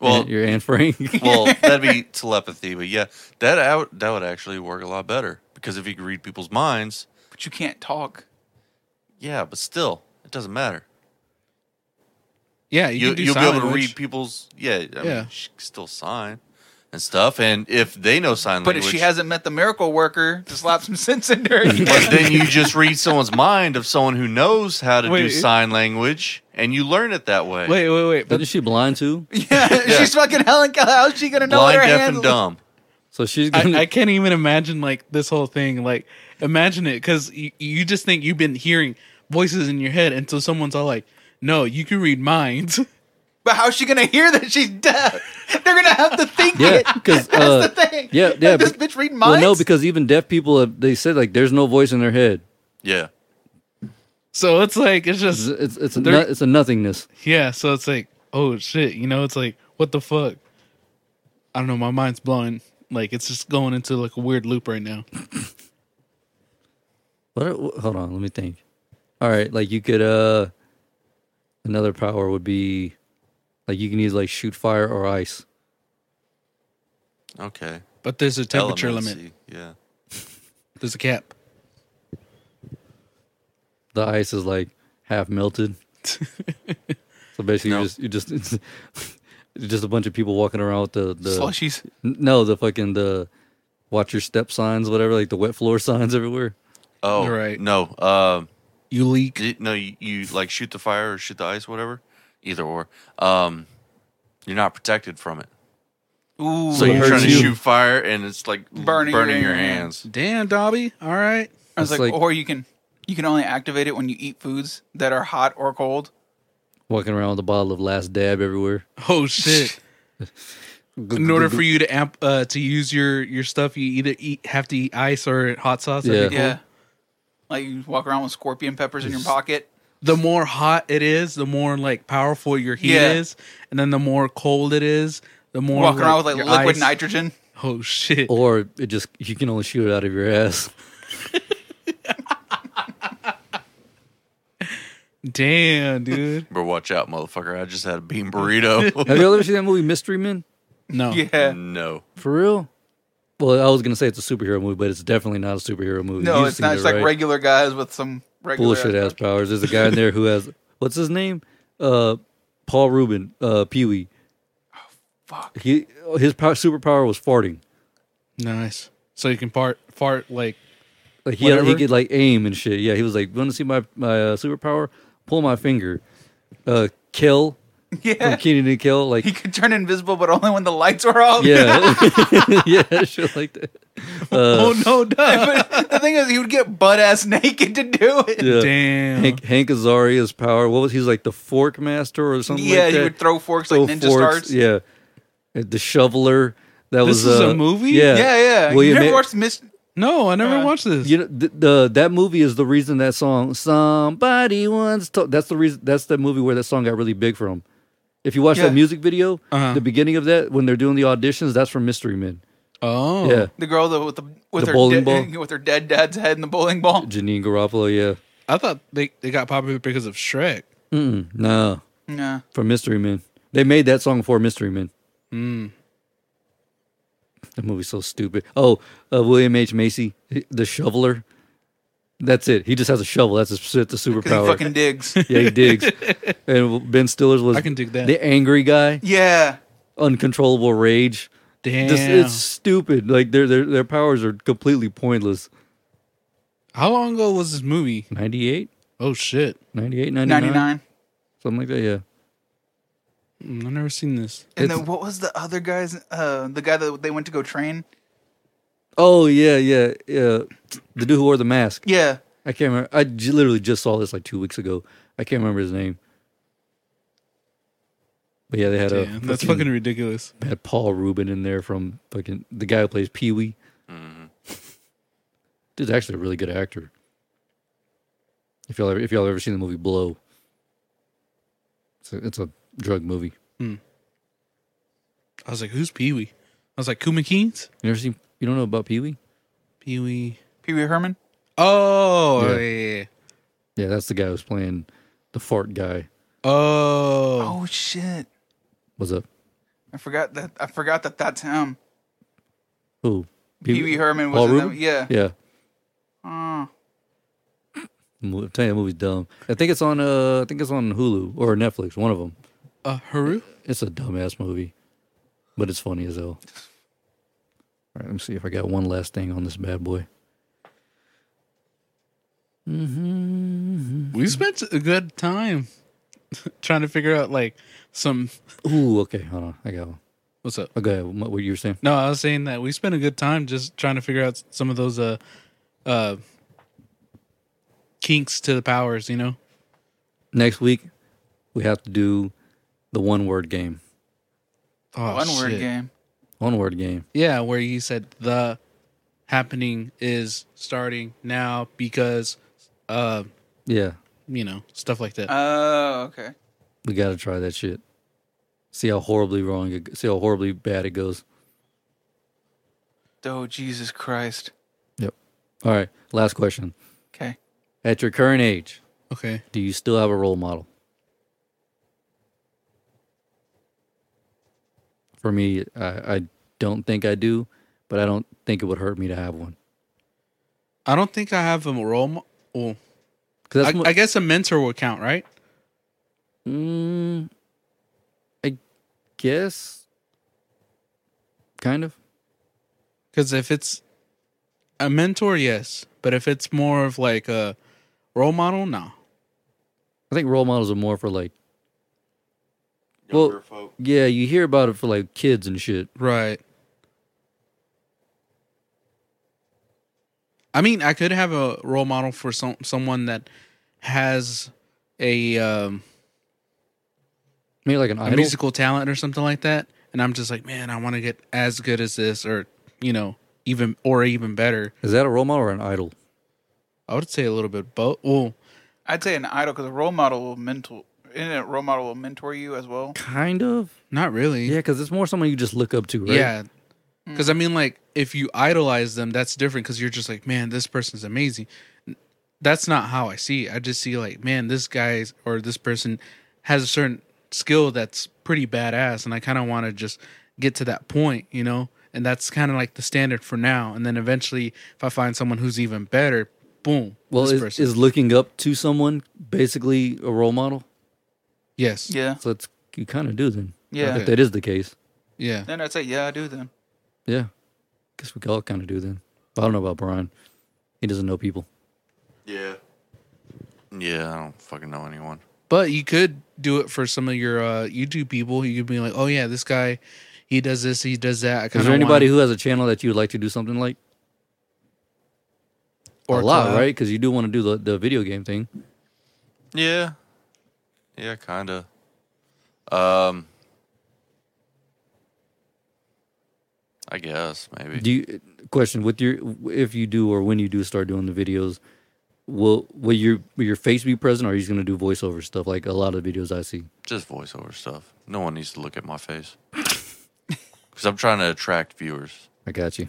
[SPEAKER 3] Well,
[SPEAKER 1] you're Anne
[SPEAKER 5] [laughs]
[SPEAKER 1] Frank.
[SPEAKER 3] well,
[SPEAKER 2] [laughs]
[SPEAKER 3] that'd be telepathy, but yeah, that out that would actually work a lot better because if you could read people's minds,
[SPEAKER 5] But you can't talk.
[SPEAKER 3] yeah, but still, it doesn't matter.
[SPEAKER 2] Yeah, you,
[SPEAKER 3] You,
[SPEAKER 2] can do
[SPEAKER 3] you'll be
[SPEAKER 2] sign
[SPEAKER 3] able to
[SPEAKER 2] language.
[SPEAKER 3] read people's yeah, I
[SPEAKER 2] Yeah.
[SPEAKER 3] mean, she can still sign and stuff, and if they know sign
[SPEAKER 5] But if
[SPEAKER 3] language,
[SPEAKER 5] she hasn't met the miracle worker to slap some sense
[SPEAKER 1] [laughs]
[SPEAKER 5] into her, you
[SPEAKER 3] But [laughs] then you just read someone's mind of someone who knows how to
[SPEAKER 2] Wait.
[SPEAKER 3] do sign language, and you learn it that way.
[SPEAKER 2] Wait, wait, wait.
[SPEAKER 1] Isn't
[SPEAKER 2] But
[SPEAKER 1] she blind too?
[SPEAKER 5] [laughs] Yeah, she's fucking Helen Keller. How's she gonna know
[SPEAKER 3] Blind,
[SPEAKER 5] what her
[SPEAKER 3] deaf,
[SPEAKER 5] hand
[SPEAKER 3] and dumb.
[SPEAKER 1] So she's gonna.
[SPEAKER 2] I, I can't even imagine like this whole thing. Like, imagine it because you, you just think you've been hearing voices in your head, and so someone's all like, "No, you can read minds." [laughs]
[SPEAKER 5] But how's she gonna hear that she's deaf? [laughs] They're gonna have to
[SPEAKER 1] [laughs]
[SPEAKER 5] think
[SPEAKER 1] yeah,
[SPEAKER 5] it.
[SPEAKER 1] because
[SPEAKER 5] [laughs] That's
[SPEAKER 1] uh,
[SPEAKER 5] the thing.
[SPEAKER 1] yeah,
[SPEAKER 5] Like,
[SPEAKER 1] yeah,
[SPEAKER 5] This
[SPEAKER 1] bec-
[SPEAKER 5] bitch reading
[SPEAKER 1] well,
[SPEAKER 5] minds.
[SPEAKER 1] no, because even deaf people have, they said like there's no voice in their head.
[SPEAKER 3] Yeah.
[SPEAKER 2] So it's like it's
[SPEAKER 1] It's
[SPEAKER 2] just
[SPEAKER 1] it's it's a,
[SPEAKER 2] They're-
[SPEAKER 1] no, it's a nothingness.
[SPEAKER 2] yeah. So it's like oh shit, you know, it's like what the fuck. I don't know. My mind's blown. Like it's just going into like a weird loop right now.
[SPEAKER 1] What? are- wh- Hold on, let me think. All right, like you could uh, another power would be like you can either like shoot fire or ice.
[SPEAKER 3] Okay.
[SPEAKER 2] But there's a temperature
[SPEAKER 3] Elements,
[SPEAKER 2] limit.
[SPEAKER 3] Yeah.
[SPEAKER 2] There's a cap.
[SPEAKER 1] The ice is like half
[SPEAKER 5] [laughs]
[SPEAKER 1] melted. so basically,
[SPEAKER 3] No.
[SPEAKER 1] you just you just [laughs] it's just a bunch of people walking around with the the
[SPEAKER 5] slushies.
[SPEAKER 1] N- No, the fucking the watch your step signs, whatever, like the wet floor [laughs] signs everywhere.
[SPEAKER 3] Oh,
[SPEAKER 2] You're right.
[SPEAKER 3] No. Um,
[SPEAKER 2] You leak.
[SPEAKER 3] d- no, you, you like shoot the fire or shoot the ice, whatever. Either or. Um, you're not protected from it.
[SPEAKER 5] Ooh.
[SPEAKER 3] So
[SPEAKER 1] It
[SPEAKER 3] you're
[SPEAKER 1] hurts
[SPEAKER 3] trying to
[SPEAKER 1] you.
[SPEAKER 3] shoot fire and it's like burning,
[SPEAKER 5] Burning
[SPEAKER 3] burning
[SPEAKER 5] your
[SPEAKER 3] your
[SPEAKER 5] hands.
[SPEAKER 3] hands.
[SPEAKER 2] Damn, Dobby. All right.
[SPEAKER 5] I was
[SPEAKER 1] It's
[SPEAKER 5] like,
[SPEAKER 1] like-
[SPEAKER 5] or you can you can only activate it when you eat foods that are hot or cold.
[SPEAKER 1] Walking around with a bottle of last dab everywhere.
[SPEAKER 2] Oh
[SPEAKER 1] [laughs]
[SPEAKER 2] shit. in order for you to amp uh, to use your your stuff, you either eat have to eat ice or hot sauce. I
[SPEAKER 1] Yeah.
[SPEAKER 2] think.
[SPEAKER 5] Yeah. Like you walk around with scorpion peppers in your pocket.
[SPEAKER 2] The more hot it is, the more like powerful your heat
[SPEAKER 5] Yeah.
[SPEAKER 2] is, and then the more cold it is, the more
[SPEAKER 5] Walking around with like
[SPEAKER 2] your
[SPEAKER 5] liquid
[SPEAKER 2] ice-
[SPEAKER 5] nitrogen. [laughs]
[SPEAKER 2] Oh shit!
[SPEAKER 1] Or it just you can only shoot it out of your ass.
[SPEAKER 2] Damn,
[SPEAKER 5] [laughs]
[SPEAKER 2] dude.
[SPEAKER 3] Bro, watch out, motherfucker. I just had a bean
[SPEAKER 2] [laughs]
[SPEAKER 1] [laughs]
[SPEAKER 3] burrito.
[SPEAKER 1] Have you all ever seen that movie Mystery Men?
[SPEAKER 2] No.
[SPEAKER 1] Mm-hmm.
[SPEAKER 5] Yeah.
[SPEAKER 3] no.
[SPEAKER 1] For real? Well, I was gonna say it's a superhero movie, but it's definitely not a superhero movie.
[SPEAKER 5] No,
[SPEAKER 1] You've
[SPEAKER 5] it's
[SPEAKER 1] seen
[SPEAKER 5] not.
[SPEAKER 1] it,
[SPEAKER 5] It's like
[SPEAKER 1] right?
[SPEAKER 5] regular guys with some regular
[SPEAKER 1] bullshit ass powers. There's a guy in there who has what's his name? Uh, Paul Rubin, uh, Pee Wee.
[SPEAKER 5] Oh, fuck.
[SPEAKER 1] He his power, superpower was farting.
[SPEAKER 2] Nice. So you can part fart like
[SPEAKER 1] Like he, had, he
[SPEAKER 2] Whatever.
[SPEAKER 1] could like aim and shit. Yeah, he was like, "Want to see my my uh, superpower? Pull my finger, uh, kill [laughs]
[SPEAKER 5] Yeah.
[SPEAKER 1] from Keenan and Kill." Like,
[SPEAKER 5] He could turn invisible, but only when the lights were off.
[SPEAKER 1] yeah, [laughs] yeah, shit like that. Uh,
[SPEAKER 2] Oh no, duh.
[SPEAKER 5] [laughs] but the thing is, he would get butt ass [laughs] naked to do
[SPEAKER 1] [laughs]
[SPEAKER 5] it.
[SPEAKER 1] Yeah.
[SPEAKER 2] Damn.
[SPEAKER 1] Hank, Hank Azaria's power. What was he like? The fork master or something?
[SPEAKER 5] Yeah,
[SPEAKER 1] like
[SPEAKER 5] he
[SPEAKER 1] that?
[SPEAKER 5] would throw forks
[SPEAKER 1] Throw
[SPEAKER 5] like ninja stars.
[SPEAKER 1] Yeah, And the shoveler. That
[SPEAKER 2] This
[SPEAKER 1] was
[SPEAKER 2] is a
[SPEAKER 1] uh,
[SPEAKER 2] movie?
[SPEAKER 1] Yeah,
[SPEAKER 5] Yeah, yeah.
[SPEAKER 1] William
[SPEAKER 5] you never
[SPEAKER 1] Ma-
[SPEAKER 5] watched Miss?
[SPEAKER 2] No, I never
[SPEAKER 5] Yeah.
[SPEAKER 2] watched this.
[SPEAKER 1] You know, the, the that movie is the reason that song "Somebody Once." To-" that's the reason. That's the movie where that song got really big from. If you watch
[SPEAKER 5] Yeah.
[SPEAKER 1] that music video,
[SPEAKER 2] Uh-huh.
[SPEAKER 1] the beginning of that when they're doing the auditions, that's from Mystery Men.
[SPEAKER 2] Oh.
[SPEAKER 1] Yeah,
[SPEAKER 5] The girl that with the with
[SPEAKER 1] The
[SPEAKER 5] her
[SPEAKER 1] bowling
[SPEAKER 5] dead- [laughs] with her dead dad's head in the bowling ball.
[SPEAKER 1] Janine Garoppolo. Yeah,
[SPEAKER 2] I thought they, they got popular because of Shrek.
[SPEAKER 1] Mm-mm, no,
[SPEAKER 5] Yeah.
[SPEAKER 1] from Mystery Men. They made that song for Mystery Men.
[SPEAKER 5] Hmm.
[SPEAKER 1] That movie's so stupid. Oh, uh, William H Macy, the shoveler. That's it. He just has a shovel. That's his, that's his
[SPEAKER 5] Because
[SPEAKER 1] superpower.
[SPEAKER 5] he
[SPEAKER 1] [laughs]
[SPEAKER 5] fucking digs.
[SPEAKER 1] yeah,
[SPEAKER 2] [laughs]
[SPEAKER 1] he digs. and Ben Stiller's was
[SPEAKER 2] I can dig that.
[SPEAKER 1] the angry guy.
[SPEAKER 5] yeah.
[SPEAKER 1] uncontrollable rage.
[SPEAKER 2] Damn.
[SPEAKER 1] This it's stupid. Like their their their powers are completely pointless.
[SPEAKER 2] How long ago was this movie?
[SPEAKER 1] 98,
[SPEAKER 2] Oh shit.
[SPEAKER 1] 98,
[SPEAKER 5] 99.
[SPEAKER 1] 99, something like that. Yeah,
[SPEAKER 2] Mm, I've never seen this.
[SPEAKER 5] And
[SPEAKER 1] It's-
[SPEAKER 5] then what was the other guy's? Uh, the guy that they went to go train.
[SPEAKER 1] Oh yeah, yeah, yeah. The dude who wore the mask.
[SPEAKER 5] Yeah.
[SPEAKER 1] I can't remember. I j- literally just saw this like two weeks ago. I can't remember his name. But yeah, they had
[SPEAKER 2] Damn,
[SPEAKER 1] a
[SPEAKER 2] that's uh, fucking ridiculous.
[SPEAKER 1] had Paul Rubin in there from fucking the guy who plays Pee Wee. Dude's actually a really good actor. If y'all ever, if y'all ever seen the movie Blow, it's a, it's a drug movie.
[SPEAKER 2] I was like, who's Pee Wee? I was like, Kuma Keens?
[SPEAKER 1] You never seen? You don't know about Pee Wee?
[SPEAKER 2] Pee Wee.
[SPEAKER 5] Pee Wee Herman.
[SPEAKER 2] Oh,
[SPEAKER 1] Yeah.
[SPEAKER 2] yeah. yeah, yeah.
[SPEAKER 1] Yeah, that's the guy who's playing the fart guy.
[SPEAKER 2] Oh.
[SPEAKER 5] Oh shit!
[SPEAKER 1] What's up?
[SPEAKER 5] I forgot that. I forgot that that's him.
[SPEAKER 1] Who?
[SPEAKER 5] Pee Wee Herman was
[SPEAKER 1] Paul
[SPEAKER 5] in them.
[SPEAKER 1] Rubin?
[SPEAKER 5] Yeah.
[SPEAKER 1] Yeah.
[SPEAKER 5] Oh.
[SPEAKER 1] Mo- I'm telling you, the movie's dumb. I think it's on. Uh, I think it's on Hulu or Netflix. One of them.
[SPEAKER 2] Uh, Haru?
[SPEAKER 1] It's a dumbass movie, but it's funny as hell. All right, let me see if I got one last thing on this bad boy.
[SPEAKER 2] We spent a good time [laughs] trying to figure out like some.
[SPEAKER 1] Ooh, okay, hold on, I got one.
[SPEAKER 2] What's up?
[SPEAKER 1] Okay, what were you saying?
[SPEAKER 2] No, I was saying that we spent a good time just trying to figure out some of those uh uh kinks to the powers, you know.
[SPEAKER 1] Next week, we have to do the one word game.
[SPEAKER 2] Oh,
[SPEAKER 5] One word
[SPEAKER 2] shit.
[SPEAKER 5] game.
[SPEAKER 1] One word game.
[SPEAKER 2] Yeah, where you said the happening is starting now because uh
[SPEAKER 1] Yeah,
[SPEAKER 2] you know stuff like
[SPEAKER 1] Uh,
[SPEAKER 2] that.
[SPEAKER 5] Oh, okay.
[SPEAKER 1] we got to try that shit. See how horribly wrong, it, see how horribly bad it goes.
[SPEAKER 5] Oh Jesus Christ.
[SPEAKER 1] Yep. All right, last question.
[SPEAKER 5] Okay.
[SPEAKER 1] At your current age,
[SPEAKER 2] okay,
[SPEAKER 1] do you still have a role model? For me, I, I don't think I do, but I don't think it would hurt me to have one.
[SPEAKER 2] I don't think I have a role. Mo- well,
[SPEAKER 1] 'Cause
[SPEAKER 2] I,
[SPEAKER 1] that's mo-
[SPEAKER 2] I guess a mentor would count, right?
[SPEAKER 1] Mm, I guess. Kind of.
[SPEAKER 2] Because if it's a mentor, yes, but if it's more of like a role model, no.
[SPEAKER 1] I think role models are more for like, Well-
[SPEAKER 3] Younger folk.
[SPEAKER 1] yeah, you hear about it for like kids and shit.
[SPEAKER 2] Right. I mean, I could have a role model for some someone that has a, um,
[SPEAKER 1] Maybe like an
[SPEAKER 2] a
[SPEAKER 1] idol.
[SPEAKER 2] musical talent or something like that, and I'm just like, man, I want to get as good as this, or you know, even or even better.
[SPEAKER 1] Is that a role model or an idol?
[SPEAKER 2] I would say a little bit both. Well,
[SPEAKER 5] I'd say an idol because a role model will mentor. Isn't it a role model will mentor you as well?
[SPEAKER 1] Kind of.
[SPEAKER 2] not really.
[SPEAKER 1] Yeah, because it's more someone you just look up to, right?
[SPEAKER 2] Yeah. Because I mean, like, if you idolize them, that's different because you're just like, man, this person's amazing. that's not how I see it. I just see like, man, this guy's or this person has a certain skill that's pretty badass, and I kind of want to just get to that point, you know. And that's kind of like the standard for now. And then eventually, if I find someone who's even better, boom.
[SPEAKER 1] Well,
[SPEAKER 2] this
[SPEAKER 1] is,
[SPEAKER 2] person.
[SPEAKER 1] is looking up to someone basically a role model?
[SPEAKER 2] yes, yeah,
[SPEAKER 5] Yeah.
[SPEAKER 1] So that's you kind of do then.
[SPEAKER 5] Yeah.
[SPEAKER 1] If that is the case,
[SPEAKER 2] yeah.
[SPEAKER 5] Then I'd say, yeah, I do then.
[SPEAKER 1] yeah. Guess we all kind of do then. But I don't know about Brian. He doesn't know people.
[SPEAKER 3] Yeah. Yeah, I don't fucking know anyone.
[SPEAKER 2] But you could do it for some of your uh, YouTube people. You could be like, oh yeah, this guy, he does this, he does that. I
[SPEAKER 1] Is
[SPEAKER 2] kinda
[SPEAKER 1] there anybody
[SPEAKER 2] wanna-
[SPEAKER 1] who has a channel that you would like to do something like?
[SPEAKER 2] or
[SPEAKER 1] a lot,
[SPEAKER 2] collab.
[SPEAKER 1] right? Because you do want to do the, the video game thing.
[SPEAKER 3] Yeah. Yeah, kinda. Um I guess maybe.
[SPEAKER 1] Do you question with your if you do or when you do start doing the videos, will will your will your face be present or are you just gonna do voiceover stuff like a lot of videos I see?
[SPEAKER 3] Just voiceover stuff. No one needs to look at my face. [laughs] Cuz I'm trying to attract viewers.
[SPEAKER 1] I got you.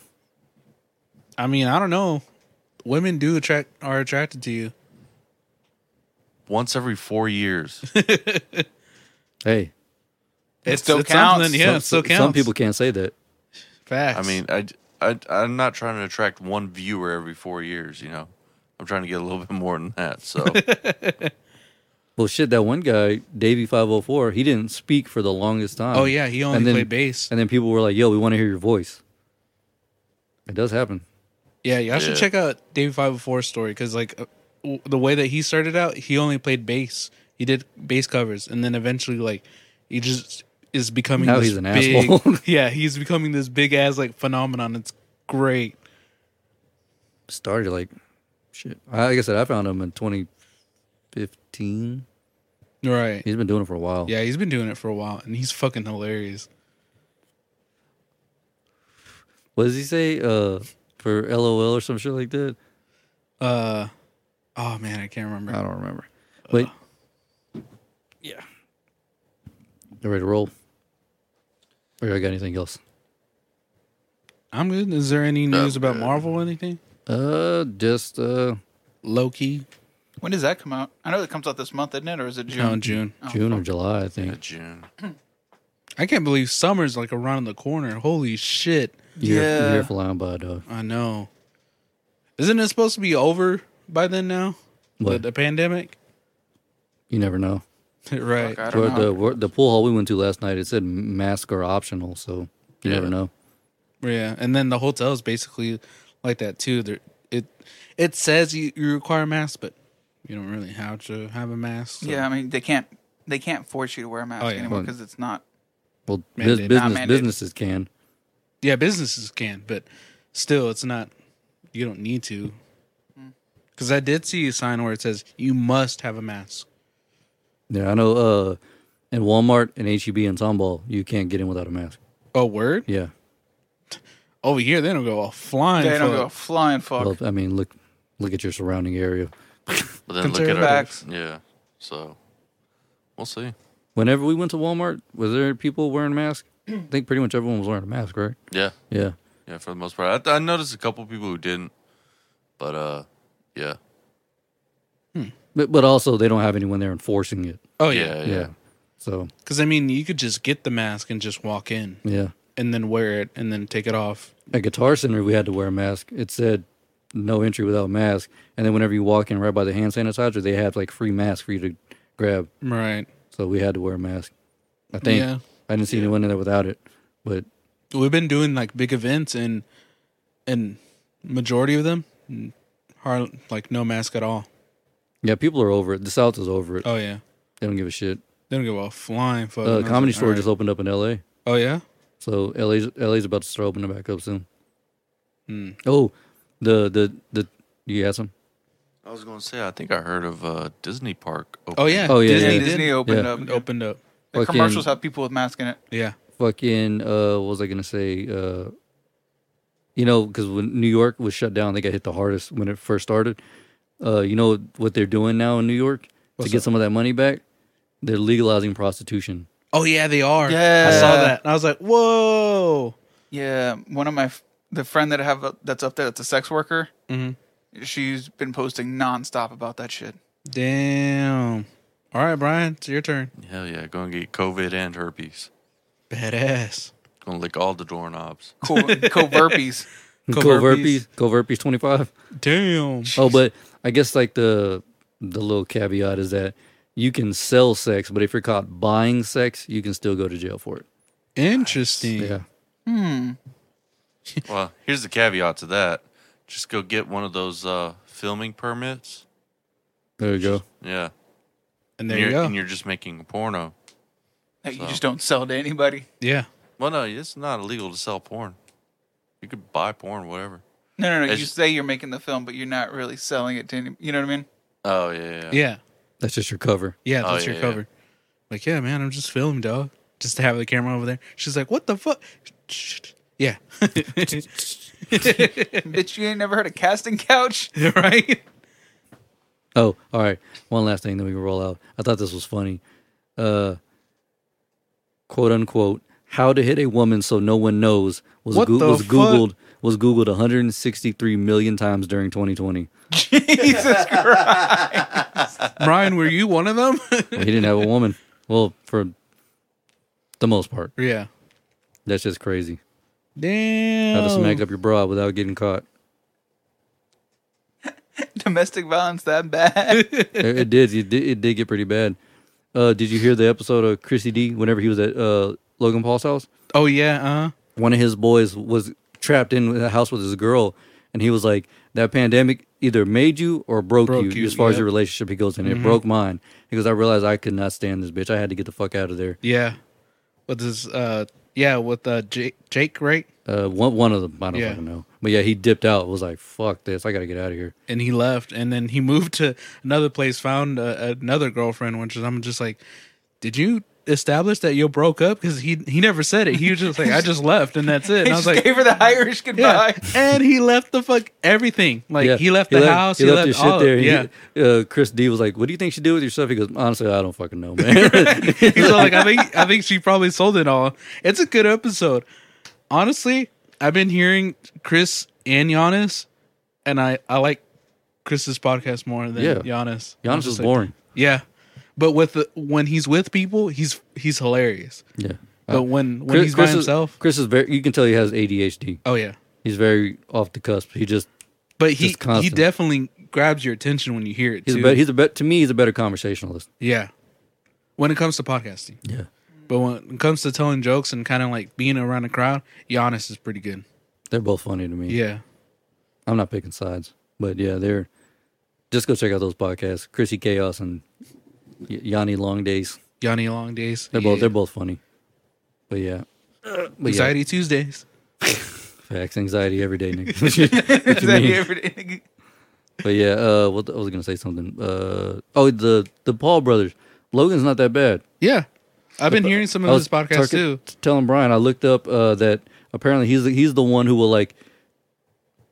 [SPEAKER 2] I mean, I don't know. Women do attract are attracted to you.
[SPEAKER 3] Once every 4 years.
[SPEAKER 1] Hey,
[SPEAKER 2] It
[SPEAKER 5] still
[SPEAKER 2] it's
[SPEAKER 5] counts.
[SPEAKER 2] something, Yeah,
[SPEAKER 1] some,
[SPEAKER 2] it still counts.
[SPEAKER 1] some people can't say that.
[SPEAKER 2] Facts.
[SPEAKER 3] I
[SPEAKER 2] [laughs]
[SPEAKER 3] mean, I I I'm not trying to attract one viewer every 4 years, you know. I'm trying to get a little [laughs] bit more than that. So,
[SPEAKER 1] Well, shit, that one guy, Davey five hundred four, he didn't speak for the longest time.
[SPEAKER 2] Oh, yeah, he only
[SPEAKER 1] And then-
[SPEAKER 2] played bass.
[SPEAKER 1] And then people were like, "Yo, we want to hear your voice." It does happen.
[SPEAKER 2] yeah, y'all
[SPEAKER 3] Yeah.
[SPEAKER 2] should check out David Five Four's story because like uh, w- the way that he started out, he only played bass. He did bass covers, and then eventually, like, he just is becoming
[SPEAKER 1] Now
[SPEAKER 2] this
[SPEAKER 1] he's an
[SPEAKER 2] big,
[SPEAKER 1] asshole.
[SPEAKER 2] [laughs]
[SPEAKER 1] [laughs]
[SPEAKER 2] yeah, he's becoming this big ass like phenomenon. It's great.
[SPEAKER 1] Started like, shit. I- Like I said, I found him in twenty fifteen.
[SPEAKER 2] Right.
[SPEAKER 1] He's been doing it for a while.
[SPEAKER 2] Yeah, he's been doing it for a while, and he's fucking hilarious.
[SPEAKER 1] What does he say? Uh, for LOL or some shit like that.
[SPEAKER 2] Uh, oh man, I can't remember. Uh.
[SPEAKER 1] I don't remember. But yeah, you ready to roll? Or I got anything else?
[SPEAKER 2] I'm good. Is there any news about Marvel or anything?
[SPEAKER 1] Uh, just uh,
[SPEAKER 2] Loki
[SPEAKER 5] When does that come out? I know it comes out this month, isn't it? Or is it June?
[SPEAKER 2] on June.
[SPEAKER 5] Oh,
[SPEAKER 1] June or July, I think.
[SPEAKER 3] June.
[SPEAKER 2] I can't believe summer's like around the corner. Holy shit!
[SPEAKER 1] You're,
[SPEAKER 5] Yeah.
[SPEAKER 1] you're flying by, dog.
[SPEAKER 2] I know. Isn't it supposed to be over by then now? The,
[SPEAKER 1] What?
[SPEAKER 2] the pandemic, [laughs]
[SPEAKER 1] You never know.
[SPEAKER 2] right?
[SPEAKER 5] Fuck, I
[SPEAKER 1] Where
[SPEAKER 5] don't
[SPEAKER 1] the
[SPEAKER 5] know.
[SPEAKER 1] where, the pool hall we went to last night, it said mask are optional, so you
[SPEAKER 3] Yeah.
[SPEAKER 1] never know.
[SPEAKER 2] Yeah, and then the hotel's basically like that too. There, it it says you, you require masks, but you don't really have to have a mask. so-
[SPEAKER 5] Yeah, I mean they can't they can't force you to wear a mask
[SPEAKER 2] Oh,
[SPEAKER 5] anymore
[SPEAKER 2] yeah.
[SPEAKER 5] 'cause anymore
[SPEAKER 1] Well,
[SPEAKER 5] because it's not.
[SPEAKER 1] Well, bus-
[SPEAKER 2] Mandated. Not
[SPEAKER 1] business
[SPEAKER 5] mandated.
[SPEAKER 1] businesses can.
[SPEAKER 2] Yeah, businesses can, but still, it's not. You don't need to.
[SPEAKER 5] Mm.
[SPEAKER 2] Because I did see a sign where it says you must have a mask.
[SPEAKER 1] Yeah, I know. Uh, in Walmart and HEB and Tomball, you can't get in without a mask.
[SPEAKER 2] Oh, word!
[SPEAKER 1] Yeah.
[SPEAKER 2] Over here, they don't go all flying.
[SPEAKER 5] They don't
[SPEAKER 2] for-
[SPEAKER 5] go flying fuck.
[SPEAKER 1] Well, I mean, look look at your surrounding area.
[SPEAKER 3] But then look
[SPEAKER 2] Conservative.
[SPEAKER 3] at our
[SPEAKER 5] Facts.
[SPEAKER 3] Yeah. So we'll see.
[SPEAKER 1] Whenever we went to Walmart, was there people wearing masks? I think pretty much everyone was wearing a mask, right?
[SPEAKER 3] Yeah.
[SPEAKER 1] Yeah.
[SPEAKER 3] Yeah, for the most part. I, I noticed a couple people who didn't. But uh yeah.
[SPEAKER 1] But but also they don't have anyone there enforcing it.
[SPEAKER 2] Oh
[SPEAKER 3] Yeah,
[SPEAKER 2] yeah,
[SPEAKER 1] Yeah.
[SPEAKER 3] yeah.
[SPEAKER 1] So
[SPEAKER 2] because I mean, you could just get the mask and just walk in,
[SPEAKER 1] yeah.
[SPEAKER 2] and then wear it, and then take it off.
[SPEAKER 1] At Guitar Center, we had to wear a mask. It said no entry without mask. And then whenever you walk in right by the hand sanitizer, they have like free masks for you to grab.
[SPEAKER 2] Right?
[SPEAKER 1] So we had to wear a mask. I think
[SPEAKER 2] Yeah.
[SPEAKER 1] I didn't see anyone in there without it. But
[SPEAKER 2] We've been doing like big events, and and majority of them, hard like no mask at all.
[SPEAKER 1] yeah, people are over it. The South is over it.
[SPEAKER 2] Oh yeah,
[SPEAKER 1] They don't give a shit.
[SPEAKER 2] they don't go all flying. Fuck.
[SPEAKER 1] Uh,
[SPEAKER 2] And I was
[SPEAKER 1] comedy
[SPEAKER 2] like,
[SPEAKER 1] store
[SPEAKER 2] Oh, all
[SPEAKER 1] just
[SPEAKER 2] right.
[SPEAKER 1] opened up in L.A.
[SPEAKER 2] Oh yeah.
[SPEAKER 1] So LA's LA's about to start opening back up soon.
[SPEAKER 2] Hmm.
[SPEAKER 1] Oh, the the the you had some?
[SPEAKER 3] I was gonna say I think I heard of uh Disney Park
[SPEAKER 2] Oh
[SPEAKER 3] opening.
[SPEAKER 2] yeah.
[SPEAKER 1] Oh, yeah,
[SPEAKER 5] yeah,
[SPEAKER 2] Disney,
[SPEAKER 1] yeah.
[SPEAKER 2] did.
[SPEAKER 5] Disney opened
[SPEAKER 1] Yeah.
[SPEAKER 5] up.
[SPEAKER 2] opened up.
[SPEAKER 5] The
[SPEAKER 1] Fucking-
[SPEAKER 5] commercials have people with masks in it.
[SPEAKER 2] Yeah.
[SPEAKER 1] Fucking uh, what was I gonna say? Uh, you know, because when New York was shut down, they got hit the hardest when it first started. Uh, you know what they're doing now in New York to get some of that money back? They're legalizing prostitution.
[SPEAKER 2] Oh yeah, they are.
[SPEAKER 5] Yeah.
[SPEAKER 2] I saw that. And I was like, whoa.
[SPEAKER 5] uh, Yeah, one of my f- the friend that I have up- that's up there that's a sex worker. She's been posting nonstop about that shit.
[SPEAKER 2] Damn. All right, Brian, it's your turn.
[SPEAKER 3] Hell yeah, gonna get COVID and herpes.
[SPEAKER 2] Badass.
[SPEAKER 3] Gonna lick all the doorknobs. [laughs]
[SPEAKER 1] [laughs]
[SPEAKER 5] Cool, coverpies.
[SPEAKER 2] Coverpies.
[SPEAKER 1] Coverpies, Coverpies 25.
[SPEAKER 2] Damn.
[SPEAKER 1] Oh, but I guess like the the little caveat is that you can sell sex, but if you're caught buying sex, you can still go to jail for it.
[SPEAKER 2] Interesting.
[SPEAKER 1] Yeah.
[SPEAKER 5] Hmm.
[SPEAKER 3] Well, here's the caveat to that: just go get one of those uh, filming permits.
[SPEAKER 1] There you go.
[SPEAKER 3] Yeah,
[SPEAKER 2] And there
[SPEAKER 3] and
[SPEAKER 2] you
[SPEAKER 3] you're,
[SPEAKER 2] go.
[SPEAKER 3] And you're just making a porno.
[SPEAKER 5] That you just don't sell to anybody.
[SPEAKER 2] yeah.
[SPEAKER 3] Well, no, it's not illegal to sell porn. You could buy porn, whatever.
[SPEAKER 5] No, no, no.
[SPEAKER 3] It's-
[SPEAKER 5] you say you're making the film, but you're not really selling it to any. You know what I
[SPEAKER 2] [laughs]
[SPEAKER 5] mean?
[SPEAKER 3] Oh yeah, yeah.
[SPEAKER 2] Yeah.
[SPEAKER 1] That's just your cover.
[SPEAKER 2] Yeah,
[SPEAKER 3] Oh,
[SPEAKER 2] that's
[SPEAKER 3] yeah,
[SPEAKER 2] your
[SPEAKER 3] yeah.
[SPEAKER 2] cover. Like, yeah, man, I'm just filming, dog. Just to have the camera over there. She's like, what the fuck? [laughs] Yeah. [laughs]
[SPEAKER 5] Bitch, you ain't never heard of casting couch? [laughs]
[SPEAKER 2] right?
[SPEAKER 1] Oh, all right. One last thing that we can roll out. I thought this was funny. Uh, quote unquote, how to hit a woman so no one knows was,
[SPEAKER 2] What
[SPEAKER 1] goo-
[SPEAKER 2] the
[SPEAKER 1] was
[SPEAKER 2] fuck?
[SPEAKER 1] googled was googled 163 million times during 2020.
[SPEAKER 2] [laughs]
[SPEAKER 5] Jesus Christ.
[SPEAKER 2] Brian, were you one of them?
[SPEAKER 1] Well, he didn't have a woman. Well, for the most part,
[SPEAKER 2] yeah.
[SPEAKER 1] that's just crazy.
[SPEAKER 2] Damn.
[SPEAKER 1] How to smack up your bra without getting caught.
[SPEAKER 5] Domestic violence that
[SPEAKER 2] [laughs]
[SPEAKER 5] bad.
[SPEAKER 1] it, it did. It did. It did get pretty bad. Uh, did you hear the episode of Chrissy D whenever he was at uh, Logan Paul's house?
[SPEAKER 2] Oh, yeah. Uh,
[SPEAKER 1] One of his boys was trapped in the house with his girl, and he was like, "That pandemic either made you or broke,
[SPEAKER 2] Broke
[SPEAKER 1] you,
[SPEAKER 2] you, Mm-hmm.
[SPEAKER 1] as far as
[SPEAKER 2] yep.
[SPEAKER 1] your relationship." He goes, and it broke mine. He goes, "I realized I could not stand this bitch. I had to get the fuck out of there."
[SPEAKER 2] yeah. With this, uh, yeah, with uh, Jake, Jake, right?
[SPEAKER 1] Uh, one one of them, I don't
[SPEAKER 2] Yeah.
[SPEAKER 1] fucking know, but yeah, he dipped out. Was like, "Fuck this! I got to get out of here."
[SPEAKER 2] and he left and then he [laughs] moved to another place found uh, another girlfriend which is i'm just like did you establish that you broke up because he he never said it he was just like i just left and that's it and
[SPEAKER 5] [laughs] He
[SPEAKER 2] i was
[SPEAKER 5] just
[SPEAKER 2] like
[SPEAKER 5] gave her the Irish
[SPEAKER 2] [laughs] yeah
[SPEAKER 5] goodbye.
[SPEAKER 2] and he left the fuck everything like
[SPEAKER 1] Yeah,
[SPEAKER 2] he left the house he, left,
[SPEAKER 1] his
[SPEAKER 2] all
[SPEAKER 1] there. He-
[SPEAKER 2] yeah
[SPEAKER 1] uh, Chris D was like, "What do you think she did with yourself?" He goes, "Honestly, I don't fucking
[SPEAKER 2] [laughs]
[SPEAKER 1] know, man."
[SPEAKER 2] he's all like i think i think she probably sold it all it's a good episode honestly i've been hearing chris and Giannis, and i i like chris's podcast more than
[SPEAKER 1] Yeah.
[SPEAKER 2] Giannis. I'm
[SPEAKER 1] Giannis
[SPEAKER 2] just
[SPEAKER 1] is
[SPEAKER 2] like,
[SPEAKER 1] boring.
[SPEAKER 2] Yeah, but with the, when he's with people, he's he's hilarious.
[SPEAKER 1] Yeah.
[SPEAKER 2] But when when he's by
[SPEAKER 1] is-
[SPEAKER 2] himself,
[SPEAKER 1] Uh, Chris is very. You can tell he has ADHD.
[SPEAKER 2] oh yeah.
[SPEAKER 1] He's very off the cusp. He just
[SPEAKER 2] But he
[SPEAKER 1] Just constant.
[SPEAKER 2] he definitely grabs your attention when you hear it
[SPEAKER 1] he's
[SPEAKER 2] too.
[SPEAKER 1] a better. He's a bet to me. He's a better conversationalist.
[SPEAKER 2] yeah, when it comes to podcasting.
[SPEAKER 1] Yeah.
[SPEAKER 2] But when it comes to telling jokes and kind of like being around a crowd, Giannis is pretty good.
[SPEAKER 1] They're both funny to me.
[SPEAKER 2] Yeah,
[SPEAKER 1] I'm not picking sides, but yeah, they're. Just go check out those podcasts, Chrissy Chaos and Y- Yanni Long Days.
[SPEAKER 2] Yanni Long Days.
[SPEAKER 1] They're
[SPEAKER 2] Yeah.
[SPEAKER 1] both they're both funny, but yeah. But
[SPEAKER 2] Anxiety Tuesdays.
[SPEAKER 1] yeah, facts, anxiety every day,
[SPEAKER 2] [laughs]
[SPEAKER 1] nigga.
[SPEAKER 5] [laughs]
[SPEAKER 1] What you
[SPEAKER 5] That
[SPEAKER 1] mean?
[SPEAKER 5] you ever did.
[SPEAKER 1] But yeah, uh, what the- I was gonna say something. Uh, oh, the the Paul brothers. Logan's not that bad.
[SPEAKER 2] Yeah, I've been hearing some
[SPEAKER 1] I
[SPEAKER 2] of
[SPEAKER 1] was
[SPEAKER 2] his podcasts too.
[SPEAKER 1] talking- t- Telling Brian, I looked up uh, that apparently he's the, he's the one who will like,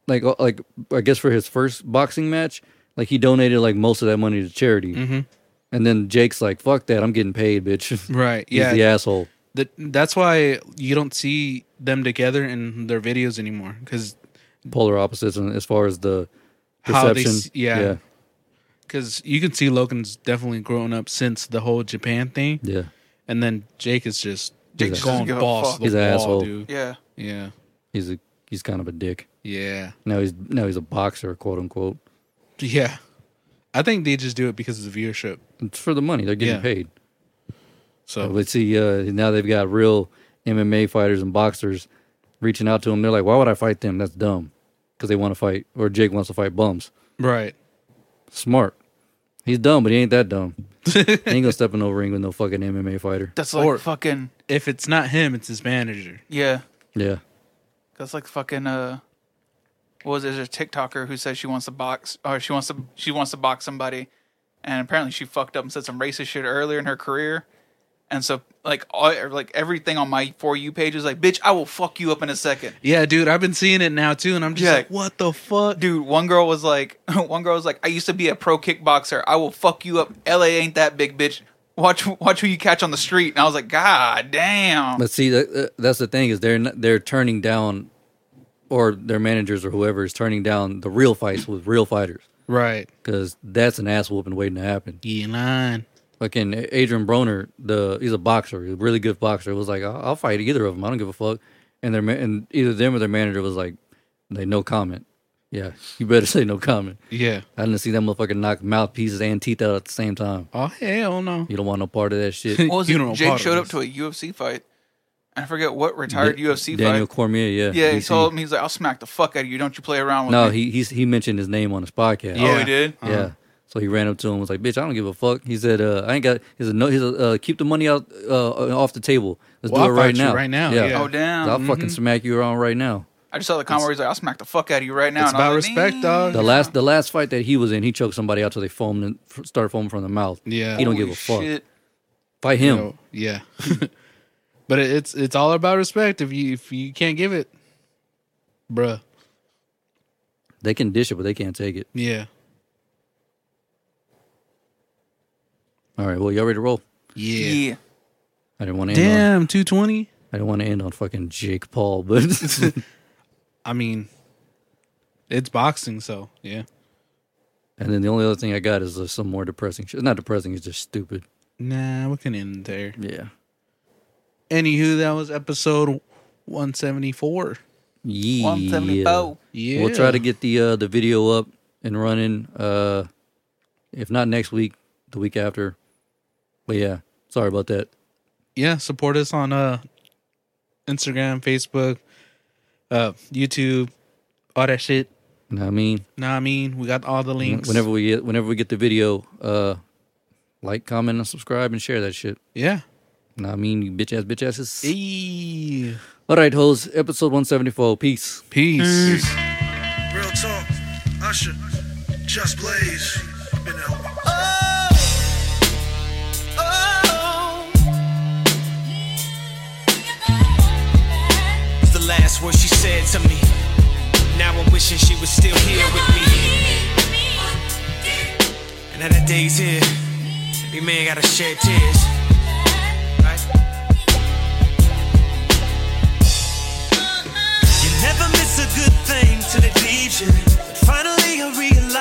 [SPEAKER 1] like uh, like I guess for his first boxing match, like he donated like most of that money to charity,
[SPEAKER 2] Mm-hmm.
[SPEAKER 1] and then Jake's like, "Fuck that, I'm getting paid, bitch." [laughs]
[SPEAKER 2] Right.
[SPEAKER 1] he's
[SPEAKER 2] Yeah.
[SPEAKER 1] the asshole.
[SPEAKER 2] that that's why you don't see them together in their videos anymore because
[SPEAKER 1] Polar opposites, and as far as the
[SPEAKER 2] How they
[SPEAKER 1] perception,
[SPEAKER 2] s- yeah. because you can see Logan's definitely grown up since the whole Japan thing,
[SPEAKER 1] yeah, yeah.
[SPEAKER 2] and then Jake is just
[SPEAKER 1] Jake
[SPEAKER 2] just
[SPEAKER 1] just
[SPEAKER 2] going
[SPEAKER 5] doesn't give a
[SPEAKER 2] boss
[SPEAKER 5] fuck.
[SPEAKER 2] the
[SPEAKER 1] He's an
[SPEAKER 2] wall,
[SPEAKER 1] asshole.
[SPEAKER 2] dude.
[SPEAKER 5] Yeah.
[SPEAKER 2] Yeah,
[SPEAKER 1] He's a he's kind of a dick.
[SPEAKER 2] yeah,
[SPEAKER 1] Now he's now he's a boxer, quote unquote.
[SPEAKER 2] yeah. I think they just do it because of the viewership.
[SPEAKER 1] It's for the money; they're getting
[SPEAKER 2] Yeah.
[SPEAKER 1] paid.
[SPEAKER 2] So
[SPEAKER 1] But see, uh, now they've got real MMA fighters and boxers reaching out to them. They're like, why would I fight them? That's dumb. Because they want to fight, or Jake wants to fight bums.
[SPEAKER 2] right,
[SPEAKER 1] Smart. He's dumb, but he ain't that dumb. he ain't gonna step in no ring with no fucking MMA fighter.
[SPEAKER 5] That's like
[SPEAKER 2] Or-
[SPEAKER 5] fucking.
[SPEAKER 2] if it's not him, it's his manager.
[SPEAKER 5] Yeah.
[SPEAKER 1] Yeah.
[SPEAKER 5] That's like fucking uh what was it? There's a TikToker who says she wants to box or she wants to she wants to box somebody and apparently she fucked up and said some racist shit earlier in her career. And so like all er, like everything on my for you page is like, bitch, I will fuck you up in a second.
[SPEAKER 2] Yeah, dude, I've been seeing it now too, and I'm just
[SPEAKER 5] Yeah.
[SPEAKER 2] like, what the fuck?
[SPEAKER 5] Dude, one girl was like [laughs] one girl was like, I used to be a pro kickboxer. I will fuck you up. LA ain't that big, bitch. Watch watch who you catch on the street. And I was like, God damn.
[SPEAKER 1] But see, that, uh, that's the thing is they're not, they're turning down or their managers or whoever is turning down the real fights with real fighters
[SPEAKER 2] Right.
[SPEAKER 1] because that's an ass whooping waiting to happen.
[SPEAKER 2] Yeah, nine.
[SPEAKER 1] Fucking Adrian Broner, the he's a boxer, he's a really good boxer. Was like, I'll, I'll fight either of them. I don't give a fuck. And their ma- and either them or their manager was like, they no comment. Yeah, [laughs] you better say no comment.
[SPEAKER 2] Yeah.
[SPEAKER 1] I didn't see that motherfucker knock mouthpieces and teeth out at the same time.
[SPEAKER 2] Oh hell no.
[SPEAKER 1] You don't want no part of that
[SPEAKER 5] [laughs]
[SPEAKER 1] shit.
[SPEAKER 5] What was
[SPEAKER 2] You don't know
[SPEAKER 5] it? Jake
[SPEAKER 2] part of
[SPEAKER 5] showed up
[SPEAKER 2] this.
[SPEAKER 5] to a UFC fight. I forget what retired
[SPEAKER 1] Da-
[SPEAKER 5] UFC
[SPEAKER 1] Daniel
[SPEAKER 5] fight.
[SPEAKER 1] Cormier, yeah,
[SPEAKER 5] Yeah, he
[SPEAKER 1] DC.
[SPEAKER 5] told him he's like, "I'll smack the fuck out of you. Don't you play around with
[SPEAKER 1] No,
[SPEAKER 5] me."
[SPEAKER 1] he he's, he mentioned his name on his podcast.
[SPEAKER 5] Oh, he did.
[SPEAKER 1] Yeah. So he ran up to him and was like, "Bitch, I don't give a fuck." He said, uh, "I ain't got." He said, "No." He said, uh, "Keep the money out uh, off the table. Let's
[SPEAKER 2] Well,
[SPEAKER 1] do it
[SPEAKER 2] I'll
[SPEAKER 1] right
[SPEAKER 2] fight you
[SPEAKER 1] now.
[SPEAKER 2] right now, yeah.
[SPEAKER 5] Oh damn!
[SPEAKER 1] I'll fucking smack you around right now."
[SPEAKER 5] I just saw the comment where he's like, "I'll smack the fuck out of you right now."
[SPEAKER 2] It's
[SPEAKER 5] and I was
[SPEAKER 2] about
[SPEAKER 5] like,
[SPEAKER 2] respect, dog.
[SPEAKER 1] The last the last fight that he was in, he choked somebody out till they foamed and f- started foaming from the mouth.
[SPEAKER 2] Yeah.
[SPEAKER 1] he don't
[SPEAKER 5] "Holy
[SPEAKER 1] give a fuck.
[SPEAKER 5] shit."
[SPEAKER 1] Fight him.
[SPEAKER 2] So, yeah. [laughs] but it, it's it's all about respect. If you if you can't give it, bruh.
[SPEAKER 1] They can dish it, but they can't take it.
[SPEAKER 2] Yeah.
[SPEAKER 1] All right. Well, y'all ready to roll?
[SPEAKER 2] Yeah.
[SPEAKER 5] Yeah.
[SPEAKER 1] I didn't want to. End on,
[SPEAKER 2] Damn, two twenty.
[SPEAKER 1] I didn't want to end on fucking Jake Paul, but [laughs]
[SPEAKER 2] I mean, it's boxing, so yeah.
[SPEAKER 1] and then the only other thing I got is uh, some more depressing shit. Not depressing. It's just stupid.
[SPEAKER 2] Nah, we can end there.
[SPEAKER 1] Yeah.
[SPEAKER 2] Anywho, that was episode one seventy four.
[SPEAKER 1] Yeah.
[SPEAKER 5] One seventy four.
[SPEAKER 2] Yeah.
[SPEAKER 1] We'll try to get the uh, the video up and running. Uh, if not next week, the week after. But yeah, sorry about that.
[SPEAKER 2] yeah, support us on uh Instagram, Facebook, uh YouTube, all that shit.
[SPEAKER 1] You know what I mean,
[SPEAKER 2] Know what I mean? We got all the links.
[SPEAKER 1] whenever we get whenever we get the video, uh, like, comment, and subscribe, and share that shit.
[SPEAKER 2] Yeah.
[SPEAKER 1] You know what I mean, you bitch ass, bitch asses.
[SPEAKER 2] Eee.
[SPEAKER 1] All right, hoes. Episode one seventy four. Peace.
[SPEAKER 2] Peace.
[SPEAKER 6] Real talk, Usher, Just Blaze, been helping.
[SPEAKER 7] It's the last word she said to me. Now I'm wishing she was still here with me. And now that day's here, every man gotta shed tears. Right? You never miss a good thing till it leaves you. But finally, I realize. Oh,